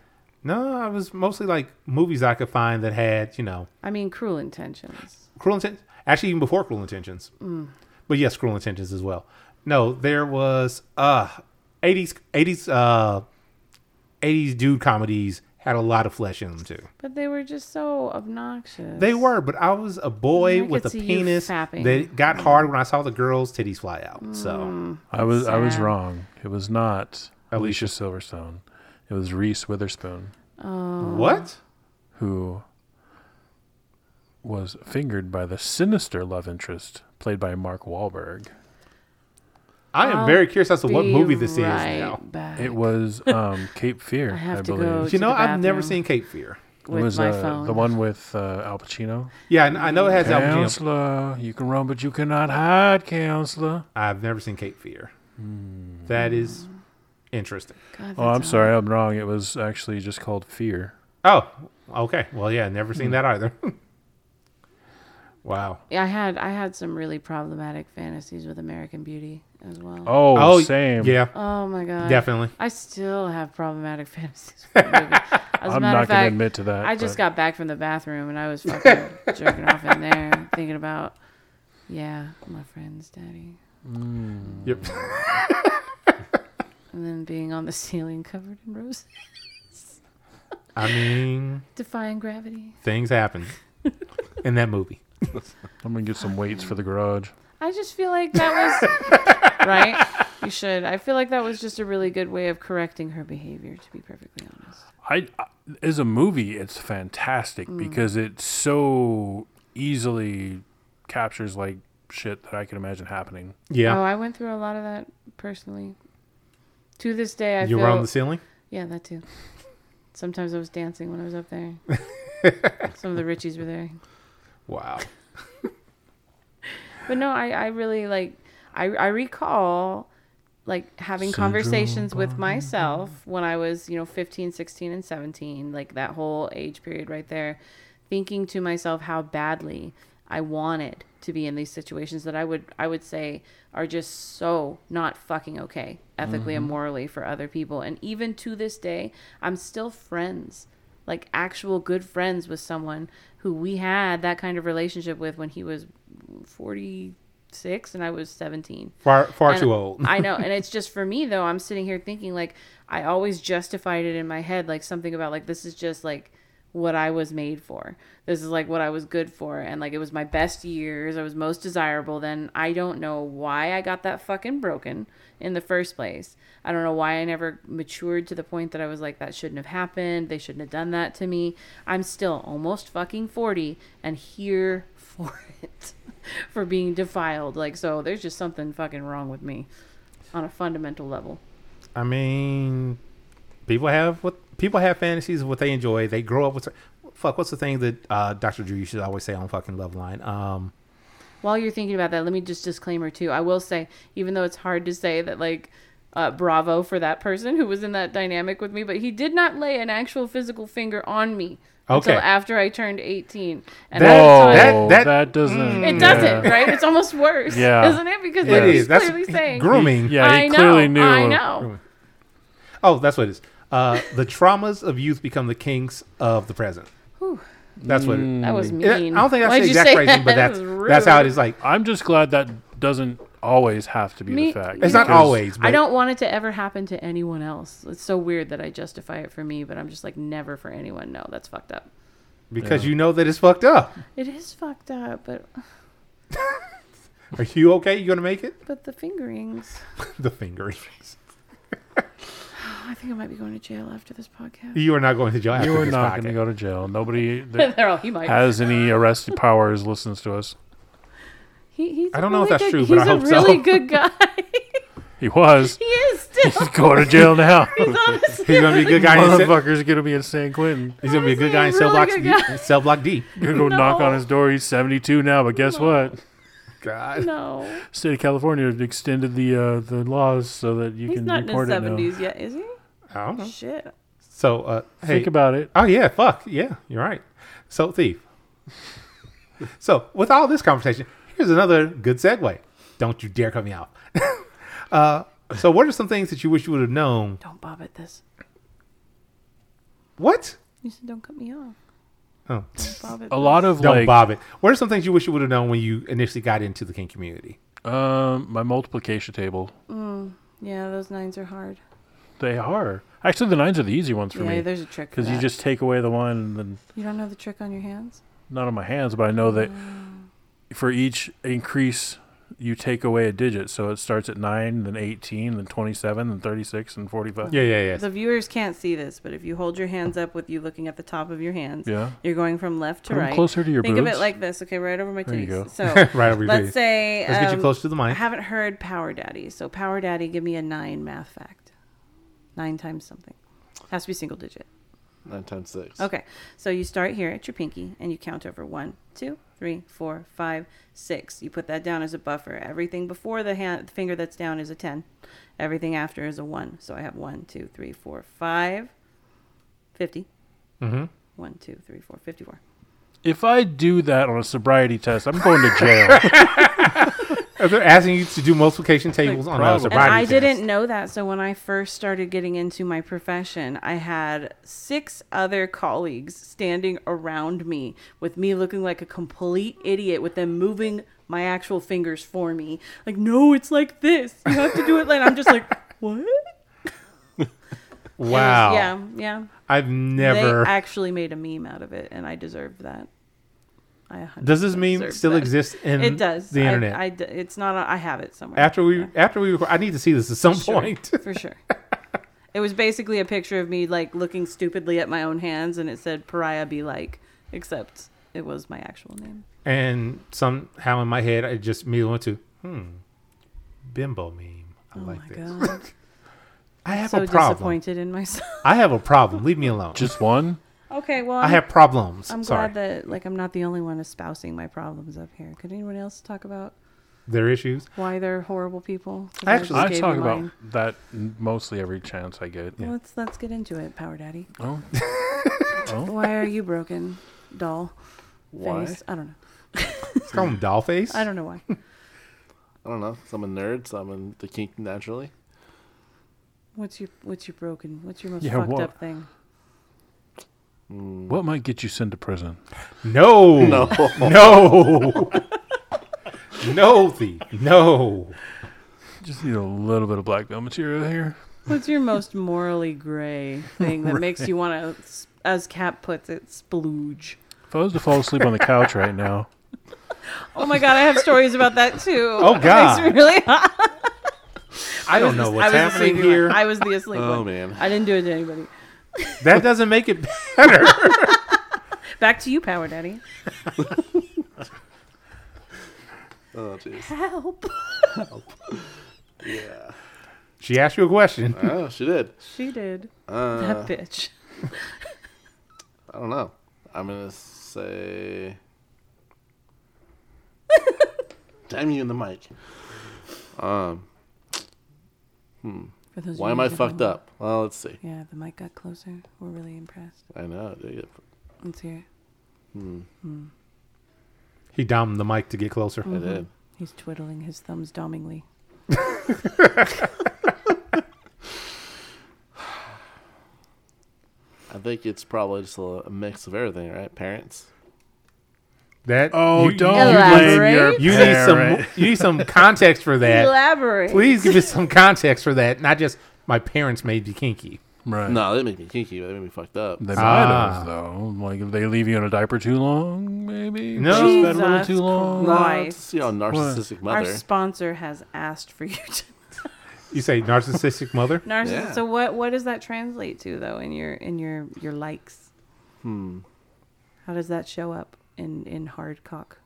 Speaker 3: no, I was mostly like movies I could find that had, you know,
Speaker 2: I mean, cruel intentions.
Speaker 3: Cruel Intentions. Actually, even before Cruel Intentions.
Speaker 2: Mm.
Speaker 3: But yes, Cruel Intentions as well. No, there was uh 80s 80s uh 80s dude comedies had a lot of flesh in them too.
Speaker 2: But they were just so obnoxious.
Speaker 3: They were, but I was a boy
Speaker 2: I
Speaker 3: with a
Speaker 2: could see you
Speaker 3: penis
Speaker 2: fapping. Mm.
Speaker 3: that got hard when I saw the girls' titties fly out. So
Speaker 1: I was I was
Speaker 2: sad.
Speaker 1: wrong. It was not Alicia Silverstone. It was Reese Witherspoon
Speaker 3: what?
Speaker 1: who was fingered by the sinister love interest played by Mark Wahlberg.
Speaker 3: I am very curious as to what
Speaker 2: Be
Speaker 3: movie this
Speaker 2: right
Speaker 3: is now.
Speaker 2: Back
Speaker 1: It was um, Cape Fear, I,
Speaker 2: have to
Speaker 1: believe.
Speaker 2: go
Speaker 1: It
Speaker 3: You know,
Speaker 2: the
Speaker 3: I've never
Speaker 2: bathroom.
Speaker 3: seen Cape Fear.
Speaker 2: with
Speaker 1: was
Speaker 2: my
Speaker 1: uh,
Speaker 2: phone.
Speaker 1: the one with uh, Al Pacino.
Speaker 3: Yeah, I I know it has Al Pacino.
Speaker 1: Counselor, you can run, but you cannot hide, counselor.
Speaker 3: I've never seen Cape Fear. That is interesting.
Speaker 2: God,
Speaker 1: Oh, I'm
Speaker 2: that's
Speaker 1: sorry, I'm wrong. It was actually just called Fear.
Speaker 3: Oh, okay. Well, yeah, never seen that either. wow.
Speaker 2: Yeah, I had I had some really problematic fantasies with American Beauty as well. Oh,
Speaker 1: Oh, same.
Speaker 3: Yeah,
Speaker 2: my god.
Speaker 3: definitely.
Speaker 2: I still have problematic fantasies. With that movie. As a
Speaker 1: I'm
Speaker 2: matter
Speaker 1: not going to
Speaker 2: of fact,
Speaker 1: admit to that.
Speaker 2: I just
Speaker 1: but
Speaker 2: got back from the bathroom and I was fucking jerking off in there, thinking about, yeah, my friend's daddy,
Speaker 3: Yep.
Speaker 2: and then being on the ceiling covered in roses,
Speaker 3: I mean,
Speaker 2: defying gravity.
Speaker 3: things happen in that movie.
Speaker 1: I'm going to get some weights for the garage.
Speaker 2: I just feel like that was right. You should. I feel like that was just a really good way of correcting her behavior. To be perfectly honest,
Speaker 1: I I- as a movie, it's fantastic
Speaker 3: Mm.
Speaker 1: because it so easily captures like shit that I can imagine happening.
Speaker 2: oh,
Speaker 3: Yeah.
Speaker 2: I went through a lot of that personally. To this day, I
Speaker 3: you
Speaker 2: feel
Speaker 3: were on the ceiling?
Speaker 2: Yeah, that too. Sometimes I was dancing when I was up there. Some of the Richies were there.
Speaker 3: Wow.
Speaker 2: But no, I, I really like I I recall like having conversations with myself when I was, you know, 15, 16 and 17, like that whole age period right there, thinking to myself how badly I wanted to be in these situations that I would I would say are just so not fucking okay ethically and morally for other people. And even to this day, I'm still friends like actual good friends with someone who we had that kind of relationship with when he was 40 six and I was 17.
Speaker 3: Far far
Speaker 2: And
Speaker 3: too old.
Speaker 2: I know. And it's just for me, though, I'm sitting here thinking, like, I always justified it in my head, like, something about, like, this is just, like, what I was made for. This is, like, what I was good for. And, like, it was my best years. I was most desirable. Then I don't know why I got that fucking broken in the first place. I don't know why I never matured to the point that I was like, that shouldn't have happened. They shouldn't have done that to me. I'm still almost fucking 40 and here for it. for being defiled. Like, so there's just something fucking wrong with me on a fundamental level.
Speaker 3: I mean, people have what people have fantasies of what they enjoy. They grow up with. Fuck, what's the thing that uh, Dr. Drew used to always say on fucking Loveline? Um,
Speaker 2: While you're thinking about that, let me just disclaimer too. I will say, even though it's hard to say that, like, uh, bravo for that person who was in that dynamic with me, but he did not lay an actual physical finger on me until
Speaker 3: Okay.
Speaker 2: after I turned 18. And
Speaker 3: That-
Speaker 2: at the time-
Speaker 3: that-
Speaker 1: Oh,
Speaker 3: that- Mm.
Speaker 1: that, doesn't.
Speaker 2: it
Speaker 1: yeah.
Speaker 2: doesn't, right? It's almost worse,
Speaker 1: Yeah.
Speaker 2: isn't it? Because
Speaker 1: It
Speaker 2: like,
Speaker 1: is.
Speaker 2: he's
Speaker 3: That's-
Speaker 2: clearly saying,
Speaker 3: grooming.
Speaker 1: Yeah, he
Speaker 2: I know,
Speaker 1: clearly knew.
Speaker 2: I know.
Speaker 3: Oh, that's what it is. Uh, the traumas of youth become the kinks of the present. That's what.
Speaker 1: Mm.
Speaker 3: It,
Speaker 2: That was
Speaker 3: I
Speaker 2: mean.
Speaker 3: don't think that's
Speaker 2: Why'd
Speaker 3: the
Speaker 2: you
Speaker 3: exact
Speaker 2: say
Speaker 3: phrasing, but
Speaker 2: that?
Speaker 3: that's
Speaker 2: That was
Speaker 3: that's how it
Speaker 2: rude.
Speaker 3: is. Like
Speaker 1: I'm just glad that doesn't always have to be
Speaker 2: Me-
Speaker 1: the fact.
Speaker 3: it's not
Speaker 1: because-
Speaker 3: always. But
Speaker 2: I don't want it to ever happen to anyone else. It's so weird that I justify it for me, but I'm just like, never for anyone. No, that's fucked up.
Speaker 3: because you know that it's fucked up.
Speaker 2: It is fucked up, but
Speaker 3: Are you okay? You gonna make it?
Speaker 2: but the fingerings.
Speaker 3: The finger.
Speaker 2: Oh, I think I might be going to jail after this podcast.
Speaker 3: You are not going to jail.
Speaker 1: You
Speaker 3: after
Speaker 1: are
Speaker 3: this
Speaker 1: not
Speaker 3: podcast.
Speaker 1: going to go to jail. Nobody that
Speaker 2: They're all, he might.
Speaker 1: has any arrested powers listens to us.
Speaker 2: he, he's
Speaker 3: I
Speaker 2: a
Speaker 3: don't know if
Speaker 2: really
Speaker 3: that's
Speaker 2: good-
Speaker 3: true, but I
Speaker 2: he's
Speaker 3: hope
Speaker 2: a
Speaker 3: so.
Speaker 2: really good guy.
Speaker 1: He was.
Speaker 2: he is still.
Speaker 1: He's going to jail now.
Speaker 2: honestly,
Speaker 3: He's gonna be a good guy. in cell-
Speaker 1: Motherfucker's going to be in San Quentin.
Speaker 3: He's gonna be a good guy in
Speaker 2: Honestly,
Speaker 3: cell block.
Speaker 2: really good guy.
Speaker 3: Cell block D.
Speaker 1: Gonna go knock on
Speaker 2: No.
Speaker 1: his door. He's 72 now, but guess what?
Speaker 3: God.
Speaker 2: no,
Speaker 1: State of California extended the uh, the laws so that you
Speaker 2: he's
Speaker 1: can
Speaker 2: not in his
Speaker 1: report it now.
Speaker 2: seventies yet, is he?
Speaker 3: I don't know.
Speaker 2: Shit.
Speaker 3: So uh, hey,
Speaker 1: Think about it.
Speaker 3: Oh yeah, fuck yeah, you're right. So thief. so with all this conversation, here's another good segue. Don't you dare cut me off. uh, so what are some things that you wish you would have known?
Speaker 2: Don't bob at this.
Speaker 3: What?
Speaker 2: You said don't cut me off.
Speaker 3: Oh.
Speaker 2: Don't bob at
Speaker 1: A lot of
Speaker 3: Don't
Speaker 1: like
Speaker 3: bob it. What are some things you wish you would have known when you initially got into the kink community?
Speaker 1: um, my multiplication table.
Speaker 2: Yeah, those nines are hard.
Speaker 1: They are actually the nines are the easy ones for
Speaker 2: yeah,
Speaker 1: me
Speaker 2: there's a trick.
Speaker 1: because
Speaker 2: Because
Speaker 1: you just take away the one and then
Speaker 2: you don't know the trick on your hands.
Speaker 1: not on my hands, but I know that
Speaker 2: Mm.
Speaker 1: for each increase you take away a digit, so it starts at nine, then eighteen, then twenty-seven, then thirty-six, and forty-five.
Speaker 3: Yeah, yeah, yeah.
Speaker 2: The viewers can't see this, but if you hold your hands up with you looking at the top of your hands,
Speaker 1: Yeah.
Speaker 2: you're going from left to
Speaker 1: Put 'em
Speaker 2: right.
Speaker 1: closer to your
Speaker 2: Think of
Speaker 1: boobs.
Speaker 2: it like this. Okay, right over my
Speaker 1: There you go.
Speaker 2: titties. So
Speaker 3: Right over your
Speaker 2: let's
Speaker 3: titties.
Speaker 2: say
Speaker 3: Let's get you
Speaker 2: um,
Speaker 3: close to the
Speaker 2: I
Speaker 3: mic.
Speaker 2: haven't heard Power Daddy, so Power Daddy, give me a nine math fact. Nine times something. Has to be single digit.
Speaker 6: Nine times six.
Speaker 2: Okay, so you start here at your pinky and you count over one, two, three, four, five, six. You put that down as a buffer. Everything before the hand, the finger that's down is a ten. Everything after is a one. So I have one, two, three, four, five, fifty. Mm-hmm. One, two, three, four, fifty-four.
Speaker 1: If I do that on a sobriety test, I'm going to jail.
Speaker 3: If They're asking you to do multiplication tables on a
Speaker 1: probably.
Speaker 3: sobriety
Speaker 2: And I
Speaker 3: test.
Speaker 2: didn't know that. So when I first started getting into my profession, I had six other colleagues standing around me with me looking like a complete idiot with them moving my actual fingers for me. Like, no, it's like this. You have to do it like I'm just like, what?
Speaker 3: Wow.
Speaker 2: Yeah, yeah.
Speaker 3: I've never.
Speaker 2: They actually made a meme out of it and I deserved that. I a hundred
Speaker 3: Does this
Speaker 2: percent
Speaker 3: meme
Speaker 2: deserved
Speaker 3: still
Speaker 2: that.
Speaker 3: exist in
Speaker 2: It does.
Speaker 3: the
Speaker 2: I-
Speaker 3: internet?
Speaker 2: I, d- it's not. on- I have it somewhere.
Speaker 3: after we
Speaker 2: Yeah.
Speaker 3: after we record, I need to see this at some
Speaker 2: Sure,
Speaker 3: point.
Speaker 2: for sure. It was basically a picture of me like looking stupidly at my own hands, and it said "Pariah be like," except it was my actual name.
Speaker 3: And somehow in my head, I just immediately went to, hmm, bimbo meme. I like
Speaker 2: Oh my
Speaker 3: this.
Speaker 2: god!
Speaker 3: I have
Speaker 2: so
Speaker 3: a problem.
Speaker 2: disappointed in myself.
Speaker 3: I have a problem. Leave me alone.
Speaker 1: Just one.
Speaker 2: Okay, well,
Speaker 3: I
Speaker 2: I'm-
Speaker 3: have problems.
Speaker 2: I'm
Speaker 3: Sorry.
Speaker 2: glad that like I'm not the only one espousing my problems up here. Could anyone else talk about
Speaker 3: Their issues.
Speaker 2: why they're horrible people? 'Cause just
Speaker 3: Actually-
Speaker 1: I
Speaker 2: gave
Speaker 1: talk
Speaker 2: you
Speaker 1: about
Speaker 2: mine.
Speaker 1: that mostly every chance I get.
Speaker 2: Let's let's get into it, Power Daddy.
Speaker 1: Oh.
Speaker 2: Why are you broken, doll?
Speaker 6: Why?
Speaker 2: Face? I don't know.
Speaker 3: Let's call him Dollface.
Speaker 2: I don't know why.
Speaker 6: I don't know. 'cause I'm a nerd, so I'm in the kink naturally.
Speaker 2: What's your what's your broken? What's your most
Speaker 1: Yeah,
Speaker 2: fucked
Speaker 1: what-
Speaker 2: up thing?
Speaker 1: What might get you sent to prison?
Speaker 3: No.
Speaker 6: No.
Speaker 3: No. No, the no.
Speaker 1: Just need a little bit of blackmail material here.
Speaker 2: What's your most morally gray thing that makes you want to, as Cap puts it, splooge?
Speaker 1: If I was to fall asleep on the couch right now,
Speaker 2: Oh my god, I have stories about that too.
Speaker 3: Oh,
Speaker 2: It
Speaker 3: God.
Speaker 2: makes me really hot.
Speaker 3: I don't know
Speaker 2: I
Speaker 3: what's
Speaker 2: was the
Speaker 3: happening
Speaker 2: sleepy one.
Speaker 3: here.
Speaker 2: I was the asleep one.
Speaker 6: Oh, man.
Speaker 2: I didn't do it to anybody.
Speaker 3: That doesn't make it better.
Speaker 2: Back to you, Power Daddy.
Speaker 6: Oh, jeez.
Speaker 2: Help.
Speaker 6: Yeah.
Speaker 3: she asked you a question.
Speaker 6: Oh, she did.
Speaker 2: She did.
Speaker 6: Uh,
Speaker 2: that bitch.
Speaker 6: I don't know. I'm gonna say. Damn you in the mic.
Speaker 2: For those of
Speaker 6: Why
Speaker 2: you
Speaker 6: am I
Speaker 2: who don't
Speaker 6: fucked
Speaker 2: know.
Speaker 6: up? Well, let's see.
Speaker 2: Yeah, the mic got closer. We're really impressed.
Speaker 6: I know. I dig it.
Speaker 2: Let's hear it.
Speaker 3: He downed the mic to get closer.
Speaker 2: Mm.
Speaker 6: I did.
Speaker 2: He's twiddling his thumbs domingly.
Speaker 6: I think it's probably just a, a mix of everything, right? Parents.
Speaker 3: That
Speaker 1: oh,
Speaker 3: you,
Speaker 1: don't
Speaker 2: Elaborate?
Speaker 1: blame your
Speaker 3: You need
Speaker 1: parent.
Speaker 3: some. You need some context for that.
Speaker 2: Elaborate.
Speaker 3: Please give us some context for that. Not just my parents made me kinky.
Speaker 1: right.
Speaker 6: No, they make me kinky. But they make me fucked up.
Speaker 1: They might
Speaker 3: Ah.
Speaker 1: have though. Like if they leave you in a diaper too long, maybe.
Speaker 3: No.
Speaker 1: Just bed a little
Speaker 2: Jesus
Speaker 1: too long.
Speaker 2: Christ.
Speaker 6: No,
Speaker 2: Why?
Speaker 6: to see how narcissistic
Speaker 2: Our
Speaker 6: mother.
Speaker 2: sponsor has asked for you to
Speaker 3: You say narcissistic mother.
Speaker 2: narcissist.
Speaker 6: Yeah.
Speaker 2: So what what does that translate to though in your in your your likes? Hmm. How does that show up in in hard cock?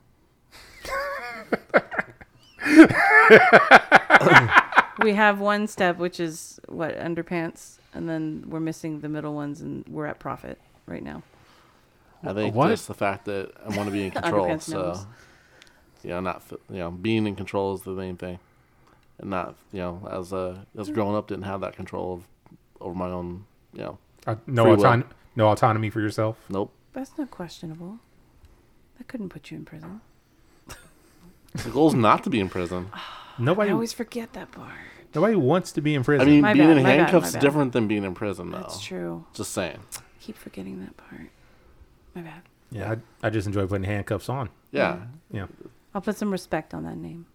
Speaker 2: we have one step which is what underpants and then we're missing the middle ones and we're at profit right now.
Speaker 6: I think
Speaker 1: What?
Speaker 6: just the fact that I want to be in control.
Speaker 2: Underpants
Speaker 6: so,
Speaker 2: knows.
Speaker 6: you know, not fe- you know, being in control is the main thing, and not you know, as a as growing up, didn't have that control of, over my own. You know,
Speaker 3: Uh, no
Speaker 6: Free will.
Speaker 3: autonomy. No autonomy for yourself.
Speaker 6: nope.
Speaker 2: That's not questionable. That couldn't put you in prison.
Speaker 6: The goal's not to be in prison.
Speaker 3: Nobody.
Speaker 2: I always forget that part.
Speaker 3: nobody wants to be in
Speaker 6: I
Speaker 3: prison.
Speaker 6: mean,
Speaker 2: My
Speaker 6: being
Speaker 2: bad,
Speaker 6: in
Speaker 2: my bad, my
Speaker 6: handcuffs is
Speaker 2: bad.
Speaker 6: different than being in prison, though.
Speaker 2: That's true.
Speaker 6: Just saying.
Speaker 2: Keep forgetting that part. My bad.
Speaker 3: yeah, I, I just enjoy putting handcuffs on.
Speaker 6: Yeah.
Speaker 3: Yeah.
Speaker 2: I'll put some respect on that name.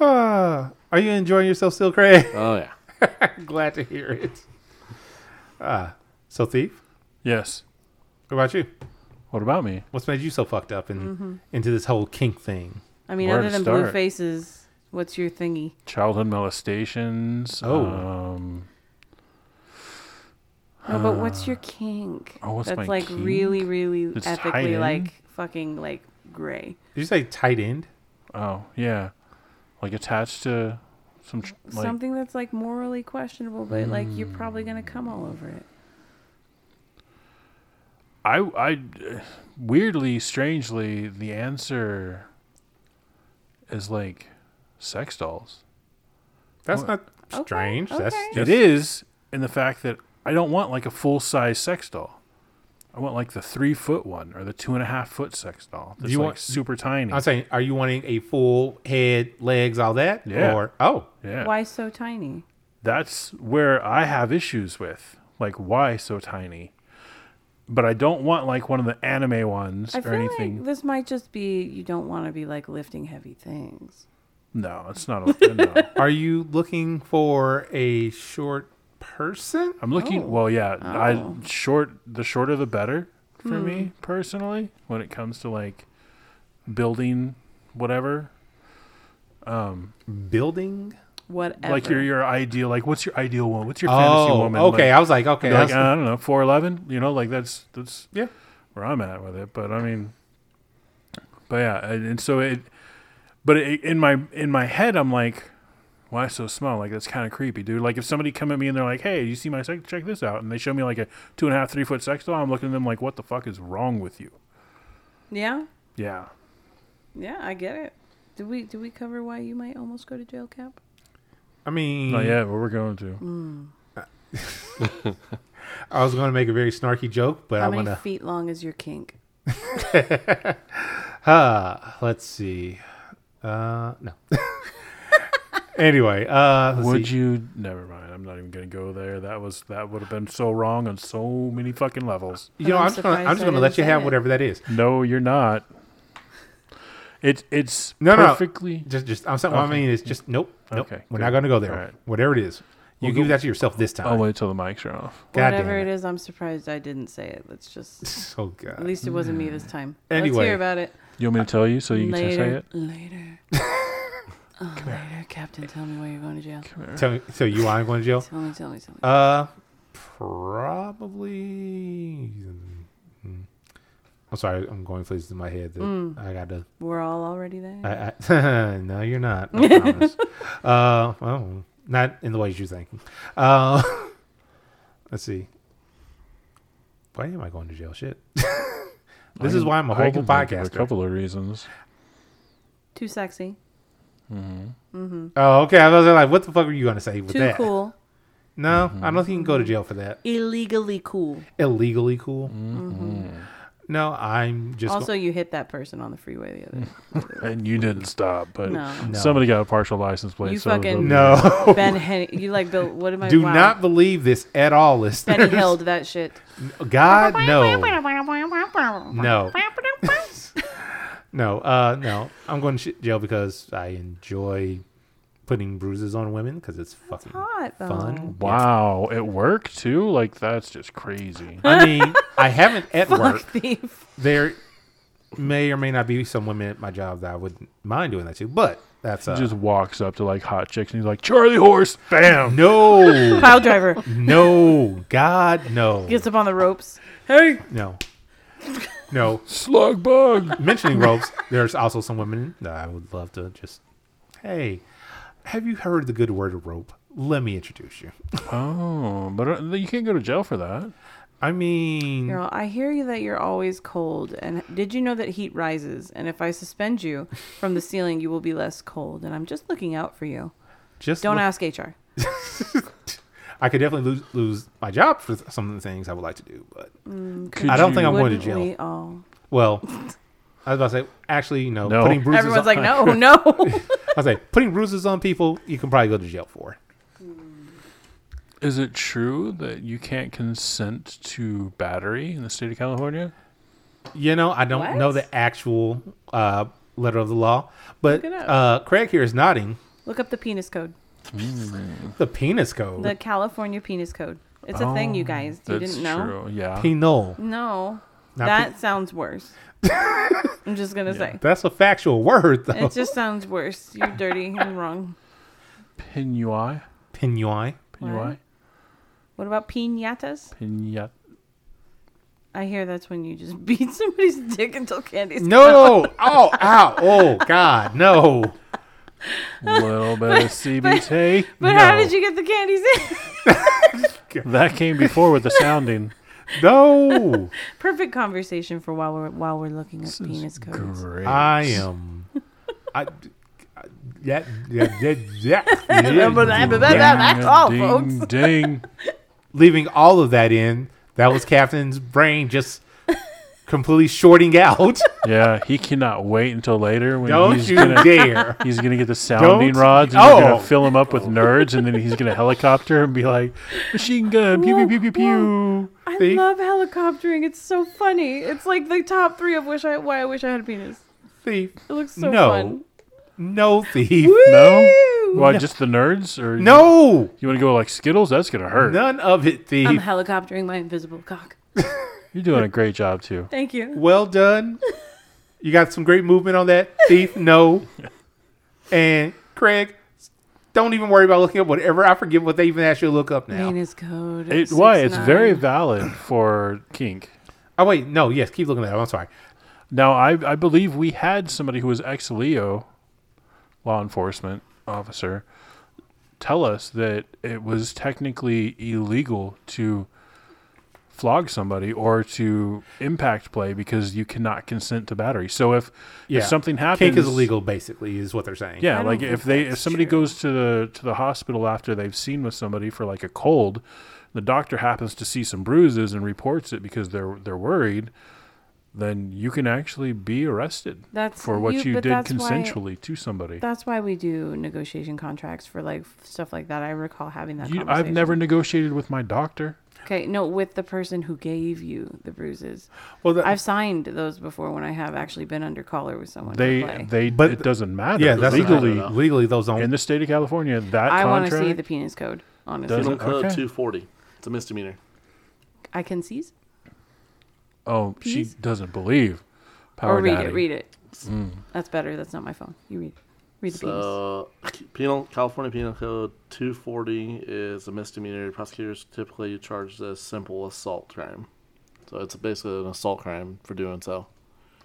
Speaker 3: Uh, are you enjoying yourself still, Craig?
Speaker 6: Oh yeah.
Speaker 3: Glad to hear it. Uh, so, Thief,
Speaker 1: Yes.
Speaker 3: what about you?
Speaker 1: What about me?
Speaker 3: What's made you so fucked up and
Speaker 2: Mm-hmm.
Speaker 3: into this whole kink thing?
Speaker 2: I mean,
Speaker 1: Where
Speaker 2: other
Speaker 1: to
Speaker 2: than blue
Speaker 1: start?
Speaker 2: faces, what's your thingy?
Speaker 1: Childhood molestations.
Speaker 3: Oh.
Speaker 1: Um,
Speaker 2: No, but what's your kink?
Speaker 1: oh, what's
Speaker 2: That's
Speaker 1: my
Speaker 2: like
Speaker 1: kink?
Speaker 2: really, really
Speaker 1: It's tied
Speaker 2: ethically
Speaker 1: in.
Speaker 2: like fucking like gray.
Speaker 3: Did you say tight end?
Speaker 1: oh yeah, like attached to some tr- like
Speaker 2: Something that's like morally questionable, but like you're probably gonna come all over it.
Speaker 1: I, I weirdly, strangely, the answer is like sex dolls.
Speaker 3: That's not
Speaker 2: Okay,
Speaker 3: strange. That's
Speaker 2: okay.
Speaker 3: just,
Speaker 1: It is in the fact that I don't want like a full size sex doll. I want like the three foot one or the two and a half foot sex doll. That's
Speaker 3: you
Speaker 1: like
Speaker 3: want-
Speaker 1: super tiny.
Speaker 3: I'm saying, are you wanting a full head, legs, all that?
Speaker 1: Yeah.
Speaker 3: Or oh,
Speaker 1: yeah.
Speaker 2: Why so tiny?
Speaker 1: That's where I have issues with. Like why so tiny? But I don't want like one of the anime ones
Speaker 2: I
Speaker 1: or
Speaker 2: feel
Speaker 1: anything.
Speaker 2: like this might just be you don't want to be like lifting heavy things.
Speaker 1: No, it's not a no.
Speaker 3: are you looking for a short person?
Speaker 1: I'm looking. Well, yeah, I short. The shorter the better for me personally when it comes to like building whatever.
Speaker 3: Building?
Speaker 2: Whatever.
Speaker 1: Like your your ideal. Like what's your ideal woman? What's your fantasy woman?
Speaker 3: Oh, okay. I
Speaker 1: Like,
Speaker 3: was like, uh, okay,
Speaker 1: you're like, "Uh,
Speaker 3: that's-
Speaker 1: Oh, I don't know, four eleven. You know, like that's that's
Speaker 3: yeah.
Speaker 1: where I'm at with it. But I mean, but yeah, and, and so it. But it, in my in my head, I'm like, why so small? Like that's kind of creepy, dude. Like if somebody come at me and they're like, hey, you see my sex? Check this out, and they show me like a two and a half, three foot sex doll. I'm looking at them like, what the fuck is wrong with you?
Speaker 2: yeah,
Speaker 1: Yeah.
Speaker 2: yeah, I get it. Do we do we cover why you might almost go to jail, Cap?
Speaker 3: I mean,
Speaker 1: Not yet, but we're going to.
Speaker 3: I was going to make a very snarky joke, but
Speaker 2: How
Speaker 3: I'm
Speaker 2: many
Speaker 3: gonna
Speaker 2: feet long is your kink?
Speaker 3: Uh, let's see. Uh, no. Anyway, uh, let's
Speaker 1: Would
Speaker 3: see.
Speaker 1: you? Never mind. I'm not even gonna go there. That was that would have been so wrong on so many fucking levels.
Speaker 3: You know,
Speaker 2: I'm
Speaker 3: I'm just gonna I'm
Speaker 2: surprised
Speaker 3: just
Speaker 2: I
Speaker 3: gonna let
Speaker 2: didn't
Speaker 3: you
Speaker 2: say
Speaker 3: have
Speaker 2: it.
Speaker 3: whatever that is.
Speaker 1: No, you're not. It's it's
Speaker 3: No, no.
Speaker 1: perfectly.
Speaker 3: Just just I'm something I mean it's just nope, nope.
Speaker 1: Okay,
Speaker 3: We're
Speaker 1: good.
Speaker 3: not gonna go there.
Speaker 1: All right.
Speaker 3: Whatever it is. You
Speaker 1: We'll
Speaker 3: give
Speaker 1: go- Oh,
Speaker 3: that to yourself this time.
Speaker 1: I'll wait till the mics are off.
Speaker 3: God
Speaker 2: Whatever
Speaker 3: damn
Speaker 2: it
Speaker 3: it.
Speaker 2: is, I'm surprised I didn't say it. Let's just.
Speaker 3: Oh
Speaker 2: At
Speaker 3: god.
Speaker 2: least it wasn't me this time. Let's
Speaker 3: Anyway.
Speaker 2: hear about it.
Speaker 1: You want me to tell you so you can
Speaker 2: later.
Speaker 1: say it?
Speaker 2: Later. oh, later, Captain. Tell me where you're going to jail.
Speaker 3: Tell me, so you want to go to jail?
Speaker 2: Tell me. Tell me. Tell me.
Speaker 3: Uh probably mm. I'm sorry, I'm going places in my head that
Speaker 2: Mm.
Speaker 3: I gotta
Speaker 2: We're all already there.
Speaker 3: I, I,
Speaker 2: Mm.
Speaker 3: no, you're not. I promise. uh, well, not in the ways you think. Uh, let's see. Why am I going to jail? Shit. this is why I'm a
Speaker 1: I
Speaker 3: horrible
Speaker 1: can think of A
Speaker 3: podcaster.
Speaker 1: couple of reasons.
Speaker 2: Too sexy.
Speaker 3: Oh, okay. I was like, what the fuck are you going to say with
Speaker 2: Too
Speaker 3: that?
Speaker 2: cool.
Speaker 3: No, I don't think you can go to jail for that.
Speaker 2: Illegally cool.
Speaker 3: Illegally cool. No, I'm
Speaker 2: Mm-hmm.
Speaker 3: just.
Speaker 2: Also,
Speaker 3: go-
Speaker 2: you hit that person on the freeway the other day.
Speaker 1: And you didn't stop, but
Speaker 2: No. No.
Speaker 1: somebody got a partial license plate.
Speaker 2: You
Speaker 1: so
Speaker 2: fucking-
Speaker 1: they'll be-
Speaker 3: no.
Speaker 2: Ben, Hen- you like Bill? What am I?
Speaker 3: Do
Speaker 2: Oh, wow.
Speaker 3: not believe this at all, listeners.
Speaker 2: Benny held that shit.
Speaker 3: God, no. No. no, uh, no. I'm going to shit jail because I enjoy putting bruises on women because it's fucking
Speaker 2: hot, Oh. though.
Speaker 3: fun.
Speaker 1: Wow, at work too? Like that's just crazy.
Speaker 3: I mean, I haven't at work.
Speaker 2: Thief.
Speaker 3: There may or may not be some women at my job that I wouldn't mind doing that to, but that's uh,
Speaker 1: Just walks up to like hot chicks and he's like, Charlie horse, bam.
Speaker 3: no,
Speaker 2: Pile driver
Speaker 3: no, God, no,
Speaker 2: gets up on the ropes.
Speaker 3: no, no.
Speaker 1: Slug bug.
Speaker 3: mentioning ropes, there's also some women that I would love to just. Hey, have you heard the good word rope? Let me introduce you.
Speaker 1: Oh, but uh, you can't go to jail for that.
Speaker 3: I mean,
Speaker 2: Girl, I hear you that you're always cold. And did you know that heat rises? And if I suspend you from the ceiling, you will be less cold. And I'm just looking out for you.
Speaker 3: just
Speaker 2: Don't
Speaker 3: look-
Speaker 2: ask HR.
Speaker 3: I could definitely lose, lose my job for some of the things I would like to do, but
Speaker 1: Could
Speaker 3: I don't think
Speaker 1: you-
Speaker 3: I'm going to
Speaker 2: Wouldn't
Speaker 3: jail.
Speaker 2: we all?
Speaker 3: well, I was about to say actually, you know,
Speaker 1: No.
Speaker 3: putting bruises.
Speaker 2: Everyone's
Speaker 3: on,
Speaker 2: like, no, no.
Speaker 3: I was like putting bruises on people. You can probably go to jail for.
Speaker 1: Is it true that you can't consent to battery in the state of California?
Speaker 3: You know, I don't
Speaker 2: What?
Speaker 3: know the actual uh, letter of the law, but
Speaker 2: Look it up.
Speaker 3: uh, Craig here is nodding.
Speaker 2: Look up the penis code,
Speaker 3: The penis code.
Speaker 2: the California penis code. It's a thing,
Speaker 3: Oh,
Speaker 2: you guys. You
Speaker 1: That's
Speaker 2: didn't know?
Speaker 1: true. Yeah.
Speaker 3: penal.
Speaker 2: No.
Speaker 3: Not
Speaker 2: that sounds worse. I'm just going to say.
Speaker 3: That's a factual word, though.
Speaker 2: It just sounds worse. You're dirty and wrong.
Speaker 1: Pinui.
Speaker 3: Pinui.
Speaker 1: Pinui.
Speaker 2: What about pinatas?
Speaker 1: Pinya.
Speaker 2: I hear that's when you just beat somebody's dick until candy's
Speaker 3: No! oh, ow! Oh, God, no!
Speaker 1: Little bit of CBT.
Speaker 2: But how did you get the candies in?
Speaker 1: That came before with the sounding.
Speaker 3: No!
Speaker 2: Perfect conversation for while we're while we're looking at penis codes.
Speaker 1: Great.
Speaker 3: I am. I. I- Yeah, yeah, yeah, yeah, yeah.
Speaker 2: That's all,
Speaker 1: ding,
Speaker 2: folks.
Speaker 1: Ding.
Speaker 3: Leaving all of that in, that was Captain's brain just completely shorting out.
Speaker 1: Yeah, he cannot wait until later when
Speaker 3: Don't
Speaker 1: he's
Speaker 3: you
Speaker 1: gonna
Speaker 3: dare.
Speaker 1: he's gonna get the sounding
Speaker 3: Don't-
Speaker 1: rods and you're
Speaker 3: Oh.
Speaker 1: gonna fill him up with nerds and then he's gonna helicopter and be like machine gun pew pew pew pew pew.
Speaker 2: I
Speaker 3: See?
Speaker 2: love helicoptering. It's so funny. It's like the top three of wish I why I wish I had a penis.
Speaker 3: Thief.
Speaker 2: It looks so
Speaker 3: No.
Speaker 2: fun.
Speaker 3: No, thief.
Speaker 1: No, why just the nerds or
Speaker 3: No!
Speaker 1: You want to go like Skittles? That's gonna hurt.
Speaker 3: None of it,
Speaker 2: I'm
Speaker 3: thief.
Speaker 2: helicoptering my invisible cock.
Speaker 1: You're doing a great job too.
Speaker 2: Thank you.
Speaker 3: Well done. You got some great movement on that. Thief, no. And Craig, don't even worry about looking up whatever. I forget what they even asked you to look up now.
Speaker 2: Penis code.
Speaker 1: It, why? It's
Speaker 2: 69.
Speaker 1: very valid for kink.
Speaker 3: Oh, wait. No, yes. Keep looking at it. I'm sorry.
Speaker 1: Now, I, I believe we had somebody who was ex Leo law enforcement officer tell us that it was technically illegal to flog somebody or to impact play because you cannot consent to battery. So if,
Speaker 3: Yeah.
Speaker 1: if something happens,
Speaker 3: Kink is illegal, basically, is what they're saying.
Speaker 1: Yeah,
Speaker 2: don't
Speaker 1: like
Speaker 2: think
Speaker 1: if they
Speaker 2: that's
Speaker 1: if somebody
Speaker 2: true.
Speaker 1: goes to the to the hospital after they've seen with somebody for like a cold, the doctor happens to see some bruises and reports it because they're they're worried. then you can actually be arrested
Speaker 2: That's-
Speaker 1: for what
Speaker 2: you-
Speaker 1: you,
Speaker 2: but
Speaker 1: did
Speaker 2: that's why-
Speaker 1: consensually to somebody.
Speaker 2: That's why we do negotiation contracts for like stuff like that. I recall having that.
Speaker 1: You, I've
Speaker 2: conversation.
Speaker 1: never negotiated with my doctor.
Speaker 2: Okay, no, with the person who gave you the bruises.
Speaker 3: Well, that-
Speaker 2: I've signed those before when I have actually been under collar with someone.
Speaker 1: They
Speaker 2: to play.
Speaker 1: they
Speaker 3: But-
Speaker 1: it doesn't matter.
Speaker 3: yeah, that's
Speaker 1: legally
Speaker 3: legally legally those don't.
Speaker 1: in the state of California that
Speaker 2: I want to
Speaker 1: contract.
Speaker 2: see the penis code. Honestly,
Speaker 1: Doesn't-
Speaker 6: Penal Code
Speaker 1: Okay.
Speaker 6: 240. It's a misdemeanor.
Speaker 2: I can seize
Speaker 1: oh, she
Speaker 2: piece?
Speaker 1: doesn't believe. Power
Speaker 2: or read
Speaker 1: Daddy.
Speaker 2: it. Read it. That's better. That's not my phone. You read. Read the penis.
Speaker 6: So, Uh, penal California Penal Code 240 is a misdemeanor. Prosecutors typically charge this simple assault crime. So it's basically an assault crime for doing so.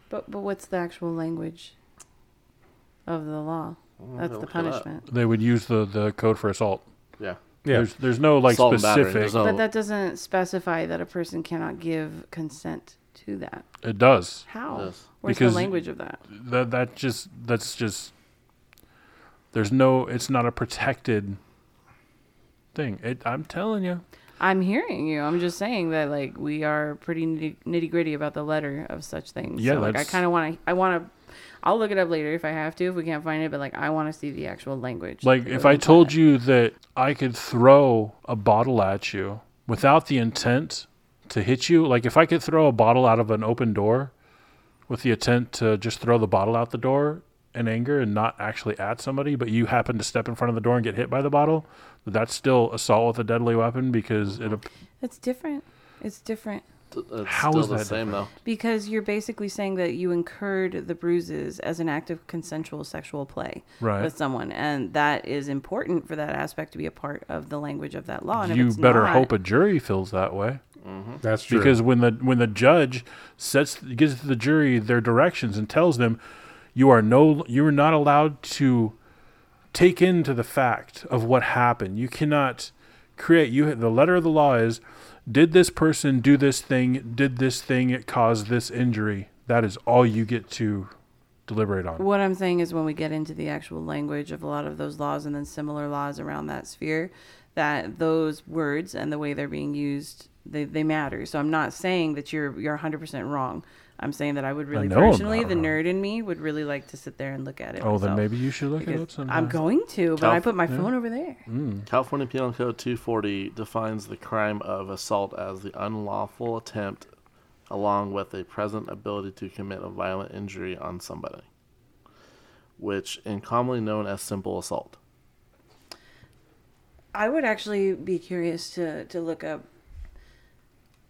Speaker 2: But but what's the actual language of the law? That's the
Speaker 6: I'll look it up.
Speaker 2: punishment.
Speaker 1: They would use the the code for assault.
Speaker 6: Yeah.
Speaker 3: yeah,
Speaker 1: There's there's no like
Speaker 6: assault and battery.
Speaker 1: specific.
Speaker 6: There's no-
Speaker 2: But that doesn't specify that a person cannot give consent to that.
Speaker 1: It does.
Speaker 2: How?
Speaker 6: Yes.
Speaker 2: Where's
Speaker 1: Because-
Speaker 2: the language of that?
Speaker 1: That that just that's just. There's no. It's not a protected thing. It, I'm telling you.
Speaker 2: I'm hearing you. I'm just saying that like we are pretty nitty gritty about the letter of such things.
Speaker 1: Yeah,
Speaker 2: so, like I
Speaker 1: that's-
Speaker 2: kind of want to. I want to. I'll look it up later if I have to. If we can't find it, but like I want to see the actual language.
Speaker 1: Like
Speaker 2: that
Speaker 1: if
Speaker 2: goes
Speaker 1: I
Speaker 2: into
Speaker 1: told
Speaker 2: it.
Speaker 1: you that I could throw a bottle at you without the intent to hit you, like if I could throw a bottle out of an open door with the intent to just throw the bottle out the door in anger and not actually at somebody, but you happen to step in front of the door and get hit by the bottle, that's still assault with a deadly weapon because it
Speaker 2: it's different. It's different
Speaker 6: Th- It's
Speaker 1: How
Speaker 6: still
Speaker 1: is
Speaker 6: the
Speaker 1: that
Speaker 6: same,
Speaker 1: different?
Speaker 2: because you're basically saying that you incurred the bruises as an act of consensual sexual play
Speaker 1: Right.
Speaker 2: with someone, and that is important for that aspect to be a part of the language of that law. And if
Speaker 1: you
Speaker 2: it's
Speaker 1: better
Speaker 2: not,
Speaker 1: hope a jury feels that way.
Speaker 3: that's true.
Speaker 1: because when the when the judge sets gives the jury their directions and tells them you are no you are not allowed to take into the fact of what happened you cannot create you the letter of the law is did this person do this thing did this thing it caused this injury that is all you get to deliberate on
Speaker 2: What I'm saying is, when we get into the actual language of a lot of those laws and then similar laws around that sphere, that those words and the way they're being used, they, they matter. So I'm not saying that you're you're 100% wrong. I'm saying that I would really
Speaker 1: know I'm
Speaker 2: personally,
Speaker 1: not
Speaker 2: the
Speaker 1: wrong.
Speaker 2: nerd in me would really like to sit there and look at it.
Speaker 1: oh then
Speaker 2: myself.
Speaker 1: maybe you should look it up
Speaker 2: Because
Speaker 1: sometime
Speaker 2: I'm going to, but I
Speaker 6: Tough,
Speaker 2: put my phone over there.
Speaker 1: Mm.
Speaker 6: though. California Penal Code 240 defines the crime of assault as the unlawful attempt, along with a present ability to commit a violent injury on somebody, which is commonly known as simple assault.
Speaker 2: I would actually be curious to to look up.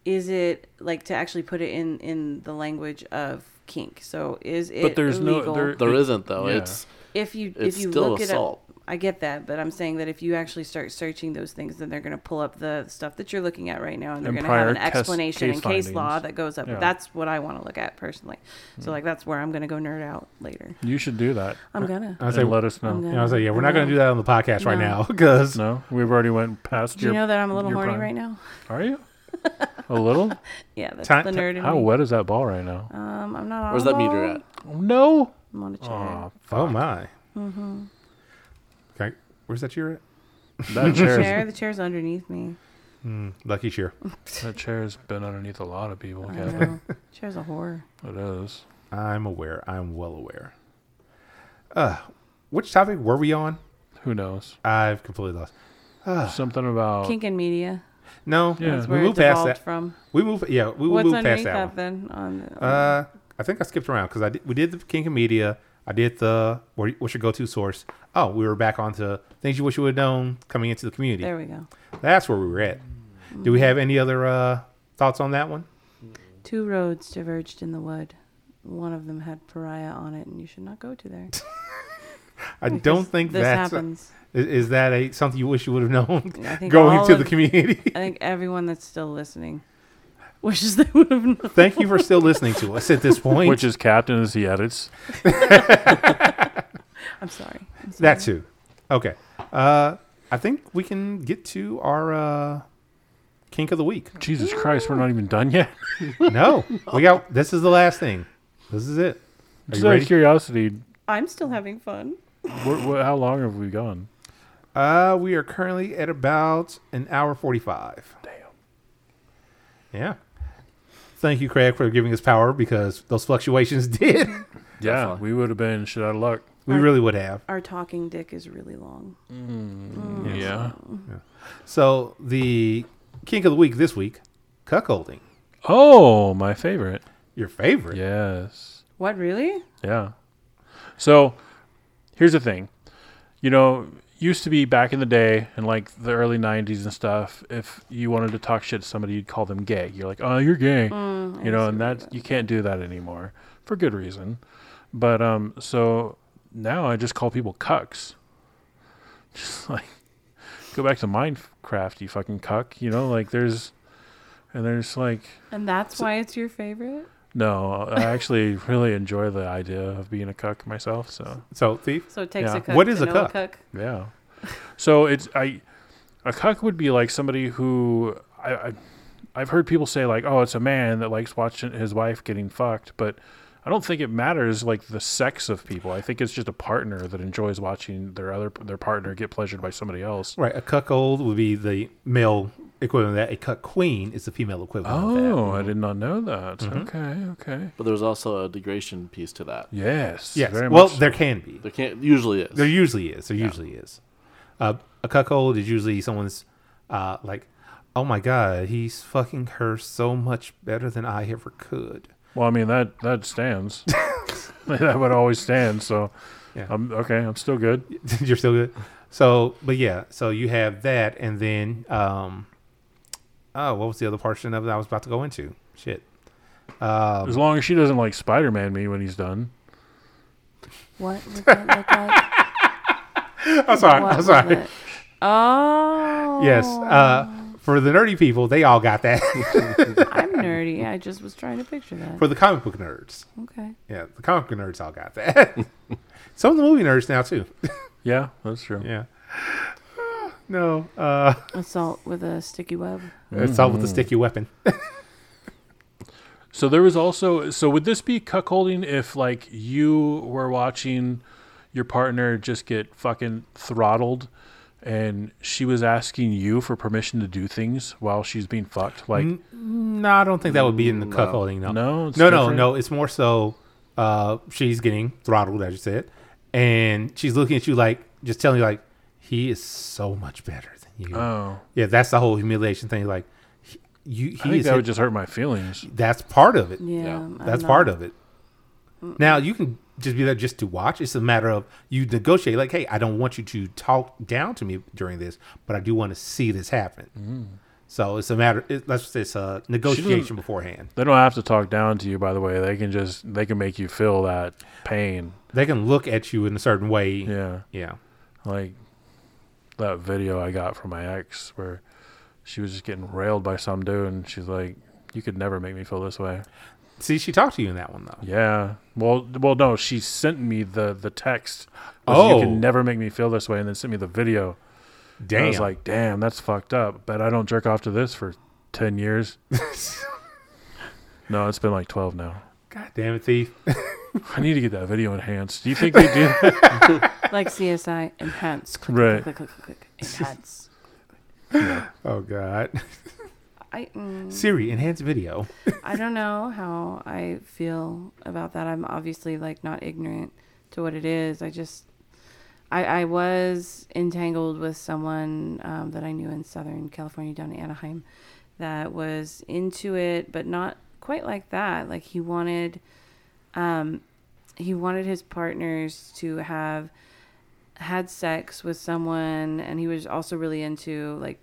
Speaker 2: Is it like to actually put it in in the language of kink? So is it?
Speaker 1: there's no-
Speaker 2: illegal?
Speaker 1: there-
Speaker 6: There
Speaker 1: It-
Speaker 6: isn't though.
Speaker 1: yeah.
Speaker 6: It's
Speaker 2: if you
Speaker 6: It's
Speaker 2: if you
Speaker 6: still
Speaker 2: look it
Speaker 6: assault.
Speaker 2: up i get that but i'm saying that if you actually start searching those things then they're going to pull up the stuff that you're looking at right now and they're
Speaker 1: And
Speaker 2: going to have an
Speaker 1: prior test-
Speaker 2: explanation
Speaker 1: case
Speaker 2: and case law
Speaker 1: findings.
Speaker 2: that goes up
Speaker 1: Yeah.
Speaker 2: that's what i want to look at personally so like that's where i'm going to go nerd out later
Speaker 1: you should do that
Speaker 2: i'm gonna
Speaker 3: I
Speaker 1: and
Speaker 3: say,
Speaker 1: let us know
Speaker 2: I'm gonna-
Speaker 3: you know, I say, yeah, we're not going to
Speaker 2: No.
Speaker 3: do that on the podcast right
Speaker 2: No.
Speaker 3: now because
Speaker 1: no we've already went past
Speaker 2: do you
Speaker 1: your
Speaker 2: know that i'm a little
Speaker 1: your
Speaker 2: horny
Speaker 1: prime.
Speaker 2: right now
Speaker 1: are you a little
Speaker 2: yeah that's
Speaker 3: Ti-
Speaker 2: the
Speaker 3: ti-
Speaker 2: nerd in
Speaker 1: how
Speaker 2: me.
Speaker 1: wet is that ball right now
Speaker 2: um i'm not on
Speaker 6: where's
Speaker 2: the
Speaker 6: that meter
Speaker 2: ball.
Speaker 6: at?
Speaker 1: no
Speaker 2: i'm on a chair
Speaker 1: Aw,
Speaker 3: oh my.
Speaker 2: Mm-hmm.
Speaker 3: Okay, where's that cheer at?
Speaker 1: That chair,
Speaker 2: chair the chair's underneath me
Speaker 3: Hmm, Lucky cheer.
Speaker 1: that chair's been underneath a lot of people.
Speaker 2: I
Speaker 1: Kevin.
Speaker 2: know. chair's a whore
Speaker 1: It is.
Speaker 3: I'm aware. I'm well aware. Uh, which topic were we on?
Speaker 1: Who knows?
Speaker 3: I've completely lost.
Speaker 1: Something about
Speaker 2: kink and media
Speaker 3: No,
Speaker 1: Yeah. That's
Speaker 2: where
Speaker 3: we
Speaker 2: it
Speaker 3: moved past
Speaker 2: evolved
Speaker 3: that.
Speaker 2: from
Speaker 3: We move. Yeah, we will
Speaker 2: what's
Speaker 3: move past
Speaker 2: underneath
Speaker 3: that.
Speaker 2: that, then on,
Speaker 3: one. Uh, I think I skipped around because I did, we did the King of Media. I did the where- what's your go-to source? Oh, we were back onto things you wish you would have known coming into the community.
Speaker 2: there we go
Speaker 3: That's where we were at. Do we have any other uh, thoughts on that one?
Speaker 2: Two roads diverged in the wood. One of them had pariah on it, and you should not go to there.
Speaker 3: I don't think
Speaker 2: this
Speaker 3: that's
Speaker 2: happens.
Speaker 3: is, is that a something you wish you would have known
Speaker 2: I think
Speaker 3: going
Speaker 2: all
Speaker 3: into
Speaker 2: of-
Speaker 3: the community.
Speaker 2: I think everyone that's still listening wishes they would have known.
Speaker 3: Thank you for still listening to us at this point.
Speaker 1: which is captain as he edits.
Speaker 2: I'm sorry. I'm sorry.
Speaker 3: that too. Okay. Uh, I think we can get to our uh, kink of the week.
Speaker 1: Jesus Christ, we're not even done yet.
Speaker 3: No, we got this is the last thing. This is it. Are
Speaker 1: Just
Speaker 3: you
Speaker 1: out
Speaker 3: ready?
Speaker 1: of curiosity,
Speaker 2: I'm still having fun.
Speaker 1: wh- wh- how long have we gone?
Speaker 3: Uh, we are currently at about an hour forty-five. Damn. Yeah. Thank you, Craig, for giving us power because those fluctuations did.
Speaker 1: Yeah,
Speaker 6: Definitely.
Speaker 1: we would have been shit out of luck.
Speaker 3: we really would have.
Speaker 2: Our talking dick is really long. Mm.
Speaker 1: Yeah.
Speaker 3: So the kink of the week this week, cuckolding.
Speaker 1: Oh, my favorite.
Speaker 3: Your favorite.
Speaker 1: Yes.
Speaker 2: What really?
Speaker 1: Yeah. So here's the thing. You know, used to be back in the day in like the early 90s and stuff, if you wanted to talk shit to somebody, you'd call them gay. You're like, oh, you're gay. you know, and that you can't do that anymore for good reason. But um, so now I just call people cucks. Just like, go back to Minecraft, you fucking cuck. You know, like there's, and there's like,
Speaker 2: And that's why it's your favorite?
Speaker 1: no, I actually really enjoy the idea of being a cuck myself. So
Speaker 3: So thief.
Speaker 2: So it takes
Speaker 1: Yeah.
Speaker 2: a cuck.
Speaker 3: What is
Speaker 2: to
Speaker 3: a
Speaker 2: know
Speaker 3: cuck?
Speaker 1: yeah, so it's I a cuck would be like somebody who I, I I've heard people say like, oh, it's a man that likes watching his wife getting fucked, but I don't think it matters like the sex of people. I think it's just a partner that enjoys watching their other their partner get pleasured by somebody else.
Speaker 3: Right. A cuckold would be the male equivalent of that. A cuck queen is the female equivalent of that. Mm-hmm.
Speaker 1: Oh, I did not know that. Okay, okay.
Speaker 6: But there's also a degradation piece to that.
Speaker 1: Yes.
Speaker 3: Yes.
Speaker 1: very
Speaker 3: well,
Speaker 1: much so.
Speaker 3: there can be.
Speaker 6: There can't usually is.
Speaker 3: There usually is. There usually is. Uh, a cuckold is usually someone's uh, like, oh my god, he's fucking her so much better than I ever could.
Speaker 1: Well, I mean that that stands. that would always stand. So,
Speaker 3: Yeah.
Speaker 1: I'm okay. I'm still good.
Speaker 3: You're still good. So, but yeah, so you have that, and then um, oh, what was the other portion of it I was about to go into? Shit. Um,
Speaker 1: As long as she doesn't like Spider-Man me when he's done.
Speaker 2: What would that look like?
Speaker 3: I'm sorry.
Speaker 2: What
Speaker 3: I'm
Speaker 2: would
Speaker 3: sorry.
Speaker 2: it- Oh.
Speaker 3: Yes. Uh, for the nerdy people, they all got that.
Speaker 2: I'm nerdy. I just was trying to picture that.
Speaker 3: for the comic book nerds,
Speaker 2: Okay.
Speaker 3: yeah, the comic book nerds all got that. Some of the movie nerds now too.
Speaker 1: Yeah, that's true.
Speaker 3: yeah. No, uh,
Speaker 2: Assault with a sticky web.
Speaker 3: it's all with
Speaker 1: Mm-hmm.
Speaker 3: the sticky weapon.
Speaker 1: So there was also so would this be cuckolding if like you were watching your partner just get fucking throttled and she was asking you for permission to do things while she's being fucked like
Speaker 3: No, I don't think that would be in the cuckolding. No,
Speaker 1: No, it's
Speaker 3: no, no,
Speaker 1: different?
Speaker 3: no. It's more so uh, she's getting throttled, as you said, and she's looking at you like just telling you like he is so much better than you.
Speaker 1: oh
Speaker 3: yeah, that's the whole humiliation thing. Like he- you,
Speaker 1: I
Speaker 3: he
Speaker 1: think
Speaker 3: is.
Speaker 1: that
Speaker 3: hit-
Speaker 1: would just hurt my feelings.
Speaker 3: that's part of it.
Speaker 2: Yeah.
Speaker 3: That's part of it. Now you can just be there just to watch. It's a matter of you negotiate. Like, hey, I don't want you to talk down to me during this, but I do want to see this happen.
Speaker 1: Mm.
Speaker 3: So it's a matter. It, let's say it's a negotiation beforehand.
Speaker 1: They don't have to talk down to you by the way. They can just they can make you feel that pain.
Speaker 3: They can look at you in a certain way.
Speaker 1: Yeah.
Speaker 3: yeah.
Speaker 1: like that video I got from my ex where she was just getting railed by some dude and she's like, You could never make me feel this way.
Speaker 3: See, she talked to you in that one though.
Speaker 1: Yeah. Well well no, she sent me the the text. was,
Speaker 3: Oh.
Speaker 1: You can never make me feel this way and then sent me the video.
Speaker 3: Damn.
Speaker 1: I was like, damn, that's fucked up. Bet I don't jerk off to this for ten years. no, it's been like twelve now.
Speaker 3: God damn it, thief.
Speaker 1: I need to get that video enhanced. Do you think they do that?
Speaker 2: Like CSI. Enhance. Click,
Speaker 1: Right.
Speaker 2: click, click, click, click. Enhance.
Speaker 3: oh God.
Speaker 2: I, mm,
Speaker 3: Siri, enhance video.
Speaker 2: I don't know how I feel about that. I'm obviously like not ignorant to what it is. I just I, I was entangled with someone um, that I knew in Southern California down in Anaheim that was into it, but not quite like that. Like he wanted um, he wanted his partners to have had sex with someone and he was also really into like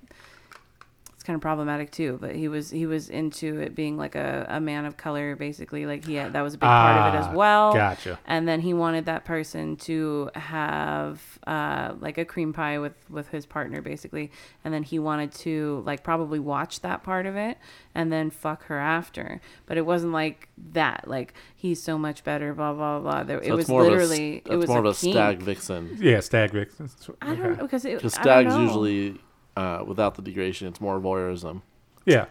Speaker 2: it's kind of problematic too but he was he was into it being like a, a man of color basically like he had, that was a big part of it
Speaker 3: Ah,
Speaker 2: as well
Speaker 3: gotcha.
Speaker 2: and then he wanted that person to have uh, like a cream pie with with his partner basically and then he wanted to like probably watch that part of it and then fuck her after but it wasn't like that like he's so much better blah blah blah there, it
Speaker 6: That's
Speaker 2: was
Speaker 6: more
Speaker 2: literally
Speaker 6: of a,
Speaker 2: it
Speaker 6: that's
Speaker 2: was
Speaker 6: more of a
Speaker 2: kink.
Speaker 6: stag vixen.
Speaker 3: Yeah, stag Rick.
Speaker 2: i don't know because it,
Speaker 6: Because
Speaker 2: I don't
Speaker 6: stags
Speaker 2: know.
Speaker 6: usually, uh, without the degradation, it's more voyeurism.
Speaker 3: Yeah.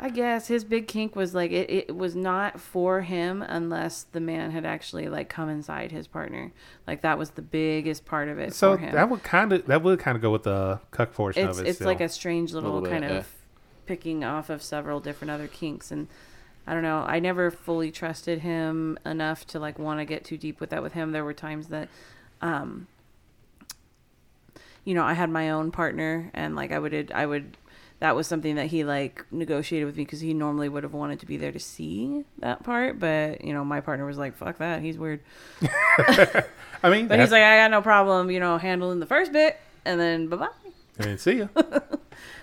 Speaker 2: I guess his big kink was like it, it was not for him unless the man had actually like come inside his partner. Like that was the biggest part of it
Speaker 3: So
Speaker 2: for him.
Speaker 3: that would kind of that would kind of go with the cuck portion
Speaker 2: it's
Speaker 3: of it.
Speaker 2: it's
Speaker 3: still.
Speaker 2: like a strange little,
Speaker 6: Little bit,
Speaker 2: kind of
Speaker 6: yeah.
Speaker 2: picking off of several different other kinks and I don't know. I never fully trusted him enough to like want to get too deep with that with him. There were times that, um, you know, I had my own partner, and like I would, I would. That was something that he like negotiated with me because he normally would have wanted to be there to see that part, but you know, my partner was like, "Fuck that, he's weird."
Speaker 3: I mean,
Speaker 2: But he's like, "I got no problem, you know, handling the first bit, and then bye bye."
Speaker 3: and see ya.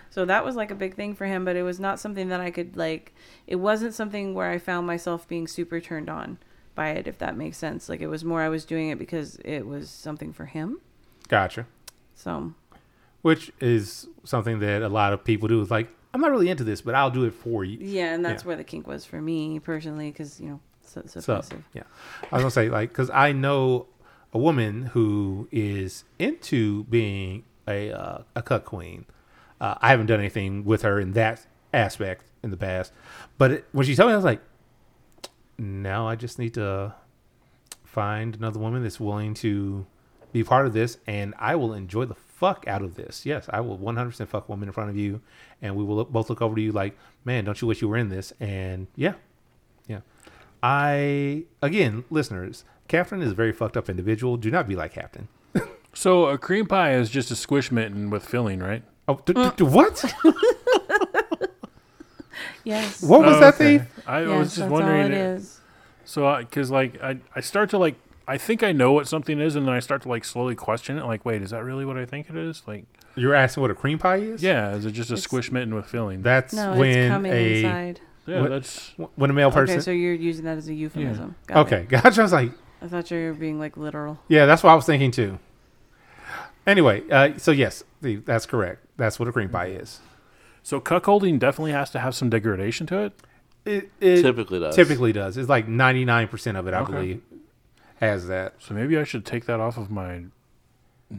Speaker 2: So that was like a big thing for him, but it was not something that I could like it wasn't something where I found myself being super turned on by it if that makes sense. Like it was more I was doing it because it was something for him.
Speaker 3: Gotcha.
Speaker 2: So
Speaker 3: Which is something that a lot of people do. Is like, I'm not really into this, but I'll do it for you.
Speaker 2: yeah, and that's
Speaker 3: Yeah.
Speaker 2: where the kink was for me personally cuz you know, so so
Speaker 3: So
Speaker 2: passive.
Speaker 3: yeah, I was gonna say like because I know a woman who is into being a uh, a cut queen. Uh, I haven't done anything with her in that aspect in the past, but it, when she told me, I was like, now I just need to find another woman that's willing to be part of this, and I will enjoy the fuck out of this. Yes, I will 100% fuck women in front of you, and we will look, both look over to you like, man, don't you wish you were in this? And yeah, yeah. I again, listeners, Catherine is a very fucked up individual. Do not be like Captain.
Speaker 1: So a cream pie is just a squish mitten with filling, right?
Speaker 3: Oh, d-
Speaker 2: Uh.
Speaker 3: d- d- what?
Speaker 2: Yes.
Speaker 3: What was
Speaker 1: Oh,
Speaker 3: that
Speaker 1: okay.
Speaker 3: thing?
Speaker 1: I
Speaker 2: yes,
Speaker 1: was just
Speaker 2: that's
Speaker 1: wondering.
Speaker 2: all it
Speaker 1: it-
Speaker 2: is.
Speaker 1: So, because like I, I start to like, I think I know what something is, and then I start to like slowly question it. Like, wait, is that really what I think it is? Like,
Speaker 3: You're asking what a cream pie is?
Speaker 1: yeah, is it just a squish mitten with filling?
Speaker 3: That's
Speaker 2: No, it's
Speaker 3: when
Speaker 2: coming
Speaker 3: a
Speaker 2: inside.
Speaker 1: yeah,
Speaker 3: what-
Speaker 1: that's
Speaker 3: w- when a male person.
Speaker 2: Okay, so you're using that as a euphemism. Got it.
Speaker 3: okay, gotcha. I was like,
Speaker 2: I thought you were being like literal.
Speaker 3: yeah, that's what I was thinking too. Anyway, uh, so yes, the- that's correct. That's what a cream pie is.
Speaker 1: so cuckolding definitely has to have some degradation to it.
Speaker 3: It, it
Speaker 6: Typically does.
Speaker 3: Typically does. It's like 99% of it, I
Speaker 1: Okay.
Speaker 3: believe, has that.
Speaker 1: So maybe I should take that off of my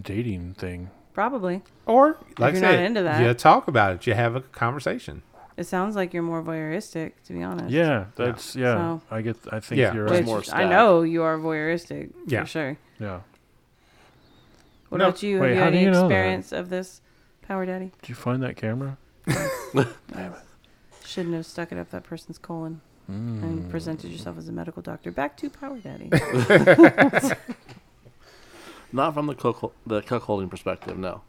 Speaker 1: dating thing.
Speaker 2: Probably.
Speaker 3: Or like I
Speaker 2: you're not
Speaker 3: said,
Speaker 2: into that.
Speaker 3: you talk about it. You have a conversation.
Speaker 2: It sounds like you're more voyeuristic, to be honest.
Speaker 1: Yeah, that's yeah.
Speaker 2: So-
Speaker 1: I get. I think
Speaker 3: Yeah.
Speaker 1: you're
Speaker 2: Which
Speaker 1: right.
Speaker 6: more
Speaker 2: I
Speaker 6: stacked.
Speaker 2: know you are voyeuristic
Speaker 3: Yeah.
Speaker 2: for sure.
Speaker 1: Yeah.
Speaker 2: What
Speaker 3: No.
Speaker 2: about you?
Speaker 1: Wait,
Speaker 2: Have you
Speaker 1: how
Speaker 2: had
Speaker 1: do
Speaker 2: any
Speaker 1: you know that?
Speaker 2: experience of this, Power Daddy?
Speaker 1: Did you find that camera?
Speaker 2: Shouldn't have stuck it up that person's colon and presented yourself as a medical doctor. Back to Power Daddy.
Speaker 6: Not from the cuck- the cuckolding perspective, no.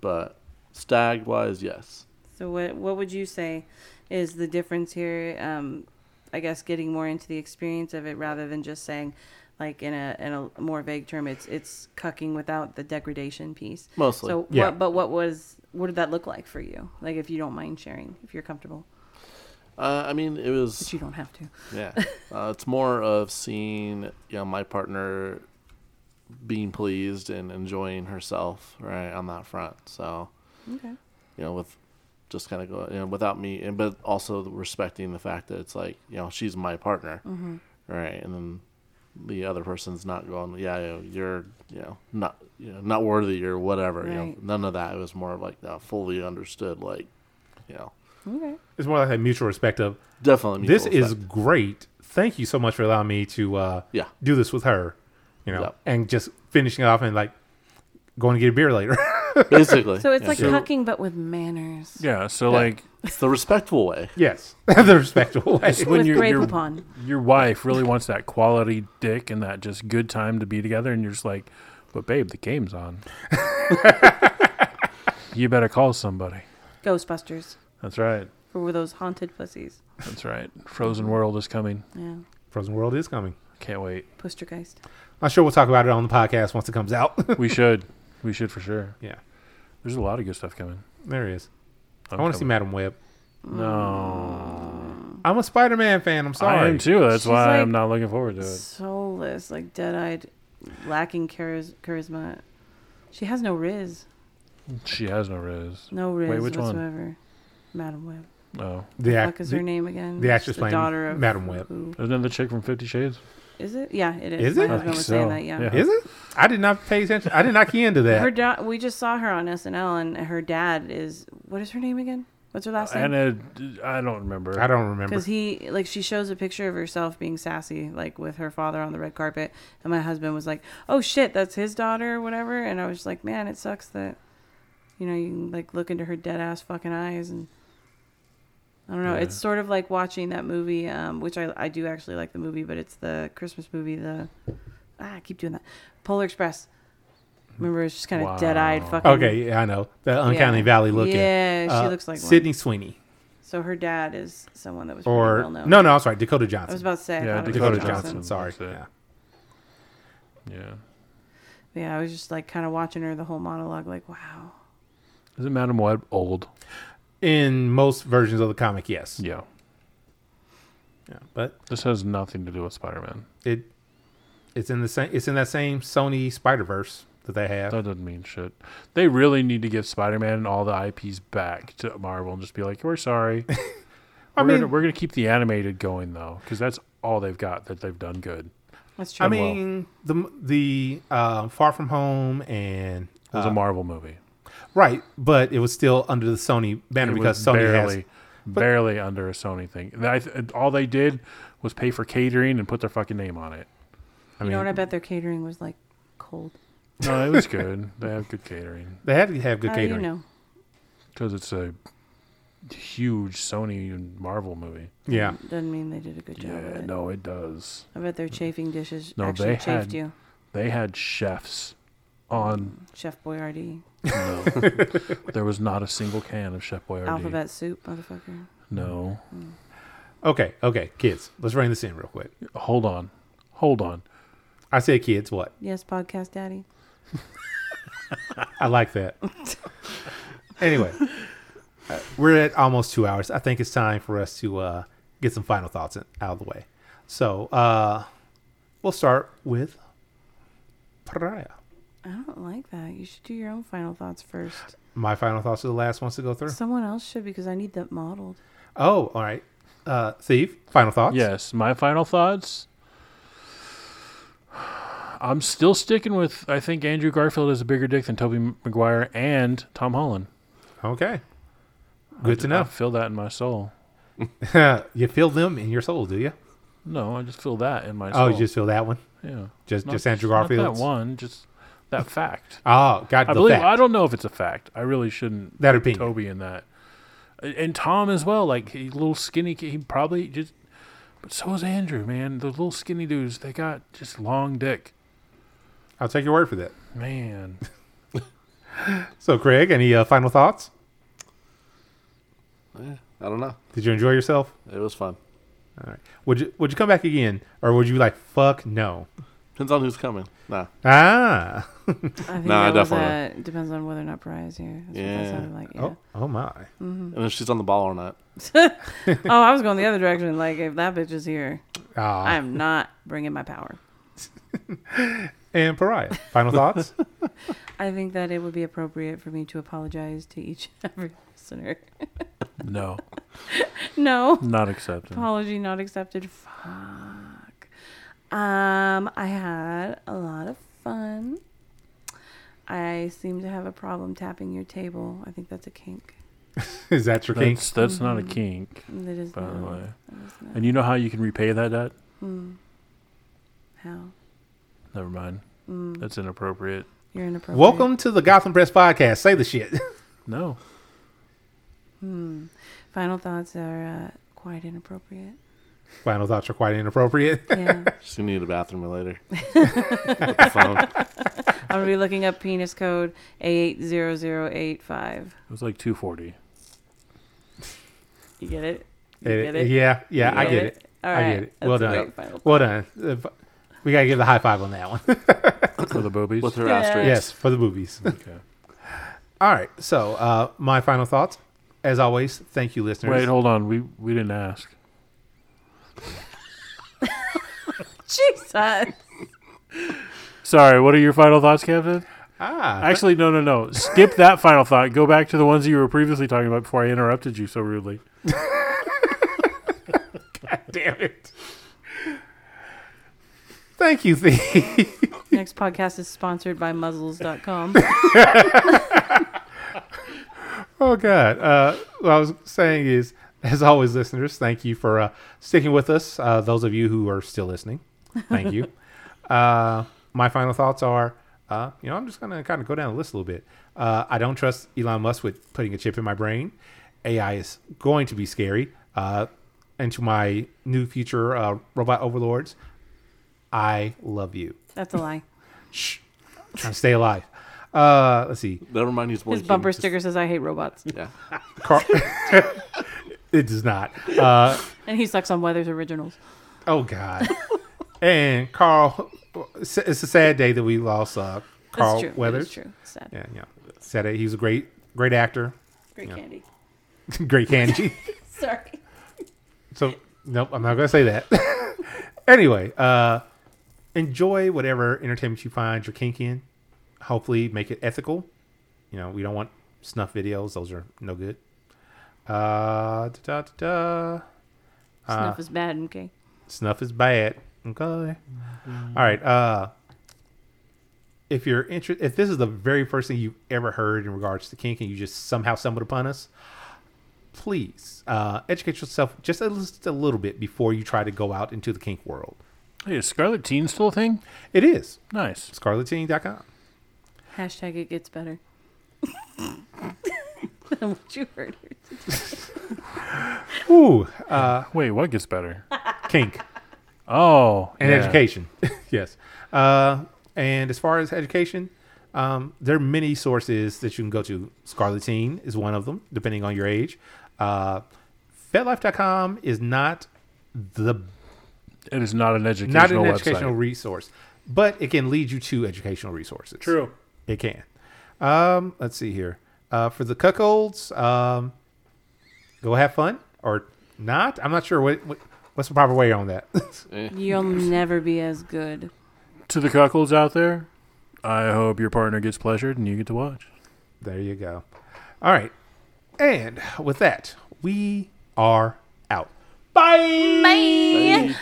Speaker 6: But stag wise, yes.
Speaker 2: so, what what would you say is the difference here? Um, I guess getting more into the experience of it rather than just saying, like in a in a more vague term, it's it's cucking without the degradation piece.
Speaker 6: Mostly.
Speaker 2: So,
Speaker 3: Yeah.
Speaker 2: what, but what was what did that look like for you? Like, if you don't mind sharing, if you're comfortable,
Speaker 6: Uh, I mean, it was
Speaker 2: but you don't have to.
Speaker 6: yeah. Uh, it's more of seeing you know my partner being pleased and enjoying herself right on that front. So
Speaker 2: Okay.
Speaker 6: you know, with just kind of go, you know, without me, and but also respecting the fact that it's like, you know, she's my partner,
Speaker 2: Mm-hmm.
Speaker 6: right? And then the other person's not going, yeah, you know, you're, you know, not, you know, not worthy or whatever. You know,
Speaker 2: Right.
Speaker 6: none of that. It was more of like uh, fully understood, like, you know,
Speaker 2: Okay.
Speaker 3: It's more like a mutual respect of
Speaker 6: definitely. mutual
Speaker 3: this is
Speaker 6: respect.
Speaker 3: great. Thank you so much for allowing me to uh,
Speaker 6: Yeah.
Speaker 3: do this with her, you know,
Speaker 6: Yep.
Speaker 3: and just finishing it off and like going to get a beer later.
Speaker 6: basically.
Speaker 2: So it's
Speaker 6: yeah.
Speaker 2: like cucking, but with manners.
Speaker 1: Yeah. So
Speaker 6: Yeah.
Speaker 1: like,
Speaker 6: It's the respectful way.
Speaker 3: yes, the respectful way.
Speaker 1: It's when
Speaker 2: with
Speaker 1: you're-
Speaker 2: grape
Speaker 1: you're-
Speaker 2: upon.
Speaker 1: your wife really wants that quality dick and that just good time to be together and you're just like but babe the game's on you better call somebody
Speaker 2: Ghostbusters
Speaker 1: that's right
Speaker 2: for those haunted pussies.
Speaker 1: that's right frozen world is coming
Speaker 2: Yeah.
Speaker 3: Frozen World is coming.
Speaker 1: can't wait
Speaker 2: Pustergeist.
Speaker 3: I'm sure we'll talk about it on the podcast once it comes out.
Speaker 1: we should we should for sure
Speaker 3: yeah,
Speaker 1: there's a lot of good stuff coming
Speaker 3: there is.
Speaker 1: I'm
Speaker 3: I want to see Madam Web.
Speaker 1: no
Speaker 3: I'm a Spider-Man fan. I'm
Speaker 1: i
Speaker 3: sorry.
Speaker 1: am too that's
Speaker 2: She's
Speaker 1: why i'm
Speaker 2: like-
Speaker 1: not looking forward to it
Speaker 2: Soulless, like dead eyed, lacking chariz- charisma. She has no riz.
Speaker 1: she has no riz
Speaker 2: No riz
Speaker 1: which one?
Speaker 2: whatsoever. Madam Web.
Speaker 1: oh
Speaker 3: The,
Speaker 2: What
Speaker 3: ac-
Speaker 2: fuck is
Speaker 3: the-
Speaker 2: her name again?
Speaker 3: the
Speaker 2: She's
Speaker 3: actress playing Madam Web.
Speaker 2: who-
Speaker 1: isn't that the chick from 50 shades
Speaker 2: Is it? Yeah, it
Speaker 3: Is
Speaker 2: is.
Speaker 3: it?
Speaker 2: My
Speaker 3: I
Speaker 2: husband
Speaker 1: think
Speaker 2: was saying
Speaker 1: so.
Speaker 2: that, yeah.
Speaker 1: Yeah.
Speaker 3: Is it? I did not pay attention. I did not key into
Speaker 2: Her
Speaker 3: that.
Speaker 2: da- we just saw her on SNL, and her dad is. What is her name again? What's her
Speaker 3: Uh,
Speaker 2: last name?
Speaker 1: anna i don't remember
Speaker 3: I don't remember.
Speaker 2: Because he, like, she shows a picture of herself being sassy, like, with her father on the red carpet. And my husband was like, oh shit, that's his daughter or whatever. And I was just like, man, it sucks that, you know, you can, like, look into her dead ass fucking eyes and I don't know. It's sort of like watching that movie, um, which I, I do actually like the movie, but it's the Christmas movie, the ah, I keep doing that. Polar Express. Remember, it's just kind of
Speaker 1: Wow.
Speaker 2: dead-eyed fucking.
Speaker 3: Okay, yeah, I know the uncanny
Speaker 2: Yeah.
Speaker 3: valley looking. Uh,
Speaker 2: Yeah, she looks like one.
Speaker 3: Sydney Sweeney
Speaker 2: So her dad is someone that was pretty
Speaker 3: or
Speaker 2: well known.
Speaker 3: no, no, I'm sorry, Dakota
Speaker 2: I was
Speaker 3: Johnson.
Speaker 2: about to say. I
Speaker 1: Yeah,
Speaker 2: thought it was
Speaker 3: Dakota
Speaker 1: Dakota
Speaker 3: Johnson.
Speaker 1: Johnson,
Speaker 3: Sorry,
Speaker 1: that's it.
Speaker 3: yeah.
Speaker 1: Yeah.
Speaker 2: Yeah, I was just like kind of watching her the whole monologue, like, wow.
Speaker 1: Isn't Madam Web old?
Speaker 3: In most versions of the comic, yes,
Speaker 1: Yeah.
Speaker 3: yeah. but
Speaker 1: This has nothing to do with Spider Man.
Speaker 3: it it's in the same it's in that same Sony Spider Verse that they have.
Speaker 1: That doesn't mean shit. They really need to give Spider Man and all the IPs back to Marvel and just be like, we're sorry.
Speaker 3: I
Speaker 1: we're gonna,
Speaker 3: mean,
Speaker 1: we're gonna keep the animated going though, because that's all they've got that they've done good.
Speaker 2: That's true.
Speaker 3: I mean the the uh, Far From Home and
Speaker 1: It
Speaker 3: uh,
Speaker 1: was a Marvel movie.
Speaker 3: right, but it was still under the Sony
Speaker 1: It
Speaker 3: banner because
Speaker 1: was
Speaker 3: Sony
Speaker 1: barely,
Speaker 3: has
Speaker 1: barely under a Sony thing. And I th- all they did was pay for catering and put their fucking name on it.
Speaker 2: you know what? I bet their catering was like cold.
Speaker 1: No, it was good. they have good catering
Speaker 3: they had to have good
Speaker 2: How
Speaker 3: catering.
Speaker 2: do Uh, you know?
Speaker 1: because it's a huge Sony and Marvel movie.
Speaker 3: Yeah,
Speaker 2: Doesn't mean they did a good job. with
Speaker 1: Yeah,
Speaker 2: it.
Speaker 1: no, it does.
Speaker 2: I bet their chafing dishes
Speaker 1: No,
Speaker 2: actually
Speaker 1: they
Speaker 2: chafed
Speaker 1: had-
Speaker 2: you,
Speaker 1: They had chefs on.
Speaker 2: Chef Boyardee.
Speaker 1: No, there was not a single can of Chef Boyardee.
Speaker 2: Alphabet soup, motherfucker.
Speaker 1: No,
Speaker 3: okay, okay, kids, let's rein this in real quick.
Speaker 1: hold on, hold on.
Speaker 3: I said kids, what?
Speaker 2: Yes, podcast daddy.
Speaker 3: I like that. anyway, uh, we're at almost two hours. I think it's time for us to uh, get some final thoughts in, out of the way. So uh, we'll start with Pariah.
Speaker 2: I don't like that. You should do your own final thoughts first.
Speaker 3: My final thoughts are the last ones to go through.
Speaker 2: Someone else should because I need that modeled.
Speaker 3: Oh, all right. Uh, Thief, final thoughts?
Speaker 1: Yes, my final thoughts. I'm still sticking with. I think Andrew Garfield is a bigger dick than Toby Maguire and Tom Holland.
Speaker 3: Okay. Good to
Speaker 1: I
Speaker 3: know.
Speaker 1: feel that in my soul.
Speaker 3: you feel them in your soul, do you?
Speaker 1: No, I just feel that in my soul.
Speaker 3: Oh, you just feel that one?
Speaker 1: yeah.
Speaker 3: Just
Speaker 1: Not-
Speaker 3: just Andrew
Speaker 1: not
Speaker 3: Garfield?
Speaker 1: that one, just that fact.
Speaker 3: Oh, got
Speaker 1: I
Speaker 3: the
Speaker 1: believe.
Speaker 3: fact.
Speaker 1: I don't know if it's a fact. I really shouldn't.
Speaker 3: That
Speaker 1: put
Speaker 3: opinion.
Speaker 1: Toby in that, and and Tom as well. Like he little skinny. kid, He probably just. But so is Andrew, man. Those little skinny dudes. They got just long dick.
Speaker 3: I'll take your word for that.
Speaker 1: Man.
Speaker 3: So, Craig, any uh, final thoughts?
Speaker 6: I don't know.
Speaker 3: Did you enjoy yourself?
Speaker 6: It was fun.
Speaker 3: All right. Would you would you come back again, or would you like fuck no?
Speaker 6: Depends on who's coming. Nah.
Speaker 3: Ah.
Speaker 2: I think
Speaker 6: Nah,
Speaker 2: that was
Speaker 6: definitely.
Speaker 2: a- depends on whether or not Pariah is here. That's what
Speaker 6: Yeah.
Speaker 2: that sounded like. Yeah.
Speaker 3: Oh,
Speaker 2: Oh.
Speaker 3: oh my.
Speaker 6: And if she's on the ball or not.
Speaker 2: Oh, I was going the other direction. Like, if that bitch is here,
Speaker 3: Ah.
Speaker 2: I am not bringing my power.
Speaker 3: and pariah. Final thoughts.
Speaker 2: I think that it would be appropriate for me to apologize to each and every listener.
Speaker 1: No,
Speaker 2: no.
Speaker 1: not accepted.
Speaker 2: Apology not accepted. Fuck. Um, I had a lot of fun. I seem to have a problem tapping your table. I think that's a kink.
Speaker 3: Is that your kink?
Speaker 1: That's that's not a kink,
Speaker 2: That is
Speaker 1: by the
Speaker 2: not-
Speaker 1: way.
Speaker 2: that is not
Speaker 1: And you know how you can repay that debt?
Speaker 2: how
Speaker 1: Never mind. That's inappropriate.
Speaker 2: you're inappropriate.
Speaker 3: Welcome to the Gotham Press podcast. Say the shit.
Speaker 1: No,
Speaker 2: Final thoughts are uh, quite inappropriate.
Speaker 3: Final thoughts are quite inappropriate.
Speaker 2: Yeah,
Speaker 6: She's gonna need a bathroom later. With the phone.
Speaker 2: I'm gonna be looking up penis code A eight zero zero eight five.
Speaker 1: it was like two forty.
Speaker 2: You get it? You
Speaker 3: It-
Speaker 2: get it?
Speaker 3: Yeah, yeah, I
Speaker 2: You
Speaker 3: get it.
Speaker 2: All
Speaker 3: I
Speaker 2: right.
Speaker 3: get it. Well
Speaker 2: That's a
Speaker 3: done.
Speaker 2: great final
Speaker 3: Well done. Uh, f- We gotta give the high five on that one.
Speaker 1: for the boobies.
Speaker 6: With her
Speaker 2: Yeah.
Speaker 6: asterisk.
Speaker 3: yes, for the boobies.
Speaker 1: Okay.
Speaker 3: All right. So, uh, my final thoughts. As always, thank you, listeners.
Speaker 1: Wait, hold on. We we didn't ask.
Speaker 2: Jesus.
Speaker 1: Sorry. What are your final thoughts, Captain?
Speaker 3: ah,
Speaker 1: Actually, no, no, no. Skip that final thought. Go back to the ones you were previously talking about before I interrupted you so rudely.
Speaker 3: damn it. Thank you, Thee.
Speaker 2: Next podcast is sponsored by muzzles.com.
Speaker 3: Oh God! Uh, what I was saying is, as always, listeners, thank you for uh, sticking with us. Uh, those of you who are still listening, thank you. uh, my final thoughts are, uh, you know, I'm just gonna kind of go down the list a little bit. Uh, I don't trust Elon Musk with putting a chip in my brain, AI is going to be scary. Uh, and to my new future uh, robot overlords, I love you.
Speaker 2: That's a lie.
Speaker 3: Shh. Trying to stay alive. Uh, let's see.
Speaker 6: Never mind, he's
Speaker 2: His
Speaker 6: blinking.
Speaker 2: bumper
Speaker 6: Just-
Speaker 2: sticker says, I hate robots.
Speaker 6: Yeah.
Speaker 3: Car- it does not. Uh,
Speaker 2: And he sucks on Weather's originals.
Speaker 3: oh God. and Carl, it's a sad day that we lost uh, Carl
Speaker 2: That's true.
Speaker 3: Weathers.
Speaker 2: That's true. Sad.
Speaker 3: Yeah, yeah. Said it. He was a great, great actor,
Speaker 2: Great candy.
Speaker 3: great candy.
Speaker 2: Sorry.
Speaker 3: so nope, I'm not gonna say that. anyway, uh, enjoy whatever entertainment you find your kink in. Hopefully, make it ethical. You know, we don't want snuff videos; those are no good. Uh, da, da, da.
Speaker 2: Snuff is bad, okay?
Speaker 3: Snuff is bad. Okay. All right. Uh, if you're interested, if this is the very first thing you've ever heard in regards to kink, and you just somehow stumbled upon us, please uh, educate yourself just a, just a little bit before you try to go out into the kink world.
Speaker 1: Hey, is Scarlet Teen still a thing?
Speaker 3: It is
Speaker 1: Nice.
Speaker 3: scarletteen.com.
Speaker 2: Hashtag it gets better. Than what you heard.
Speaker 3: Ooh, uh,
Speaker 1: Wait, what gets better?
Speaker 3: kink
Speaker 1: Oh,
Speaker 3: and
Speaker 1: yeah.
Speaker 3: education. yes. Uh, and as far as education, um, there are many sources that you can go to. Scarlet Teen is one of them, depending on your age. Uh, FetLife.com is not the
Speaker 1: It is not an educational
Speaker 3: not an
Speaker 1: website.
Speaker 3: educational resource, but it can lead you to educational resources.
Speaker 1: True.
Speaker 3: It can. Um, let's see here. Uh, for the cuckolds, um, go have fun or not. I'm not sure what, what what's the proper way on that.
Speaker 2: You'll never be as good.
Speaker 1: To the cuckolds out there, I hope your partner gets pleasured and you get to watch.
Speaker 3: There you go. All right. And with that, we are out. Bye.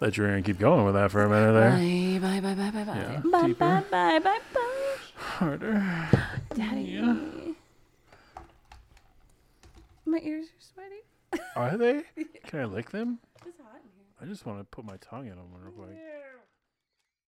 Speaker 1: Let your ear and keep going with that for a minute there.
Speaker 2: Bye, bye, bye, bye, bye, bye.
Speaker 1: Yeah, deeper,
Speaker 2: Bye, bye, bye.
Speaker 1: harder.
Speaker 2: My ears are sweaty.
Speaker 1: Are they? Can I lick them? I just want to put my tongue in them real quick.
Speaker 2: Yeah.